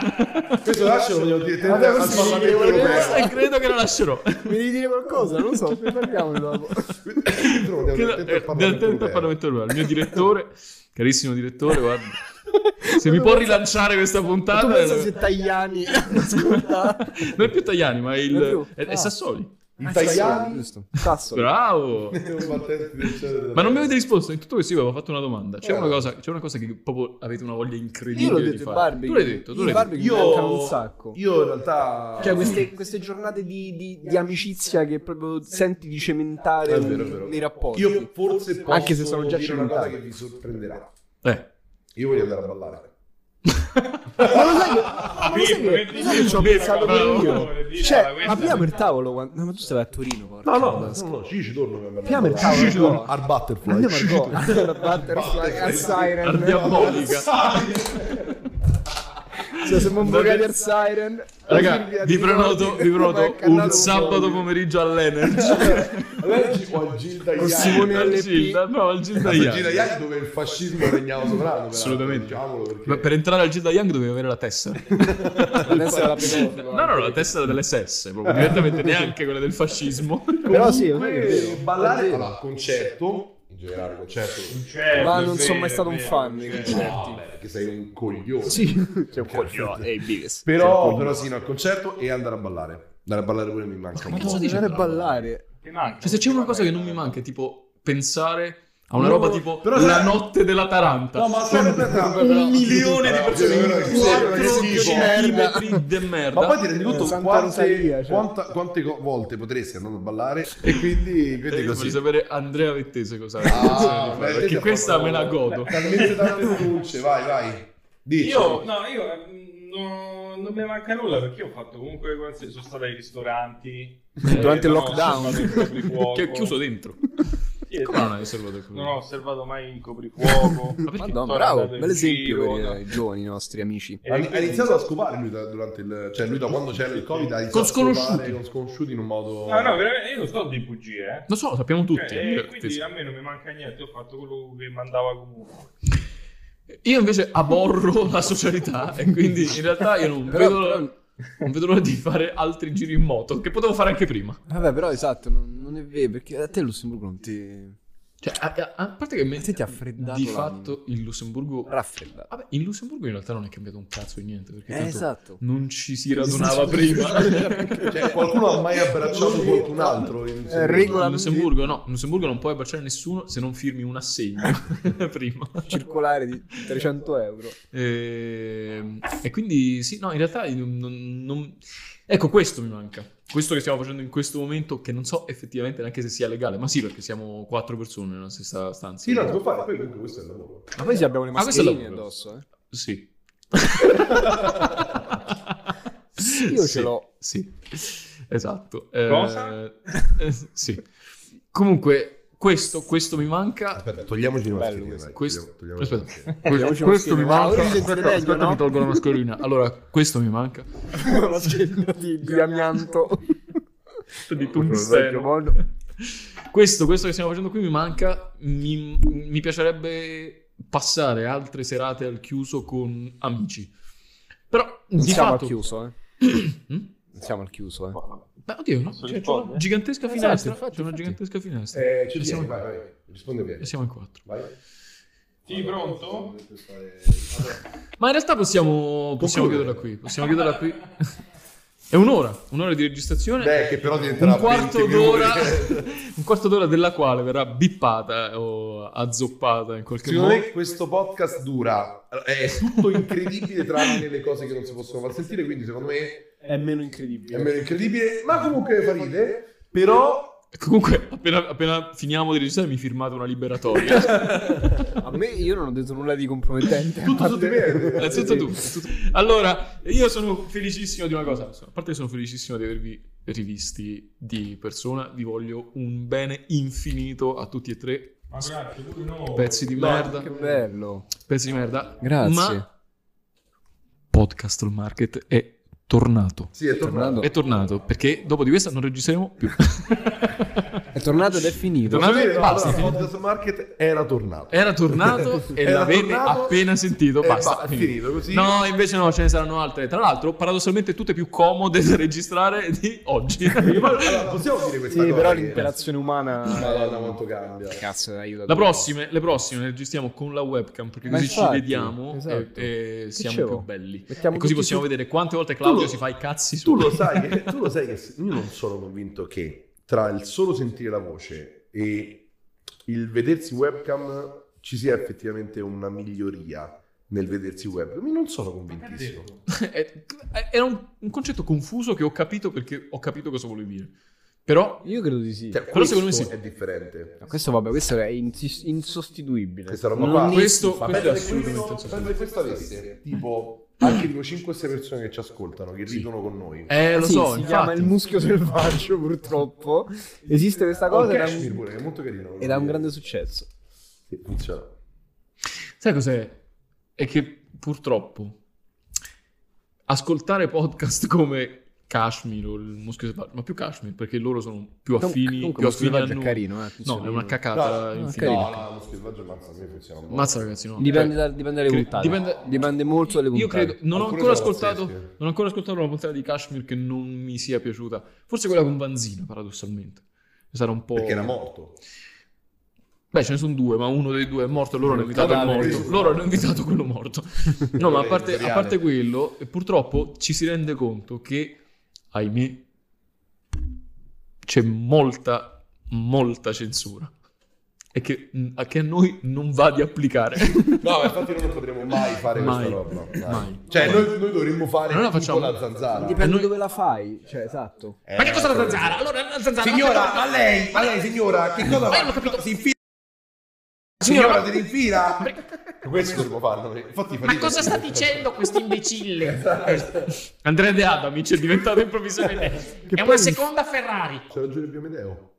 [SPEAKER 2] questo lo lascio vogliamo dire te al
[SPEAKER 4] Vabbè, questo
[SPEAKER 2] Parlamento
[SPEAKER 4] sì, volevo-
[SPEAKER 2] Europeo
[SPEAKER 1] E eh, credo che la lascerò.
[SPEAKER 4] Mi devi dire qualcosa? Non lo so, ne parliamo dopo.
[SPEAKER 2] Questo lo
[SPEAKER 1] Credo-
[SPEAKER 2] vogliamo dire te al
[SPEAKER 1] eh, Del
[SPEAKER 2] Parlamento
[SPEAKER 1] tempo al
[SPEAKER 2] Europeo.
[SPEAKER 1] Parlamento Europeo. Il mio direttore, carissimo direttore, guarda. Se mi può rilanciare questa
[SPEAKER 4] Tu
[SPEAKER 1] puntata...
[SPEAKER 4] pensa se Tagliani ascolta
[SPEAKER 1] Non è più Tajani, ma il-
[SPEAKER 4] Non è più?
[SPEAKER 1] è, è
[SPEAKER 4] Ah.
[SPEAKER 1] Sassoli.
[SPEAKER 2] il Tajani
[SPEAKER 4] giusto. Sasso.
[SPEAKER 1] Bravo! Ma non mi avete
[SPEAKER 2] risposto
[SPEAKER 1] risposto. In tutto questo io avevo fatto una domanda. C'è,
[SPEAKER 2] Eh.
[SPEAKER 1] una, cosa, c'è una cosa che proprio avete una voglia incredibile
[SPEAKER 4] Io l'ho
[SPEAKER 1] di
[SPEAKER 4] detto in
[SPEAKER 1] fare.
[SPEAKER 4] barbecue.
[SPEAKER 1] Tu l'hai detto, tu
[SPEAKER 4] In
[SPEAKER 1] l'hai detto.
[SPEAKER 4] barbecue
[SPEAKER 2] Io-
[SPEAKER 4] mi mancano un sacco.
[SPEAKER 2] io in realtà
[SPEAKER 4] Cioè, queste, queste giornate di, di- di amicizia che proprio senti di cementare
[SPEAKER 2] È vero, è vero.
[SPEAKER 4] nei rapporti.
[SPEAKER 2] io forse posso
[SPEAKER 4] Anche se sono già
[SPEAKER 2] dire una cosa
[SPEAKER 4] cimentato.
[SPEAKER 2] che vi sorprenderà
[SPEAKER 1] Eh.
[SPEAKER 2] io voglio andare a ballare
[SPEAKER 4] Ma lo sai che, ma lo sai che- lo sai che ci ho
[SPEAKER 1] Beh,
[SPEAKER 4] pensato pure
[SPEAKER 1] bravo,
[SPEAKER 4] io?
[SPEAKER 3] bravo,
[SPEAKER 4] Cioè,
[SPEAKER 3] bravo,
[SPEAKER 4] ma
[SPEAKER 3] questo-
[SPEAKER 4] prima per tavolo... quando- No, ma tu stavi a Torino, porca.
[SPEAKER 2] no, ci ci Cioè, torno per
[SPEAKER 4] Prima per tavolo... no.
[SPEAKER 2] al butterfly
[SPEAKER 4] Andiamo al go. Andiamo a battere al Siren.
[SPEAKER 1] Al diabolica.
[SPEAKER 4] Cioè, siamo un bocati al Siren.
[SPEAKER 1] Raga, vi prenoto, vi prenoto un sabato pomeriggio all'Energy.
[SPEAKER 2] allora ci può il Gilda
[SPEAKER 4] Con
[SPEAKER 2] Iai.
[SPEAKER 4] Simone
[SPEAKER 1] Al
[SPEAKER 4] LP.
[SPEAKER 1] Gilda, no, al Gilda
[SPEAKER 2] Il Gilda
[SPEAKER 1] Young.
[SPEAKER 2] Iai dove il fascismo regnava sovrano
[SPEAKER 1] Assolutamente.
[SPEAKER 2] diciamolo perché
[SPEAKER 1] Ma per entrare al Gilda Young dovevi avere la tessera.
[SPEAKER 4] Adesso è la
[SPEAKER 1] No, no, la tessera dell'SS, proprio direttamente neanche quella del fascismo.
[SPEAKER 4] Però sì, non è che è
[SPEAKER 2] Comunque,
[SPEAKER 4] vero.
[SPEAKER 2] ballare allora concerto in generale concerto
[SPEAKER 3] Certo,
[SPEAKER 4] Ma
[SPEAKER 3] è
[SPEAKER 4] non
[SPEAKER 3] vero,
[SPEAKER 4] sono mai stato
[SPEAKER 3] è
[SPEAKER 4] un
[SPEAKER 3] vero,
[SPEAKER 4] fan dei
[SPEAKER 3] certo.
[SPEAKER 4] concerti.
[SPEAKER 2] perché sei un coglione
[SPEAKER 4] Sì. C'è un
[SPEAKER 2] coglione,
[SPEAKER 4] Ehi, Bives.
[SPEAKER 2] però però sì no al concerto e andare a ballare andare a ballare pure mi manca un po'
[SPEAKER 1] Cosa dice
[SPEAKER 4] Bisogna
[SPEAKER 1] Trump?
[SPEAKER 4] ballare.
[SPEAKER 3] Ti manca.
[SPEAKER 1] Cioè, se c'è una cosa che non mi manca, è tipo pensare a una
[SPEAKER 2] No,
[SPEAKER 1] roba tipo
[SPEAKER 2] però
[SPEAKER 1] la
[SPEAKER 2] sai-
[SPEAKER 1] notte della Taranta.
[SPEAKER 2] No, ma aspetta, aspetta, aspetta, però-
[SPEAKER 1] un milione di
[SPEAKER 2] Però, però,
[SPEAKER 1] persone,
[SPEAKER 2] sì,
[SPEAKER 4] però,
[SPEAKER 1] 4
[SPEAKER 4] sì, sì,
[SPEAKER 1] centimetri di
[SPEAKER 2] Ma poi
[SPEAKER 1] merda.
[SPEAKER 2] ti rendi conto
[SPEAKER 4] Santa
[SPEAKER 2] quante,
[SPEAKER 4] Rosalia, cioè.
[SPEAKER 2] quanta- quante co- volte potresti andare a ballare e quindi,
[SPEAKER 1] Eh,
[SPEAKER 2] quindi
[SPEAKER 1] Io
[SPEAKER 2] così.
[SPEAKER 1] voglio sapere Andrea Vettese cosa ha
[SPEAKER 2] Ah,
[SPEAKER 1] intenzione di fare,
[SPEAKER 2] beh, te ti
[SPEAKER 1] perché
[SPEAKER 2] ha
[SPEAKER 1] questa
[SPEAKER 2] fatto-
[SPEAKER 1] me la godo.
[SPEAKER 2] Talmente tante denunce, vai, vai. Dici.
[SPEAKER 3] Io, no, io eh, no, non mi manca nulla perché io ho fatto comunque qualsiasi- sono stato ai ristoranti
[SPEAKER 4] Durante
[SPEAKER 3] eh,
[SPEAKER 4] il
[SPEAKER 3] non ho
[SPEAKER 4] lockdown.
[SPEAKER 3] osservato il coprifuoco.
[SPEAKER 1] Che è chiuso dentro.
[SPEAKER 3] Sì, esatto.
[SPEAKER 1] Come non hai osservato il
[SPEAKER 3] non ho osservato mai il
[SPEAKER 1] Ma
[SPEAKER 3] coprifuoco
[SPEAKER 1] perché?
[SPEAKER 4] Madonna,
[SPEAKER 3] Sono
[SPEAKER 4] bravo,
[SPEAKER 3] andato in
[SPEAKER 4] bel esempio
[SPEAKER 3] giro,
[SPEAKER 4] per
[SPEAKER 3] no.
[SPEAKER 4] eh, i giovani nostri amici.
[SPEAKER 2] Ha ha iniziato a scopare lui da- durante il... Cioè lui da quando c'era il Covid ha iniziato
[SPEAKER 1] Con
[SPEAKER 2] a scopare
[SPEAKER 1] sconosciuti.
[SPEAKER 2] con sconosciuti in un modo...
[SPEAKER 3] Ah, No, no, veramente, io non sto di bugie, eh.
[SPEAKER 1] Lo so, lo sappiamo tutti.
[SPEAKER 3] Cioè,
[SPEAKER 1] Andrea
[SPEAKER 3] eh, quindi
[SPEAKER 1] Vettese.
[SPEAKER 3] a me non mi manca niente, ho fatto quello che mandava comunque.
[SPEAKER 1] Io invece aborro la socialità e quindi in realtà io non
[SPEAKER 4] Però-
[SPEAKER 1] vedo...
[SPEAKER 4] però-
[SPEAKER 1] Non vedo l'ora di fare altri giri in moto, che potevo fare anche prima.
[SPEAKER 4] Vabbè, però esatto, non, non è vero, perché a te il Lussemburgo non ti...
[SPEAKER 1] Cioè, a, a- a parte che me-
[SPEAKER 4] Te ti ha freddato
[SPEAKER 1] di
[SPEAKER 4] l'anima.
[SPEAKER 1] fatto il Lussemburgo...
[SPEAKER 4] raffreddato.
[SPEAKER 1] Vabbè, in Lussemburgo in realtà non è cambiato un cazzo di niente, perché
[SPEAKER 4] Eh,
[SPEAKER 1] tanto
[SPEAKER 4] esatto.
[SPEAKER 1] non ci si radunava prima.
[SPEAKER 2] Cioè, qualcuno ha mai abbracciato qualcun altro? in-
[SPEAKER 4] Eh, regola-
[SPEAKER 1] In Lussemburgo no, in Lussemburgo non puoi abbracciare nessuno se non firmi un assegno prima.
[SPEAKER 4] Circolare di 300 euro.
[SPEAKER 1] E, Ehm, e quindi sì, no, in realtà io non, non- non- Ecco, questo mi manca. Questo che stiamo facendo in questo momento, che non so effettivamente neanche se sia legale, ma sì, perché siamo quattro persone nella stessa stanza.
[SPEAKER 2] Sì, no, si può fare. Poi comunque questo è il lavoro.
[SPEAKER 4] Ma poi ci abbiamo le
[SPEAKER 1] Ah, questo è
[SPEAKER 4] mascherine
[SPEAKER 1] lavoro.
[SPEAKER 4] addosso, eh.
[SPEAKER 1] Sì.
[SPEAKER 4] io ce
[SPEAKER 1] Sì,
[SPEAKER 4] l'ho.
[SPEAKER 1] Sì, esatto. Eh,
[SPEAKER 3] Cosa?
[SPEAKER 1] eh, sì. Comunque, questo, questo mi manca.
[SPEAKER 2] Aspetta, togliamoci le
[SPEAKER 4] Bello
[SPEAKER 2] mascherine. dai,
[SPEAKER 1] Questo,
[SPEAKER 2] togliamo- togliamo le
[SPEAKER 1] aspetta,
[SPEAKER 4] Eh,
[SPEAKER 2] mascherine.
[SPEAKER 1] questo,
[SPEAKER 4] Togliamoci
[SPEAKER 1] questo
[SPEAKER 4] la
[SPEAKER 1] mi
[SPEAKER 4] mascherina.
[SPEAKER 1] manca.
[SPEAKER 4] Ah, ora mi sentite
[SPEAKER 1] Aspetta,
[SPEAKER 4] meglio,
[SPEAKER 1] aspetta
[SPEAKER 4] no?
[SPEAKER 1] mi tolgo la mascherina. Allora, questo mi manca.
[SPEAKER 4] Una mascherina di, di amianto.
[SPEAKER 1] di
[SPEAKER 4] Vecchio mondo.
[SPEAKER 1] Questo, questo che stiamo facendo qui mi manca. Mi, mi piacerebbe passare altre serate al chiuso con amici. Però di
[SPEAKER 4] Siamo al
[SPEAKER 1] fatto
[SPEAKER 4] chiuso, eh.
[SPEAKER 1] Mm?
[SPEAKER 5] Siamo al chiuso, eh.
[SPEAKER 3] Ma vabbè.
[SPEAKER 1] Beh, oddio, no?
[SPEAKER 3] Posso
[SPEAKER 1] C'è, c'è una
[SPEAKER 3] rispondere?
[SPEAKER 1] gigantesca
[SPEAKER 5] Esatto,
[SPEAKER 1] finestra.
[SPEAKER 5] infatti,
[SPEAKER 1] c'è una
[SPEAKER 5] infatti.
[SPEAKER 1] gigantesca finestra.
[SPEAKER 2] Eh,
[SPEAKER 1] E siamo
[SPEAKER 2] ci siamo,
[SPEAKER 1] in
[SPEAKER 2] vai,
[SPEAKER 1] quattro.
[SPEAKER 2] vai, vai. rispondi bene.
[SPEAKER 1] E siamo in quattro.
[SPEAKER 2] Vai.
[SPEAKER 3] Sì, pronto?
[SPEAKER 1] Ma in realtà possiamo, possiamo
[SPEAKER 2] Concludere.
[SPEAKER 1] chiuderla qui. Possiamo chiuderla qui. È un'ora, un'ora di registrazione.
[SPEAKER 5] Beh, che però diventerà
[SPEAKER 1] un quarto
[SPEAKER 5] 20 minuti.
[SPEAKER 1] d'ora, un quarto d'ora della quale verrà bippata o azzoppata in qualche
[SPEAKER 2] Secondo
[SPEAKER 1] modo.
[SPEAKER 2] me questo podcast dura, è tutto incredibile tranne le cose che non si possono far sentire, quindi secondo me
[SPEAKER 5] È meno
[SPEAKER 2] è
[SPEAKER 5] incredibile.
[SPEAKER 2] meno incredibile, ma comunque fa ridere, però
[SPEAKER 1] Ecco, Comunque, appena, appena finiamo di registrare, mi firmate una liberatoria.
[SPEAKER 5] A me io non ho detto nulla di compromettente.
[SPEAKER 2] tutto su di me.
[SPEAKER 1] Eh, tutto tu, tutto- Allora, io sono felicissimo di una cosa. A parte che sono felicissimo di avervi rivisti di persona, vi voglio un bene infinito a tutti e tre.
[SPEAKER 3] Ma grazie, pure no.
[SPEAKER 1] Pezzi di
[SPEAKER 2] No,
[SPEAKER 1] merda.
[SPEAKER 5] Che bello.
[SPEAKER 1] Pezzi di merda.
[SPEAKER 5] Grazie.
[SPEAKER 1] Ma Podcast All Market è tornato.
[SPEAKER 2] Sì, è tornato.
[SPEAKER 1] È tornato perché dopo di questa non registreremo più.
[SPEAKER 5] È tornato ed è finito.
[SPEAKER 1] Tornato?
[SPEAKER 2] Posso dire, no,
[SPEAKER 1] Basta.
[SPEAKER 2] allora, Podcast Market era tornato.
[SPEAKER 1] Era tornato e
[SPEAKER 2] Era
[SPEAKER 1] l'avete
[SPEAKER 2] tornato Eh,
[SPEAKER 1] appena sentito.
[SPEAKER 2] e
[SPEAKER 1] Basta.
[SPEAKER 2] ba- è finito così.
[SPEAKER 1] No, invece no, ce ne saranno altre. Tra l'altro, paradossalmente, tutte più comode da registrare di oggi.
[SPEAKER 2] Allora, possiamo dire questa
[SPEAKER 5] Sì,
[SPEAKER 2] cosa?
[SPEAKER 5] però
[SPEAKER 2] che-
[SPEAKER 5] l'interazione umana...
[SPEAKER 2] Madonna, quanto cambia.
[SPEAKER 5] Cazzo, aiuta.
[SPEAKER 1] La prossima, le prossime le registriamo con la webcam perché
[SPEAKER 5] Ma
[SPEAKER 1] così
[SPEAKER 5] infatti,
[SPEAKER 1] ci vediamo
[SPEAKER 5] esatto.
[SPEAKER 1] e, e siamo
[SPEAKER 5] Dicevo,
[SPEAKER 1] più belli.
[SPEAKER 5] mettiamo
[SPEAKER 1] E così
[SPEAKER 5] tutti
[SPEAKER 1] possiamo
[SPEAKER 5] su-
[SPEAKER 1] vedere quante volte Claudio
[SPEAKER 2] lo-
[SPEAKER 1] si fa i cazzi su.
[SPEAKER 2] Tu lo sai, che, tu lo sai che se- io non sono convinto che tra il solo sentire la voce e il vedersi webcam ci sia effettivamente una miglioria nel vedersi webcam. Io non sono convintissimo.
[SPEAKER 1] È- Eh, Era un, un concetto confuso che ho capito perché ho capito cosa volevi dire. Però
[SPEAKER 5] Io credo di sì.
[SPEAKER 2] Cioè,
[SPEAKER 1] Però secondo me
[SPEAKER 2] questo
[SPEAKER 1] sì.
[SPEAKER 2] è differente.
[SPEAKER 5] No, questo vabbè, questo è insis- insostituibile.
[SPEAKER 2] Questa roba
[SPEAKER 5] Non
[SPEAKER 2] qua.
[SPEAKER 5] ne-
[SPEAKER 1] questo,
[SPEAKER 2] Ma
[SPEAKER 1] questo è
[SPEAKER 2] pensa che
[SPEAKER 1] assolutamente
[SPEAKER 2] questo,
[SPEAKER 1] insostenibile.
[SPEAKER 2] pensa che questo avesse tipo anche le 5-6 persone che ci ascoltano, che ridono con noi.
[SPEAKER 1] Eh, lo
[SPEAKER 5] Sì,
[SPEAKER 1] so,
[SPEAKER 5] si chiama
[SPEAKER 1] infatti.
[SPEAKER 5] il muschio selvaggio purtroppo. Esiste questa cosa
[SPEAKER 2] Oh,
[SPEAKER 5] ed ha
[SPEAKER 2] Kashmir
[SPEAKER 5] un-
[SPEAKER 2] pure, che è molto carino. eh.
[SPEAKER 5] ed ha un grande successo.
[SPEAKER 2] Sì, funziona.
[SPEAKER 1] Sai cos'è? È che purtroppo ascoltare podcast come Kashmir o il Muschio Selvaggio, ma più Kashmir perché loro sono più affini,
[SPEAKER 5] comunque
[SPEAKER 1] più
[SPEAKER 5] Muschio
[SPEAKER 1] affini a
[SPEAKER 5] Selvaggio è
[SPEAKER 1] noi.
[SPEAKER 5] carino, eh,
[SPEAKER 1] no, è
[SPEAKER 5] funziona.
[SPEAKER 1] una
[SPEAKER 2] No,
[SPEAKER 1] cacata
[SPEAKER 5] no,
[SPEAKER 1] infinita.
[SPEAKER 5] carino.
[SPEAKER 2] No, no, lo scherzo mazza, a me funziona. un po'.
[SPEAKER 1] Mazza ragazzi, no.
[SPEAKER 5] Dipende,
[SPEAKER 1] Cioè,
[SPEAKER 5] da- dipende dalle
[SPEAKER 1] cre-
[SPEAKER 5] puntate.
[SPEAKER 1] dipende-
[SPEAKER 5] Dipende molto dalle
[SPEAKER 1] Io
[SPEAKER 5] puntate.
[SPEAKER 1] credo, non ho,
[SPEAKER 2] Alcune
[SPEAKER 1] ancora
[SPEAKER 2] sono
[SPEAKER 1] ascoltato,
[SPEAKER 2] pazzesche.
[SPEAKER 1] non ho ancora ascoltato una puntata di Kashmir che non mi sia piaciuta. Forse quella con Vanzina, paradossalmente. Sarà un po'.
[SPEAKER 2] Perché era morto.
[SPEAKER 1] Beh, ce ne sono due, ma uno dei due è morto e loro hanno invitato il
[SPEAKER 5] Cadavere.
[SPEAKER 1] morto. Loro hanno invitato quello morto. No, ma a parte, a parte quello, purtroppo ci si rende conto che, ahimè, c'è molta, molta censura. E che, a che a noi non va di applicare.
[SPEAKER 2] No, ma infatti noi non potremo mai fare
[SPEAKER 1] Mai.
[SPEAKER 2] questa roba. Mai.
[SPEAKER 1] Mai.
[SPEAKER 2] Cioè, noi, noi dovremmo fare
[SPEAKER 1] Allora
[SPEAKER 2] tipo
[SPEAKER 1] facciamo-
[SPEAKER 2] la zanzara.
[SPEAKER 5] Dipende
[SPEAKER 1] Noi-
[SPEAKER 5] dove la fai, cioè, esatto.
[SPEAKER 2] Eh,
[SPEAKER 1] ma che cosa la zanzara? Allora, la zanzara...
[SPEAKER 2] Signora, a lei, a lei signora, che cosa
[SPEAKER 1] non ho capito.
[SPEAKER 2] fa? Si infila. Signora, si rinfila. Questo dovremmo farlo. Infatti, fa
[SPEAKER 6] Ma
[SPEAKER 2] ridere.
[SPEAKER 6] cosa sta dicendo questo imbecille?
[SPEAKER 1] Andrea De Adamic è diventato
[SPEAKER 2] Eh,
[SPEAKER 1] improvvisamente...
[SPEAKER 6] È una seconda Ferrari.
[SPEAKER 2] C'è ragione Piomedeo.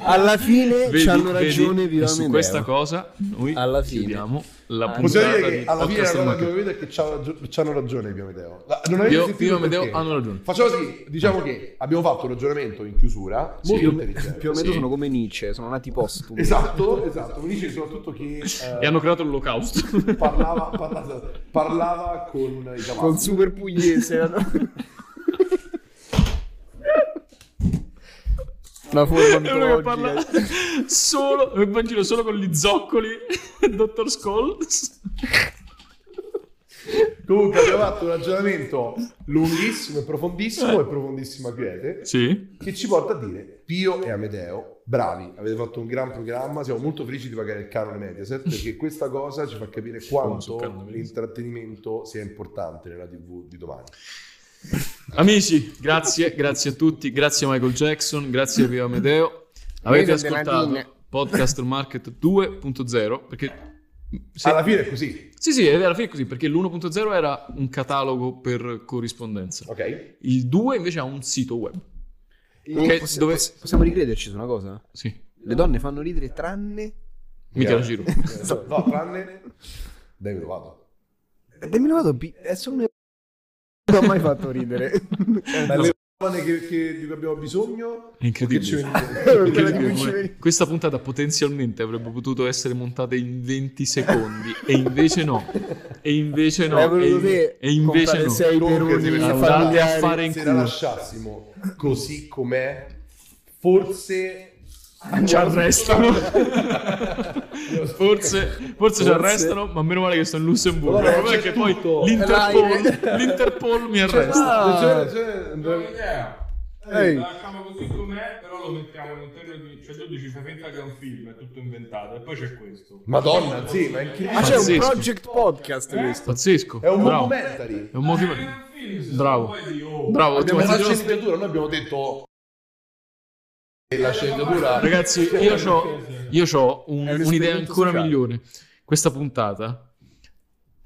[SPEAKER 5] Alla fine
[SPEAKER 1] Vedi,
[SPEAKER 5] ci hanno
[SPEAKER 1] vedi?
[SPEAKER 5] ragione
[SPEAKER 1] E
[SPEAKER 5] viva
[SPEAKER 1] su
[SPEAKER 5] Amedeo.
[SPEAKER 1] questa cosa noi
[SPEAKER 5] Alla fine. Ah,
[SPEAKER 1] chiudiamo la
[SPEAKER 5] Possiamo
[SPEAKER 2] Possiamo
[SPEAKER 1] puntata
[SPEAKER 2] dire che
[SPEAKER 1] di
[SPEAKER 2] alla fine la
[SPEAKER 1] Podcast
[SPEAKER 2] cosa che
[SPEAKER 1] Market.
[SPEAKER 2] vedo è che c'ha ragio- c'hanno ragione Piomedeo. La- Non avete
[SPEAKER 1] Pio-
[SPEAKER 2] sentito
[SPEAKER 1] Pio e Amedeo
[SPEAKER 2] perché?
[SPEAKER 1] hanno ragione.
[SPEAKER 2] Facciamo così, diciamo che abbiamo fatto un ragionamento in chiusura.
[SPEAKER 1] Sì,
[SPEAKER 2] molto
[SPEAKER 1] io-
[SPEAKER 2] intelligente.
[SPEAKER 5] Più o meno
[SPEAKER 1] Sì.
[SPEAKER 5] sono come Nietzsche, sono nati postumi.
[SPEAKER 2] Esatto, esatto. Mi dice soprattutto che... eh,
[SPEAKER 1] E hanno creato l'olocausto.
[SPEAKER 2] parlava, parlava, parlava con i cavalli.
[SPEAKER 5] Con super pugliese. hanno- Una forma
[SPEAKER 1] È uno che parla
[SPEAKER 5] mitologica.
[SPEAKER 1] solo, che va in giro solo con gli zoccoli, dottor Skull.
[SPEAKER 2] Comunque abbiamo fatto un ragionamento lunghissimo e profondissimo e profondissima quiete
[SPEAKER 1] Sì.
[SPEAKER 2] che ci porta a dire Pio e Amedeo, bravi, avete fatto un gran programma, siamo molto felici di pagare il canone Mediaset perché questa cosa ci fa capire
[SPEAKER 1] sul canone
[SPEAKER 2] quanto
[SPEAKER 1] Mediaset.
[SPEAKER 2] l'intrattenimento sia importante nella TV di domani.
[SPEAKER 1] Amici, grazie, grazie a tutti, grazie a Michael Jackson, grazie a Pio Amedeo. Avete
[SPEAKER 5] Io sono Donatino.
[SPEAKER 1] ascoltato Podcast Market 2.0 perché se-
[SPEAKER 2] Alla fine è così,
[SPEAKER 1] Sì, sì, alla fine è così, perché l'1.0 era un catalogo per corrispondenza.
[SPEAKER 2] ok? Eh,
[SPEAKER 1] Il 2 invece ha un sito web.
[SPEAKER 5] Comunque,
[SPEAKER 1] Che
[SPEAKER 5] possi-
[SPEAKER 1] dove-
[SPEAKER 5] possi- Possiamo ricrederci su una cosa?
[SPEAKER 1] Sì.
[SPEAKER 5] Le donne fanno ridere tranne...
[SPEAKER 1] Michela Giro.
[SPEAKER 2] No, tranne... Dai, me lo vado.
[SPEAKER 4] Eh,
[SPEAKER 5] Demi Lovato bi- è solo una... Non ha mai fatto ridere.
[SPEAKER 2] Ma le- che, che- di cui abbiamo bisogno.
[SPEAKER 1] È incredibile.
[SPEAKER 2] Eh, Che ci-
[SPEAKER 4] Quella di cui ci
[SPEAKER 1] Incredibile,
[SPEAKER 4] vedi.
[SPEAKER 1] come Questa puntata potenzialmente avrebbe potuto essere montata in 20 secondi e invece no. E invece no.
[SPEAKER 4] Hai voluto
[SPEAKER 1] E,
[SPEAKER 4] te
[SPEAKER 1] e invece
[SPEAKER 4] comprare
[SPEAKER 1] no.
[SPEAKER 4] Eh, sei
[SPEAKER 2] Non che se
[SPEAKER 4] peroni
[SPEAKER 2] ne
[SPEAKER 1] Andate a
[SPEAKER 4] familiari.
[SPEAKER 1] fare in
[SPEAKER 2] Se la
[SPEAKER 1] culo.
[SPEAKER 2] lasciassimo così com'è, forse
[SPEAKER 1] Ci arrestano. forse, forse ci arrestano, ma meno male che sono in Lussemburgo.
[SPEAKER 2] Allora, c'è
[SPEAKER 1] perché poi
[SPEAKER 2] tutto.
[SPEAKER 1] l'Interpol, l'Interpol mi arresta.
[SPEAKER 4] Ah.
[SPEAKER 2] Cioè, cioè,
[SPEAKER 3] Non ho idea.
[SPEAKER 4] Ehi.
[SPEAKER 3] La lasciamo così com'è, però lo mettiamo all'interno di... Cioè tu dici, fai finta che è un film, è tutto inventato, e poi c'è questo.
[SPEAKER 2] Madonna, sì, ma è
[SPEAKER 4] Ma
[SPEAKER 2] incredibile.
[SPEAKER 4] c'è un
[SPEAKER 1] Pazzesco. Eh?
[SPEAKER 4] project podcast questo.
[SPEAKER 1] Pazzesco.
[SPEAKER 2] È un
[SPEAKER 1] Ah, bravo.
[SPEAKER 2] momentary.
[SPEAKER 1] È un movimento.
[SPEAKER 3] Ah, è un film, se
[SPEAKER 1] Bravo.
[SPEAKER 3] sono poi di- oh.
[SPEAKER 1] Bravo,
[SPEAKER 2] Abbiamo
[SPEAKER 1] tu-
[SPEAKER 2] fatto la sceneggiatura, noi abbiamo detto oh, e la sceneggiatura
[SPEAKER 1] Ragazzi, io ho
[SPEAKER 4] È un
[SPEAKER 1] un'idea
[SPEAKER 4] esperimento
[SPEAKER 1] ancora
[SPEAKER 4] sociale.
[SPEAKER 1] migliore. Questa puntata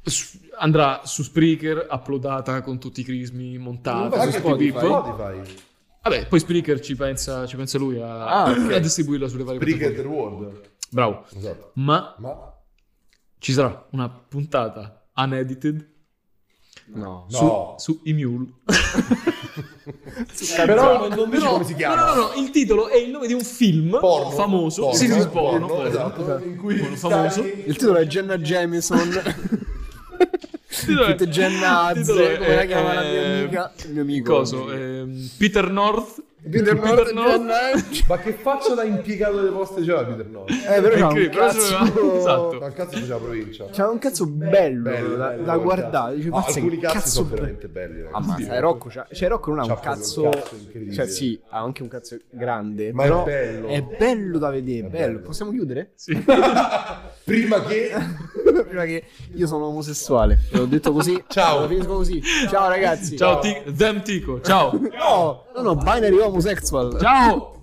[SPEAKER 1] s- andrà su Spreaker, uploadata con tutti i crismi, montata
[SPEAKER 2] anche
[SPEAKER 1] ah, su Spotify.
[SPEAKER 2] Spotify,
[SPEAKER 1] Vabbè, poi Spreaker ci pensa, ci pensa lui a,
[SPEAKER 4] Ah, ok.
[SPEAKER 1] a distribuirla sulle varie
[SPEAKER 2] Bricket
[SPEAKER 1] piattaforme.
[SPEAKER 2] World.
[SPEAKER 1] Bravo.
[SPEAKER 2] Esatto.
[SPEAKER 1] Ma
[SPEAKER 2] Ma
[SPEAKER 1] ci sarà una puntata unedited
[SPEAKER 4] No.
[SPEAKER 2] No.
[SPEAKER 1] su, su Emule.
[SPEAKER 2] però non, non dici come si chiama.
[SPEAKER 1] No, no, no, il titolo è il nome di un film
[SPEAKER 2] Porno,
[SPEAKER 1] famoso.
[SPEAKER 2] porno,
[SPEAKER 1] sì, sì,
[SPEAKER 2] esatto,
[SPEAKER 1] porno, porno.
[SPEAKER 2] esatto, in cui
[SPEAKER 1] Porno
[SPEAKER 2] stai-
[SPEAKER 1] famoso.
[SPEAKER 4] Il titolo è Jenna Jameson.
[SPEAKER 1] titolo è-
[SPEAKER 4] Tutte Jenna
[SPEAKER 1] il titolo è-
[SPEAKER 4] Azze, come la chiama la
[SPEAKER 1] eh,
[SPEAKER 4] mia amica? Il mio amico.
[SPEAKER 1] Coso, ehm, Peter North.
[SPEAKER 4] Peter North,
[SPEAKER 1] North.
[SPEAKER 4] Jenna-
[SPEAKER 2] Ma che faccia da impiegato delle poste c'era Peter North?
[SPEAKER 4] Eh, però c'ha un
[SPEAKER 1] Incredibile, però
[SPEAKER 4] cazzo...
[SPEAKER 1] c'era- esatto.
[SPEAKER 2] Ma cazzo c'è la provincia?
[SPEAKER 4] C'ha un cazzo bello,
[SPEAKER 2] Bello,
[SPEAKER 4] da,
[SPEAKER 2] bello,
[SPEAKER 4] da
[SPEAKER 2] bello.
[SPEAKER 4] guardare. Dice,
[SPEAKER 2] Ah,
[SPEAKER 4] mazza,
[SPEAKER 2] alcuni
[SPEAKER 4] che
[SPEAKER 2] cazzi
[SPEAKER 4] cazzo
[SPEAKER 2] sono
[SPEAKER 4] bello.
[SPEAKER 2] veramente belli. ragazzi.
[SPEAKER 4] Ammazza, eh,
[SPEAKER 2] ecco.
[SPEAKER 4] Rocco, c'ha- cioè Rocco non ha
[SPEAKER 2] C'ha
[SPEAKER 4] un
[SPEAKER 2] proprio
[SPEAKER 4] cazzo,
[SPEAKER 2] un cazzo incredibile.
[SPEAKER 4] cioè sì, ha anche un cazzo grande,
[SPEAKER 2] Ma è
[SPEAKER 4] però
[SPEAKER 2] bello.
[SPEAKER 4] è bello da vedere,
[SPEAKER 2] È
[SPEAKER 4] bello.
[SPEAKER 2] bello.
[SPEAKER 4] Possiamo chiudere?
[SPEAKER 1] Sì.
[SPEAKER 4] cioè.
[SPEAKER 2] Prima che
[SPEAKER 4] Prima che io sono omosessuale, Te l'ho detto così.
[SPEAKER 2] Ciao.
[SPEAKER 4] la finisco così. Ciao ragazzi.
[SPEAKER 1] Ciao, Ti- Them Tico. Ciao.
[SPEAKER 4] No, no, no, binary homosexual.
[SPEAKER 1] Ciao.